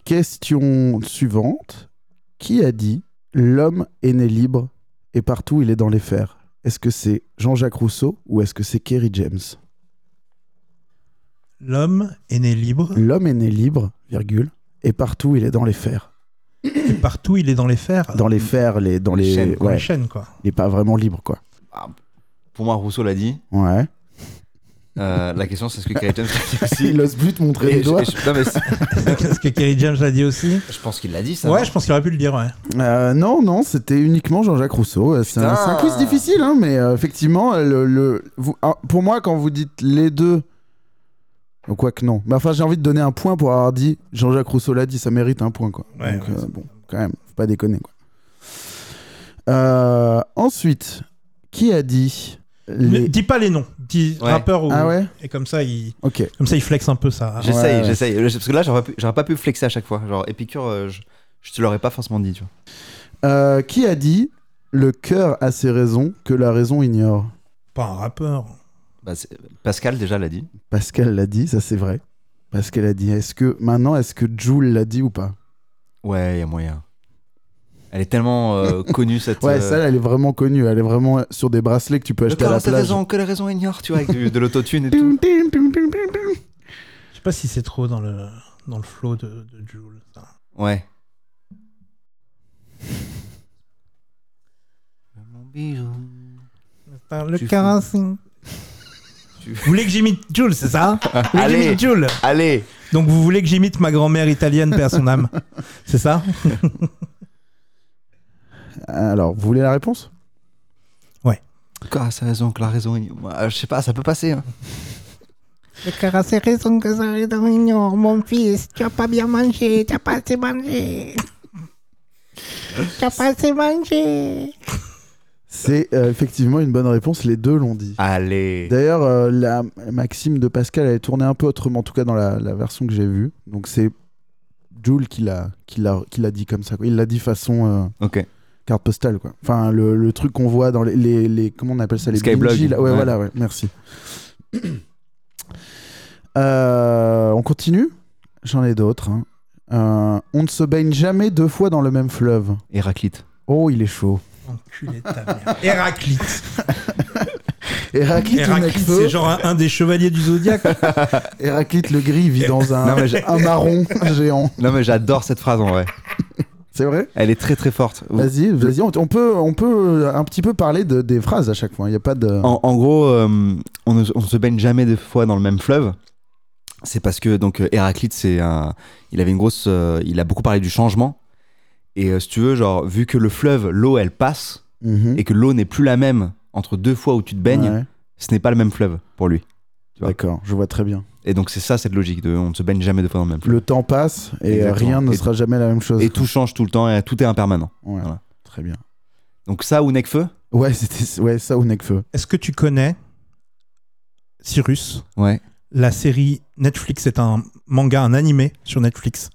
S3: Question suivante. Qui a dit L'homme est né libre et partout il est dans les fers Est-ce que c'est Jean-Jacques Rousseau ou est-ce que c'est Kerry James
S5: L'homme est né libre,
S3: L'homme est né libre, virgule, et partout il est dans les fers.
S5: et partout il est dans les fers,
S3: Dans les fers, les, dans les.
S4: chaînes,
S5: dans
S3: ouais.
S5: les chaînes, quoi.
S3: il est pas vraiment libre quoi.
S4: Ah, Pour moi, Rousseau l'a dit.
S3: Ouais.
S4: Euh, la question, c'est ce que Kylie James l'a dit aussi.
S3: Il ose plus te montrer
S4: Et
S3: les
S4: je-
S3: doigts.
S4: je- non, mais c'est-
S5: Est-ce que Kerry James l'a dit aussi
S4: je pense qu'il l'a dit, ça.
S5: Ouais,
S4: non
S5: je pense qu'il aurait pu le dire, ouais.
S3: Euh, non, non, c'était uniquement Jean-Jacques Rousseau. Euh, C'est un,
S4: Putain.
S3: c'est un quiz difficile, hein, mais euh, effectivement, euh, le, le- vous- ah, pour moi, quand vous dites les deux, ou quoi que non, mais enfin, j'ai envie de donner un point pour avoir dit Jean-Jacques Rousseau l'a dit, ça mérite un point quoi.
S5: Ouais,
S3: Donc,
S5: ouais,
S3: euh, bon, quand même, faut pas déconner quoi. Euh, ensuite, qui a dit
S5: Mais
S3: les...
S5: dis pas les noms, dis
S4: Ouais.
S5: rappeur ou.
S3: Ah ouais
S5: Et comme ça, il,
S3: Ok.
S5: comme ça, il flexe un peu ça.
S4: J'essaye,
S3: Ouais, ouais.
S4: j'essaye. Parce que là, j'aurais pas pu- j'aurais pas pu flexer à chaque fois. Genre, Épicure, euh, je, je te l'aurais pas forcément dit, tu vois.
S3: Euh, qui a dit le cœur a ses raisons que la raison ignore
S5: Pas un rappeur.
S4: Bah, c'est- Pascal, déjà, l'a dit.
S3: Pascal l'a dit, ça c'est vrai. Pascal a dit. Est-ce que maintenant, est-ce que Joule l'a dit ou pas
S4: Ouais, il y a moyen. Elle est tellement euh, connue, cette.
S3: Ouais,
S4: euh,
S3: celle elle est vraiment connue. Elle est vraiment sur des bracelets que tu peux
S4: Le
S3: acheter à
S4: corps
S3: la
S4: a ses
S3: plage.
S4: raisons, que les raisons ignorent, tu vois, avec du- de l'autotune et tout.
S3: Tum, tum, tum, tum, tum, tum.
S5: Je sais pas si c'est trop dans le, dans le flow de, de Jules. ça.
S4: Ouais.
S5: Par le
S4: Tu fous.
S5: carassin.
S4: Tu-
S5: Vous voulez que j'imite Jules, c'est ça Vous voulez que
S4: Allez,
S5: j'imite Jules
S4: allez.
S5: Donc vous voulez que j'imite ma grand-mère italienne, paix à son âme C'est ça
S3: Alors, vous voulez la réponse
S4: Quoi, ça a raison, que la raison est- Moi, euh, Je sais pas, ça peut passer. hein.
S6: Le cara c'est raison que ça ignore, mon fils. Tu as pas bien mangé, tu as pas assez mangé. tu as pas assez mangé.
S3: C'est euh, effectivement une bonne réponse. Les deux l'ont dit.
S4: Allez.
S3: D'ailleurs, euh, la maxime de Pascal, elle est tournée un peu autrement, en tout cas dans la, la version que j'ai vue. Donc c'est Joule qui l'a qui l'a- qui l'a dit comme ça. quoi. Il l'a dit façon. euh,
S4: Ok.
S3: carte postale quoi. Enfin le, le truc qu'on voit dans les, les, les- comment on appelle ça les
S4: Skyblog.
S3: BMJ, là. Ouais,
S4: Ouais.
S3: voilà ouais, merci. Euh, on continue. J'en ai d'autres. hein. Euh, on ne se baigne jamais deux fois dans le même fleuve.
S4: Héraclite.
S3: Oh, il est chaud.
S5: Enculé de ta mère. Héraclite.
S3: Héraclite, le mec
S5: Héraclite,
S3: feu.
S5: c'est genre un, un des chevaliers du Zodiac.
S3: Héraclite le gris vit dans un,
S4: Non, mais j'ai-
S3: un marron géant.
S4: Non, mais j'adore cette phrase en vrai.
S3: C'est vrai
S4: Elle est très très forte.
S3: Vas-y, vas-y. On, on peut, on peut euh, un petit peu parler de, des phrases à chaque fois. Il n'y a pas de.
S4: En, en gros, euh, on, ne, on se baigne jamais deux fois dans le même fleuve. C'est parce que donc euh, Héraclite, c'est un, il avait une grosse, euh, il a beaucoup parlé du changement. Et euh, si tu veux, genre vu que le fleuve, l'eau, elle passe
S3: Mhm.
S4: et que l'eau n'est plus la même entre deux fois où tu te baignes,
S3: Ouais,
S4: ce n'est pas le même fleuve pour lui. tu vois.
S3: D'accord, je vois très bien.
S4: Et donc c'est ça cette logique de, on ne se baigne jamais deux fois dans le même fleuve.
S3: Le temps passe et
S4: Exactement.
S3: rien ne
S4: Et-
S3: sera jamais la même chose.
S4: Et tout change tout le temps et tout est impermanent.
S3: Ouais,
S4: Voilà.
S3: Très bien.
S4: Donc ça ou Necfeu
S3: Ouais, c'était ouais, ça ou Necfeu.
S5: Est-ce que tu connais Cyrus
S4: Ouais.
S5: La série Netflix est un manga, un animé sur Netflix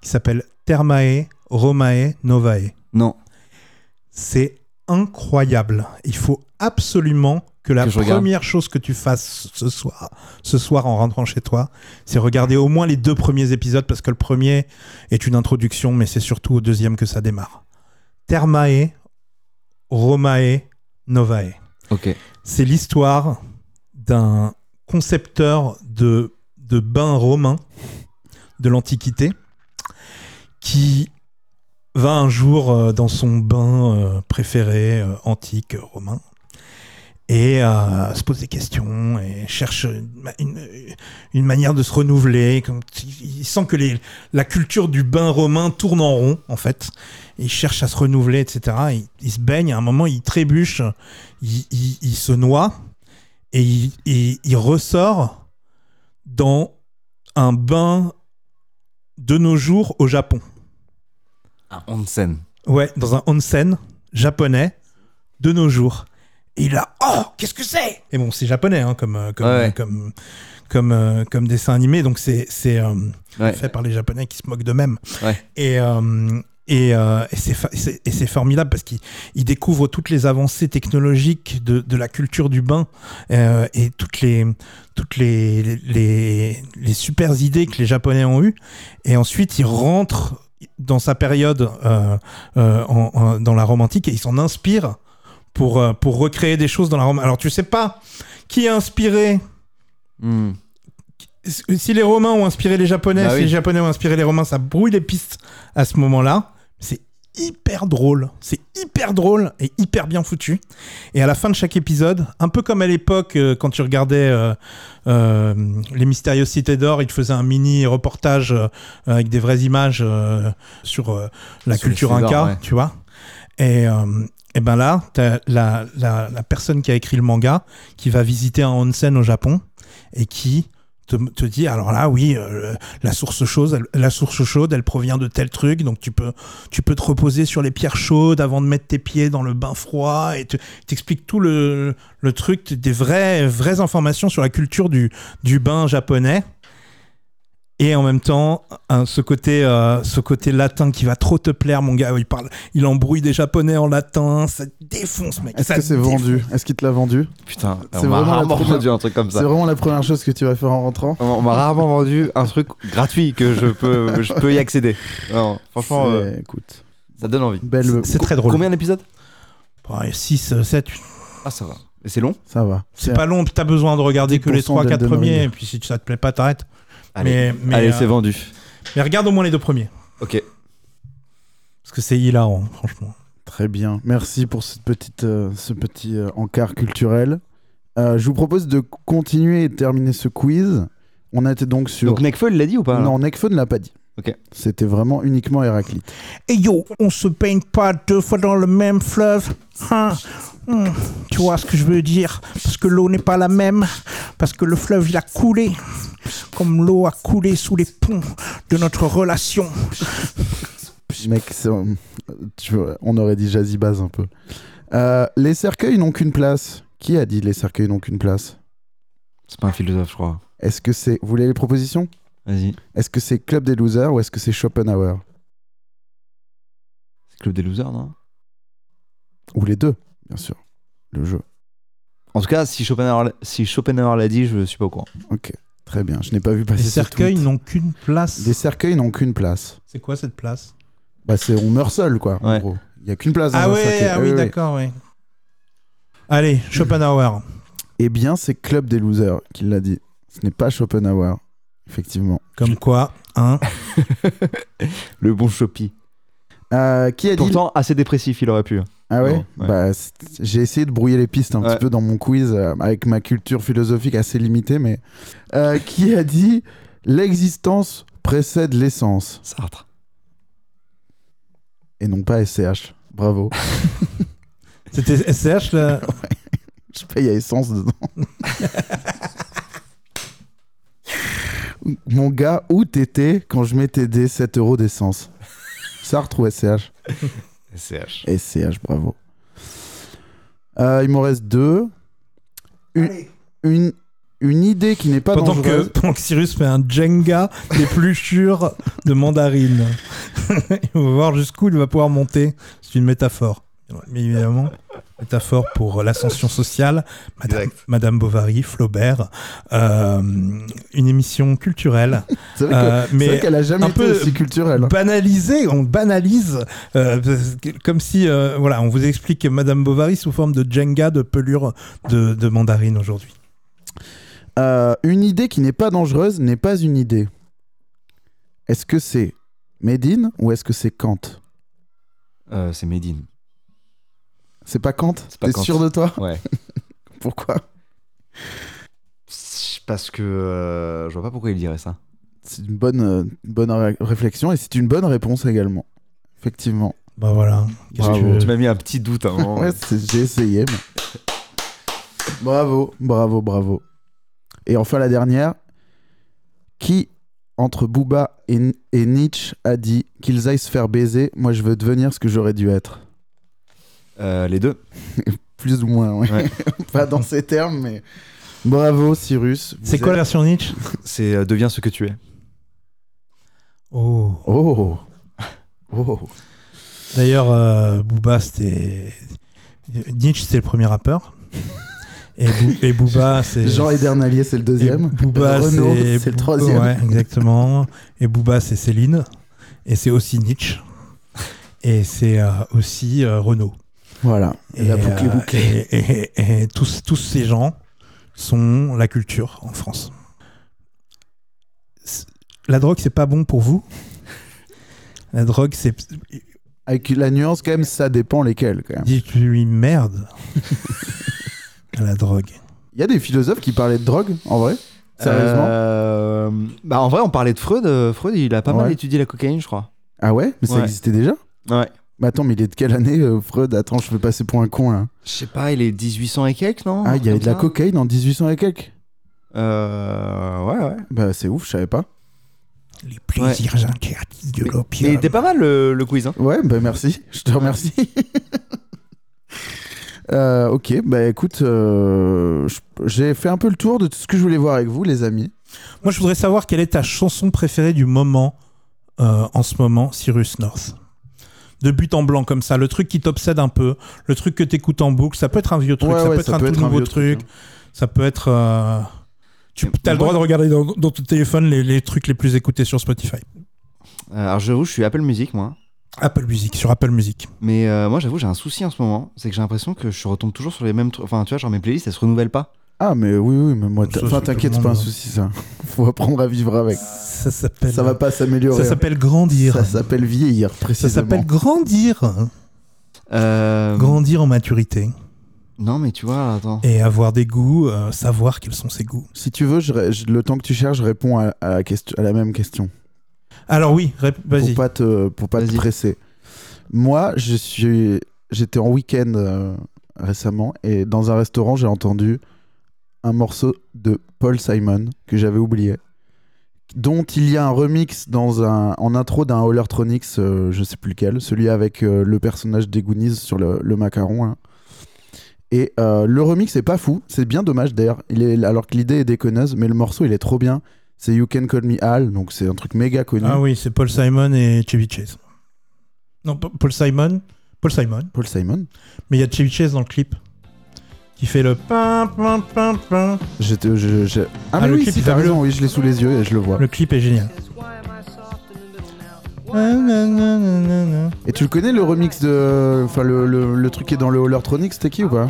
S5: qui s'appelle Thermae Romae Novae.
S4: Non.
S5: C'est incroyable. Il faut absolument que la
S4: Que je regarde.
S5: première chose que tu fasses ce soir, ce soir en rentrant chez toi, c'est regarder au moins les deux premiers épisodes parce que le premier est une introduction, mais c'est surtout au deuxième que ça démarre. Thermae, Romae, Novae.
S4: Ok.
S5: C'est l'histoire d'un concepteur de, de bains romains de l'Antiquité qui va un jour euh, dans son bain euh, préféré euh, antique euh, romain et euh, se pose des questions et cherche une, ma- une- une manière de se renouveler. Comme- il sent que les- la culture du bain romain tourne en rond en fait. Il cherche à se renouveler, etc. Il, il se baigne, à un moment il trébuche il, il- il se noie et il, et il ressort dans un bain de nos jours au Japon.
S4: Un onsen.
S5: Ouais, dans un onsen japonais de nos jours. Et il a oh qu'est-ce que c'est Et bon c'est japonais hein, comme euh, comme
S4: Ouais, ouais.
S5: comme comme, euh, comme dessin animé donc c'est c'est euh,
S4: Ouais.
S5: fait par les japonais qui se moquent d'eux-mêmes.
S4: Ouais.
S5: Et euh, et, euh, et c'est fa- et c'est et c'est formidable parce qu'ils ils découvrent toutes les avancées technologiques de, de la culture du bain euh, et toutes les toutes les, les les les super idées que les japonais ont eues et ensuite ils rentrent dans sa période euh, euh, en- en- dans la Rome antique et ils s'en inspirent pour euh, pour recréer des choses dans la Rome. Alors tu sais pas qui a inspiré
S4: Hmm.
S5: si les Romains ont inspiré les Japonais,
S4: Bah
S5: si
S4: oui.
S5: les Japonais ont inspiré les Romains, ça brouille les pistes à ce moment-là. C'est hyper drôle. C'est hyper drôle et hyper bien foutu. Et à la fin de chaque épisode, un peu comme à l'époque, euh, quand tu regardais euh, euh, Les Mystérieuses Cités d'Or, ils te faisaient un mini reportage euh, avec des vraies images euh, sur euh, la
S4: Sur les
S5: culture
S4: Cités d'Or,
S5: Inca,
S4: ouais.
S5: tu vois. Et, euh, et ben là, t'as la, la, la personne qui a écrit le manga, qui va visiter un onsen au Japon et qui te, te dit alors là oui euh, la source chaude elle- la source chaude elle provient de tel truc donc tu peux tu peux te reposer sur les pierres chaudes avant de mettre tes pieds dans le bain froid et te- t'explique tout le, le truc des vraies vraies informations sur la culture du du bain japonais et en même temps un- ce côté euh, ce côté latin qui va trop te plaire mon gars il parle il embrouille des japonais en latin ça défonce mec
S3: Est-ce
S5: ça
S3: que c'est
S5: défonce.
S3: vendu Est-ce qu'il te l'a vendu
S4: Putain,
S3: C'est
S4: on m'a
S3: vraiment la
S4: rarement
S3: première-
S4: vendu un truc comme
S3: C'est
S4: ça.
S3: vraiment la première chose que tu vas faire en rentrant
S4: On m'a rarement vendu un truc gratuit que je peux, je peux y accéder. Non, franchement,
S3: C'est-
S4: euh,
S3: écoute,
S4: ça donne envie.
S3: belle,
S5: c'est très drôle
S4: Combien d'épisodes
S5: 6 7
S4: Ah, ça va. Et c'est long
S3: ça va.
S5: euh, C'est pas long, t'as besoin de regarder que les
S3: 10% d'Elden
S5: 3-4 premiers,
S3: Ring.
S5: et puis si ça te plaît pas, t'arrêtes.
S4: Allez,
S5: Mais, mais,
S4: Allez
S5: euh,
S4: c'est vendu.
S5: mais regarde au moins les deux premiers,
S4: Ok.
S5: parce que c'est hilarant, franchement.
S3: Très bien. Merci pour cette petite, euh, ce petit euh, encart culturel. Euh, je vous propose de continuer et de terminer ce quiz. On était donc sur.
S4: Donc Nekfeu, il l'a dit ou pas là
S3: non, Nekfeu ne l'a pas dit.
S4: Ok.
S3: C'était vraiment uniquement Héraclite.
S5: Et yo, on se baigne pas deux fois dans le même fleuve. hein. Hmm, Tu vois ce que je veux dire Parce que l'eau n'est pas la même, parce que le fleuve il a coulé, comme l'eau a coulé sous les ponts de notre relation.
S3: Mec, c'est- euh, tu vois, on aurait dit Jazzy Baz un peu. Euh, les cercueils n'ont qu'une place. Qui a dit les cercueils n'ont qu'une place
S4: C'est pas un philosophe, je crois.
S3: Est-ce que c'est. Vous voulez les propositions
S4: Vas-y.
S3: Est-ce que c'est Club des Losers ou est-ce que c'est Schopenhauer
S4: C'est Club des losers, non
S3: Ou les deux, bien sûr. Le jeu.
S4: En tout cas, si Schopenhauer, si Schopenhauer l'a dit, je suis pas au courant.
S3: Très bien. Je n'ai pas vu passer. ce tweet.
S5: n'ont qu'une place.
S3: Les cercueils n'ont qu'une place.
S5: C'est quoi cette place
S3: Bah c'est on meurt seul quoi. En
S4: Ouais.
S3: gros, il y a qu'une place. Dans
S5: Ah
S3: un
S5: ouais,
S3: cercueil.
S5: ah
S3: Ouais,
S5: oui,
S3: ouais.
S5: d'accord, oui. Allez, Schopenhauer.
S3: Eh bien, c'est Club des losers qui l'a dit. Ce n'est pas Schopenhauer, effectivement.
S5: Comme quoi, hein
S4: Le bon Chopi.
S3: Euh, qui a dit
S4: Pourtant, assez dépressif, il aurait pu.
S3: Ah ouais.
S4: Non, ouais.
S3: Bah c'est- j'ai essayé de brouiller les pistes un
S4: Ouais.
S3: petit peu dans mon quiz euh, avec ma culture philosophique assez limitée, mais Euh, qui a dit l'existence précède l'essence
S4: Sartre.
S3: et non pas SCH. Bravo.
S5: C'était SCH là
S3: Je sais pas, il y a essence dedans. Mon gars, où t'étais quand je m'étais des 7 euros d'essence Sartre ou SCH
S4: SCH.
S3: SCH, bravo. Euh, il m'en reste deux. Une, une, une idée qui n'est pas
S5: pendant que,
S3: dangereuse.
S5: pendant que Cyrus fait un Jenga d'épluchure de mandarine. Et on va voir jusqu'où il va pouvoir monter. C'est une métaphore. Ouais, Mais évidemment, métaphore pour l'ascension sociale, Madame, Madame Bovary, Flaubert, euh, une émission culturelle,
S3: C'est vrai que-
S5: Euh,
S3: c'est vrai
S5: mais
S3: qu'elle a jamais
S5: un
S3: été
S5: peu-
S3: aussi culturelle.
S5: banalisée, on banalise, euh, comme si, euh, voilà, on vous explique Madame Bovary sous forme de Jenga de pelure de, de mandarine aujourd'hui.
S3: Euh, une idée qui n'est pas dangereuse n'est pas une idée. Est-ce que c'est Médine ou est-ce que c'est Kant
S4: Euh, c'est Médine.
S3: C'est pas Kant
S4: C'est pas
S3: T'es
S4: Kant.
S3: sûr de toi
S4: Ouais.
S3: Pourquoi
S4: Parce que euh, je vois pas pourquoi il dirait ça.
S3: C'est une bonne, euh, une bonne ré- réflexion et c'est une bonne réponse également. Effectivement.
S5: Bah voilà. Qu'est-ce que tu veux
S4: Tu m'as mis un petit doute à un moment.
S3: Ouais, c'est- j'ai essayé. mais- bravo, bravo, bravo. Et enfin la dernière. Qui, entre Booba et, et Nietzsche, a dit qu'ils aillent se faire baiser, moi je veux devenir ce que j'aurais dû être
S4: Euh, les deux.
S3: Plus ou moins, ouais.
S4: Ouais.
S3: Pas dans ces termes, mais... Bravo Cyrus. vous
S5: C'est quoi la
S3: êtes-
S5: version Nietzsche
S4: C'est euh, deviens ce que tu es.
S5: Oh.
S3: Oh Oh
S5: D'ailleurs, euh, Booba, c'était. Nietzsche, c'était le premier rappeur. Et, Bou- et Booba, c'est.
S3: Jean Edernalier, c'est le deuxième.
S5: Et Booba,
S3: Renaud,
S5: c'est.
S3: c'est le troisième.
S5: Ouais, exactement. Et Booba, c'est Céline. Et c'est aussi Nietzsche. Et c'est euh, aussi euh, Renaud.
S3: Voilà. Et la boucle est
S5: euh,
S3: bouclée.
S5: et- et- et- et tous, tous ces gens sont la culture en France. C'est- La drogue, c'est pas bon pour vous. La drogue, c'est.
S3: Avec la nuance, quand même, ça dépend lesquels, quand même.
S5: Dites-lui merde à la drogue.
S3: Il y a des philosophes qui parlaient de drogue, en vrai Sérieusement
S4: Euh, bah, En vrai, on parlait de Freud. euh, Freud, il a pas
S3: Ouais.
S4: mal étudié la cocaïne, je crois.
S3: Ah ouais Mais ça
S4: Ouais.
S3: existait déjà
S4: Ouais.
S3: Mais attends, mais il est de quelle année, euh, Freud Attends, je veux passer pour un con, là.
S4: Je sais pas, il est 1800 et quelques, Oh, non
S3: Ah, il y avait
S4: Comme
S3: de la
S4: ça
S3: cocaïne en 1800 et quelques
S4: Euh, ouais, ouais.
S3: Bah, c'est ouf, je savais pas.
S5: Les plaisirs interdits de
S4: Mais il
S5: l'opium.
S4: était pas mal le, le quiz. Hein.
S3: Ouais, bah merci, je te remercie. Euh, ok, bah écoute, euh, je- j'ai fait un peu le tour de tout ce que je voulais voir avec vous, les amis.
S5: Moi, je voudrais savoir quelle est ta chanson préférée du moment, euh, en ce moment, Cyrus North. De but en blanc comme ça, le truc qui t'obsède un peu, le truc que t'écoutes en boucle, ça peut être un vieux truc,
S3: Ouais,
S5: ça
S3: ouais,
S5: peut être un tout nouveau
S3: vieux
S5: truc,
S3: hein.
S5: ça peut être. euh, Tu
S4: Mais
S5: as le
S4: moi-
S5: droit de regarder dans, dans ton téléphone les, les trucs les plus écoutés sur Spotify.
S4: Euh, Alors, j'avoue, je suis Apple Music, moi.
S5: Apple Music, sur Apple Music.
S4: Mais euh, moi, j'avoue, j'ai un souci en ce moment. C'est que j'ai l'impression que je retombe toujours sur les mêmes trucs. Enfin, tu vois, genre mes playlists, elles se renouvellent pas.
S3: Ah, mais oui, oui, mais moi,
S5: Ça,
S3: t'in-
S5: c'est
S3: enfin,
S5: tout le
S3: t'inquiète, c'est
S5: monde,
S3: pas un
S5: hein.
S3: souci, ça. Faut apprendre à vivre avec.
S5: Ça s'appelle.
S3: Ça va pas s'améliorer. hein.
S5: Ça s'appelle grandir.
S3: Ça s'appelle vieillir,
S5: Ça
S3: précisément.
S5: s'appelle grandir.
S4: Euh...
S5: Grandir en maturité.
S4: Non, mais tu vois, attends.
S5: Et avoir des goûts, euh, savoir quels sont ses goûts.
S3: Si tu veux, je ré- je- le temps que tu cherches, je réponds à, à la, question, à la même question.
S5: Alors oui, rép-
S3: Pour
S5: vas-y.
S3: pas te, pour pas te
S4: Vas-y.
S3: presser. Moi, je suis, j'étais en week-end euh, récemment et dans un restaurant, j'ai entendu un morceau de Paul Simon que j'avais oublié, dont il y a un remix dans un, en intro d'un Hollertronics, euh, je sais plus lequel, celui avec euh, le personnage des Goonies sur le, le macaron. là. Et euh, le remix est pas fou, c'est bien dommage d'ailleurs, il est- alors que l'idée est déconneuse, mais le morceau il est trop bien. C'est You Can Call Me Al, donc c'est un truc méga connu.
S5: Ah oui, c'est Paul Simon et Chevy Chase. Non, Pa- Paul Simon. Paul Simon.
S3: Paul Simon.
S5: Mais il y a Chevy Chase dans le clip. Qui fait le pin, pin, pin, pin.
S3: J'étais, je, je- Ah,
S5: Ah,
S3: mais
S5: le
S3: oui,
S5: clip
S3: si
S5: est
S3: t'as
S5: fabuleux.
S3: raison, oui, je l'ai sous les yeux et je le vois.
S5: Le clip est génial.
S3: Et tu le connais le remix de. Enfin, le, le, le truc qui est dans le Hollertronic, c'était qui ou pas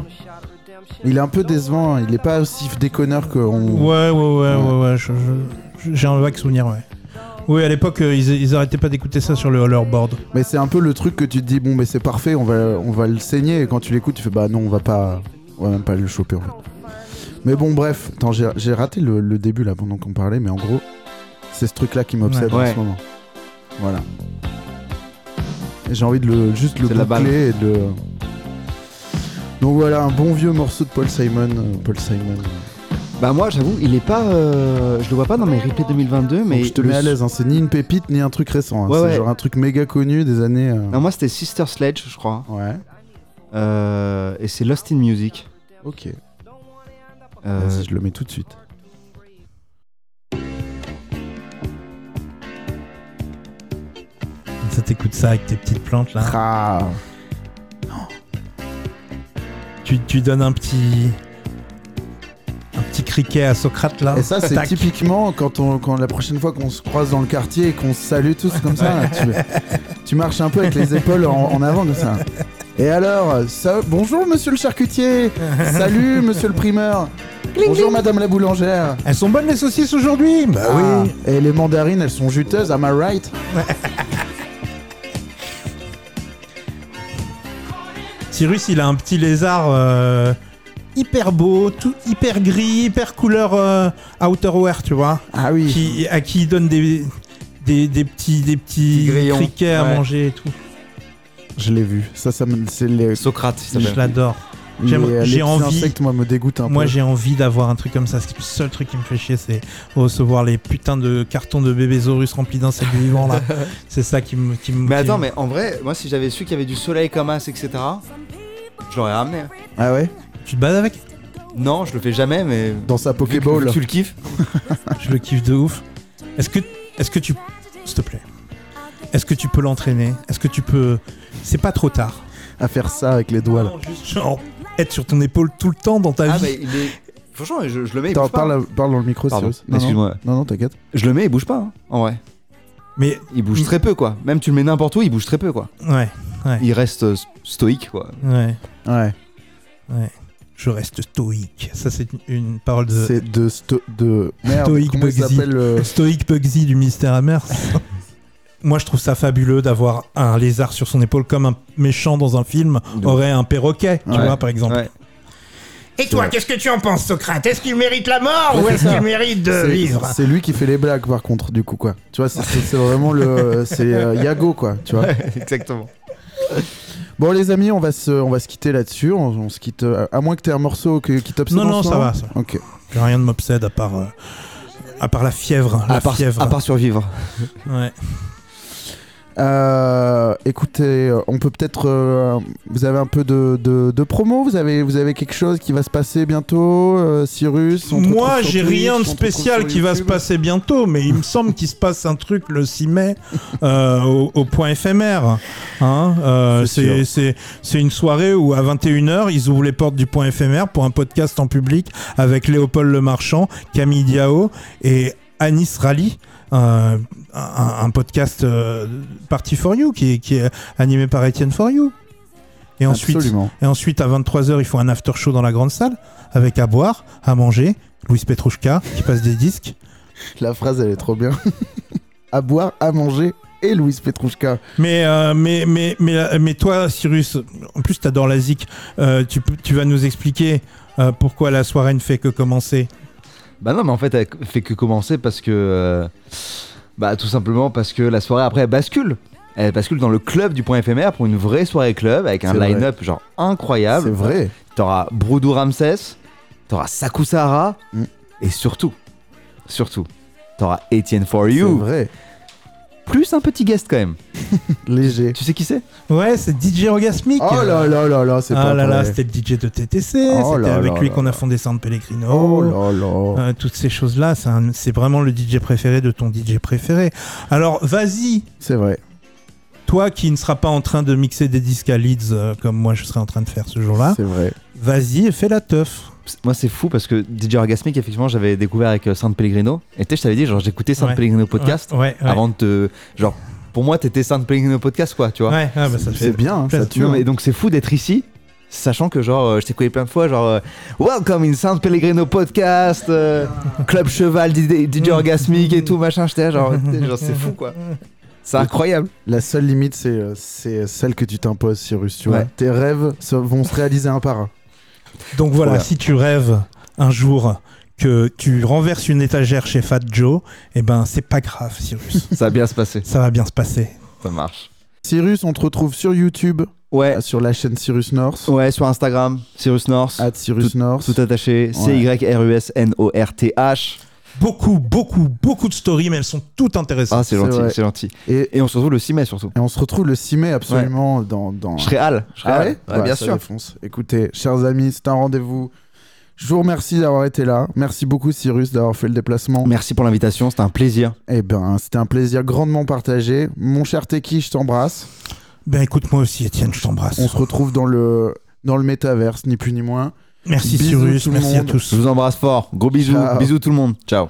S3: Il est un peu décevant, hein. il est pas aussi déconneur qu'on.
S5: Ouais, ouais, ouais, ouais, ouais. je- je- J'ai un vague souvenir, ouais. Oui, à l'époque, euh, ils, ils arrêtaient pas d'écouter ça sur le Hollerboard.
S3: Mais c'est un peu le truc que tu te dis, bon, mais c'est parfait, on va, on va le saigner. Et quand tu l'écoutes, tu fais, bah non, on va pas. On va même pas le choper en fait. Mais bon, bref, attends, j'ai, j'ai raté le, le début là pendant qu'on parlait, mais en gros, c'est ce truc là qui m'obsède
S4: Ouais.
S3: en ce moment. Voilà. Et j'ai envie de le, juste le
S4: C'est de la balle.
S3: boucler et de le. Donc voilà, un bon vieux morceau de Paul Simon. euh, Paul Simon.
S4: Bah, moi, j'avoue, il est pas. euh, Je le vois pas dans mes replays 2022, mais.
S3: Donc je te
S4: le
S3: mets à
S4: s-
S3: l'aise, hein, c'est ni une pépite ni un truc récent. hein,
S4: Ouais,
S3: c'est
S4: ouais.
S3: genre un truc méga connu des années. euh,
S4: Non, moi, c'était Sister Sledge, je crois.
S3: Ouais,
S4: Euh, Et c'est Lost in Music.
S3: ok.
S4: Euh,
S3: Vas-y, je le mets tout de suite.
S5: Ça t'écoute ça avec tes petites plantes là.
S3: Ah.
S5: tu, tu donnes un petit. Un petit criquet à Socrate là.
S3: Et ça, c'est
S5: Tac.
S3: typiquement quand, on, quand la prochaine fois qu'on se croise dans le quartier et qu'on se salue tous comme ça, tu, tu marches un peu avec les épaules en, en avant comme ça. Et alors, ça- bonjour monsieur le charcutier, salut monsieur le primeur, bonjour madame la boulangère.
S5: Elles sont bonnes les saucisses aujourd'hui Bah
S3: Ah,
S5: oui.
S3: Et les mandarines, elles sont juteuses, am I right
S5: Cyrus, il a un petit lézard euh, hyper beau, tout hyper gris, hyper couleur euh, outerwear, tu vois.
S3: Ah oui.
S5: Qui, à qui il donne des, des, des petits, des
S4: Petits
S5: petits
S4: grillons,
S5: criquets à
S4: ouais.
S5: manger et tout.
S3: Je l'ai vu. Ça, ça me, c'est les,
S4: Socrate, il
S5: Je
S4: s'appelle.
S5: l'adore.
S3: les-
S5: J'aime-
S3: les
S5: j'ai
S3: petits
S5: envie-
S3: insectes, moi, me dégoûtent un
S5: Moi,
S3: peu.
S5: j'ai envie d'avoir un truc comme ça. C'est le seul truc qui me fait chier, c'est recevoir les putains de cartons de bébésaurus remplis d'insectes vivants, là. C'est ça qui me. Qui me
S4: Mais
S5: qui-
S4: attends, mais en vrai, moi si j'avais su qu'il y avait du soleil comme as, etc., je l'aurais ramené. hein.
S3: Ah ouais
S5: Tu te balades avec
S4: Non, je le fais jamais, mais.
S3: Dans sa
S4: vu que-
S3: Pokéball.
S4: vu que Tu le kiffes
S5: Je le kiffe de ouf. Est-ce que, est-ce que tu, s'il te plaît, est-ce que tu peux l'entraîner Est-ce que tu peux C'est pas trop tard.
S3: À faire ça avec les doigts. là.
S5: Non, juste genre être sur ton épaule tout le temps dans ta
S4: Ah, mais
S5: vie.
S4: il est. Franchement, je, je le mets, il
S3: Attends,
S4: bouge pas.
S3: parle, parle dans le micro,
S4: Pardon,
S3: Cyrus. Non, non.
S4: excuse-moi.
S3: Non, non, t'inquiète.
S4: Je le mets, il bouge pas, hein, en vrai.
S5: Mais,
S4: Il bouge très peu, quoi. Même tu le mets n'importe où, il bouge très peu, quoi.
S5: ouais,
S4: Il reste euh, stoïque, quoi.
S5: ouais,
S3: Ouais.
S5: ouais. Je reste stoïque. Ça c'est une, une parole de
S3: C'est de, sto- de... Merde,
S5: Stoïc
S3: comment il
S5: Bugsy.
S3: s'appelle euh,
S5: stoïque Bugsy du mystère amer. Moi, je trouve ça fabuleux d'avoir un lézard sur son épaule comme un méchant dans un film
S4: De-
S5: aurait un perroquet, tu
S4: Ouais.
S5: vois, par exemple.
S4: Ouais.
S7: Et toi, qu'est-ce que tu en penses, Socrate Est-ce qu'il mérite la mort ou
S3: Ouais,
S7: est-ce
S3: c'est ça.
S5: Ah.
S7: qu'il mérite de
S3: c'est-
S7: vivre
S3: C'est lui qui fait les blagues, par contre, du coup, quoi. Tu vois, c'est- c'est c'est vraiment le... C'est euh, Yago, quoi, tu vois.
S4: Exactement.
S3: Bon, les amis, on va se, on va se quitter là-dessus. On, on se quitte... euh, À moins que t'aies un morceau que, qui t'obsède
S5: Non,
S3: en
S5: non,
S3: ce
S5: ça
S3: moment.
S5: va, ça va.
S3: Ok.
S5: J'ai rien ne m'obsède à part, euh, à part la fièvre, la
S4: à, part,
S5: fièvre.
S4: à part survivre.
S5: Ouais.
S3: Euh, écoutez, euh, on peut peut-être... euh, vous avez un peu de, de, de promo vous avez, vous avez quelque chose qui va se passer bientôt euh, Cyrus on te
S5: Moi,
S3: retrouve sur
S5: j'ai
S3: Twitch,
S5: rien
S3: on
S5: de
S3: te retrouve
S5: spécial
S3: sur
S5: qui va se
S3: YouTube.
S5: passer bientôt, mais il me semble qu'il se passe un truc le 6 mai euh, au, au point éphémère. Hein euh,
S3: C'est
S5: c'est- c'est c'est une soirée où à 21h, ils ouvrent les portes du point éphémère pour un podcast en public avec Léopold Le Marchand, Camille Diao et Anis Rally. euh, un, un podcast euh, Party for You qui est, qui est animé par Étienne For You. Et ensuite,
S3: Absolument.
S5: Et ensuite, à 23h, ils font un after show dans la grande salle, avec à boire, à manger, Louis Petrouchka qui passe des disques.
S3: La phrase, elle est trop bien. à boire, à manger et Louise Petrouchka.
S5: Mais, euh, mais, mais, mais, mais toi, Cyrus, en plus, t'adores la zik, euh, tu, peux- tu vas nous expliquer euh, pourquoi la soirée ne fait que commencer.
S4: Bah non, mais en fait, elle fait que commencer parce que. euh, bah tout simplement parce que la soirée après elle bascule. Elle bascule dans le club du point éphémère pour une vraie soirée club avec un
S3: C'est vrai.
S4: line-up genre
S3: C'est
S4: incroyable.
S3: vrai.
S4: T'auras Broudou Ramsès, t'auras Sakusara
S3: Mm.
S4: et surtout, surtout, t'auras Etienne For
S3: C'est
S4: You.
S3: vrai.
S4: Plus un petit guest quand même.
S3: Léger.
S4: Tu sais qui c'est
S5: Ouais, c'est DJ Orgasmic.
S3: Oh là là là là, c'est
S5: Ah
S3: pas
S5: là là,
S3: vrai.
S5: c'était le DJ de TTC,
S3: Oh
S5: c'était
S3: là
S5: avec
S3: là
S5: lui
S3: là
S5: qu'on a
S3: là.
S5: fondé San Pellegrino.
S3: Oh là là.
S5: Euh, toutes ces choses-là, c'est un- c'est vraiment le DJ préféré de ton DJ préféré. Alors, vas-y,
S3: C'est vrai.
S5: Toi qui ne seras pas en train de mixer des disques à Leeds euh, comme moi je serai en train de faire ce jour-là,
S3: C'est vrai.
S5: vas-y et fais la teuf.
S4: Psst, Moi c'est fou parce que DJ Orgasmic effectivement j'avais découvert avec euh, San Pellegrino. Et tu sais je t'avais dit genre j'écoutais San
S5: Ouais.
S4: Pellegrino podcast
S5: Ouais, ouais.
S4: avant de te... Genre pour moi t'étais San Pellegrino podcast quoi tu vois.
S5: Ouais, ah bah ça fait.
S3: C'est bien, hein, ça
S5: plaisir.
S3: tue.
S4: Non,
S3: hein.
S4: mais donc c'est fou d'être ici, sachant que genre euh, je t'ai connu plein de fois, genre euh, Welcome in San Pellegrino podcast, euh, Club Cheval, DJ DJ Orgasmic et tout machin, j'étais là, genre, t'sais, genre, c'est fou quoi. C'est incroyable.
S3: La seule limite, c'est euh, c'est celle que tu t'imposes, Cyrus. Tu vois.
S4: Ouais.
S3: Tes rêves se- vont se réaliser un par un.
S5: Donc voilà,
S4: Voilà.
S5: si tu rêves un jour que tu renverses une étagère chez Fat Joe, eh ben c'est pas grave, Cyrus.
S4: Ça va bien se passer,
S5: ça va bien se passer.
S4: ça marche.
S3: Cyrus, on te retrouve sur YouTube, euh,
S4: Ouais,
S3: sur la chaîne Cyrus North.
S4: ouais, sur Instagram, Cyrus North,
S3: At Cyrus North.
S4: tout attaché, C-Y-R-U-S-N-O-R-T-H.
S5: Beaucoup, beaucoup, beaucoup de stories, mais elles sont toutes intéressantes.
S4: Ah, c'est
S3: C'est vrai.
S4: gentil, c'est gentil.
S3: Et,
S4: Et on se retrouve le 6 mai surtout.
S3: et on se retrouve le 6 mai, absolument, dans, dans,
S4: Je serai Al, je serai
S3: Ah
S4: Al.
S3: ouais,
S4: Ouais,
S3: Bah,
S4: bien
S3: ça
S4: sûr.
S3: défonce. Écoutez, chers amis, c'est un rendez-vous. Je vous remercie d'avoir été là. Merci beaucoup, Cyrus, d'avoir fait le déplacement.
S4: Merci pour l'invitation, c'était un plaisir.
S3: Eh ben, c'était un plaisir grandement partagé. Mon cher Teki, je t'embrasse.
S5: Ben écoute, moi aussi, Étienne, je t'embrasse.
S3: On se retrouve dans le dans le métaverse, ni plus ni moins.
S5: Merci
S3: Bisous
S5: Cyrus,
S3: tout le
S5: merci à
S3: monde.
S5: tous.
S4: Je vous embrasse fort. Gros bisous.
S3: Ciao.
S4: Bisous tout le monde. Ciao.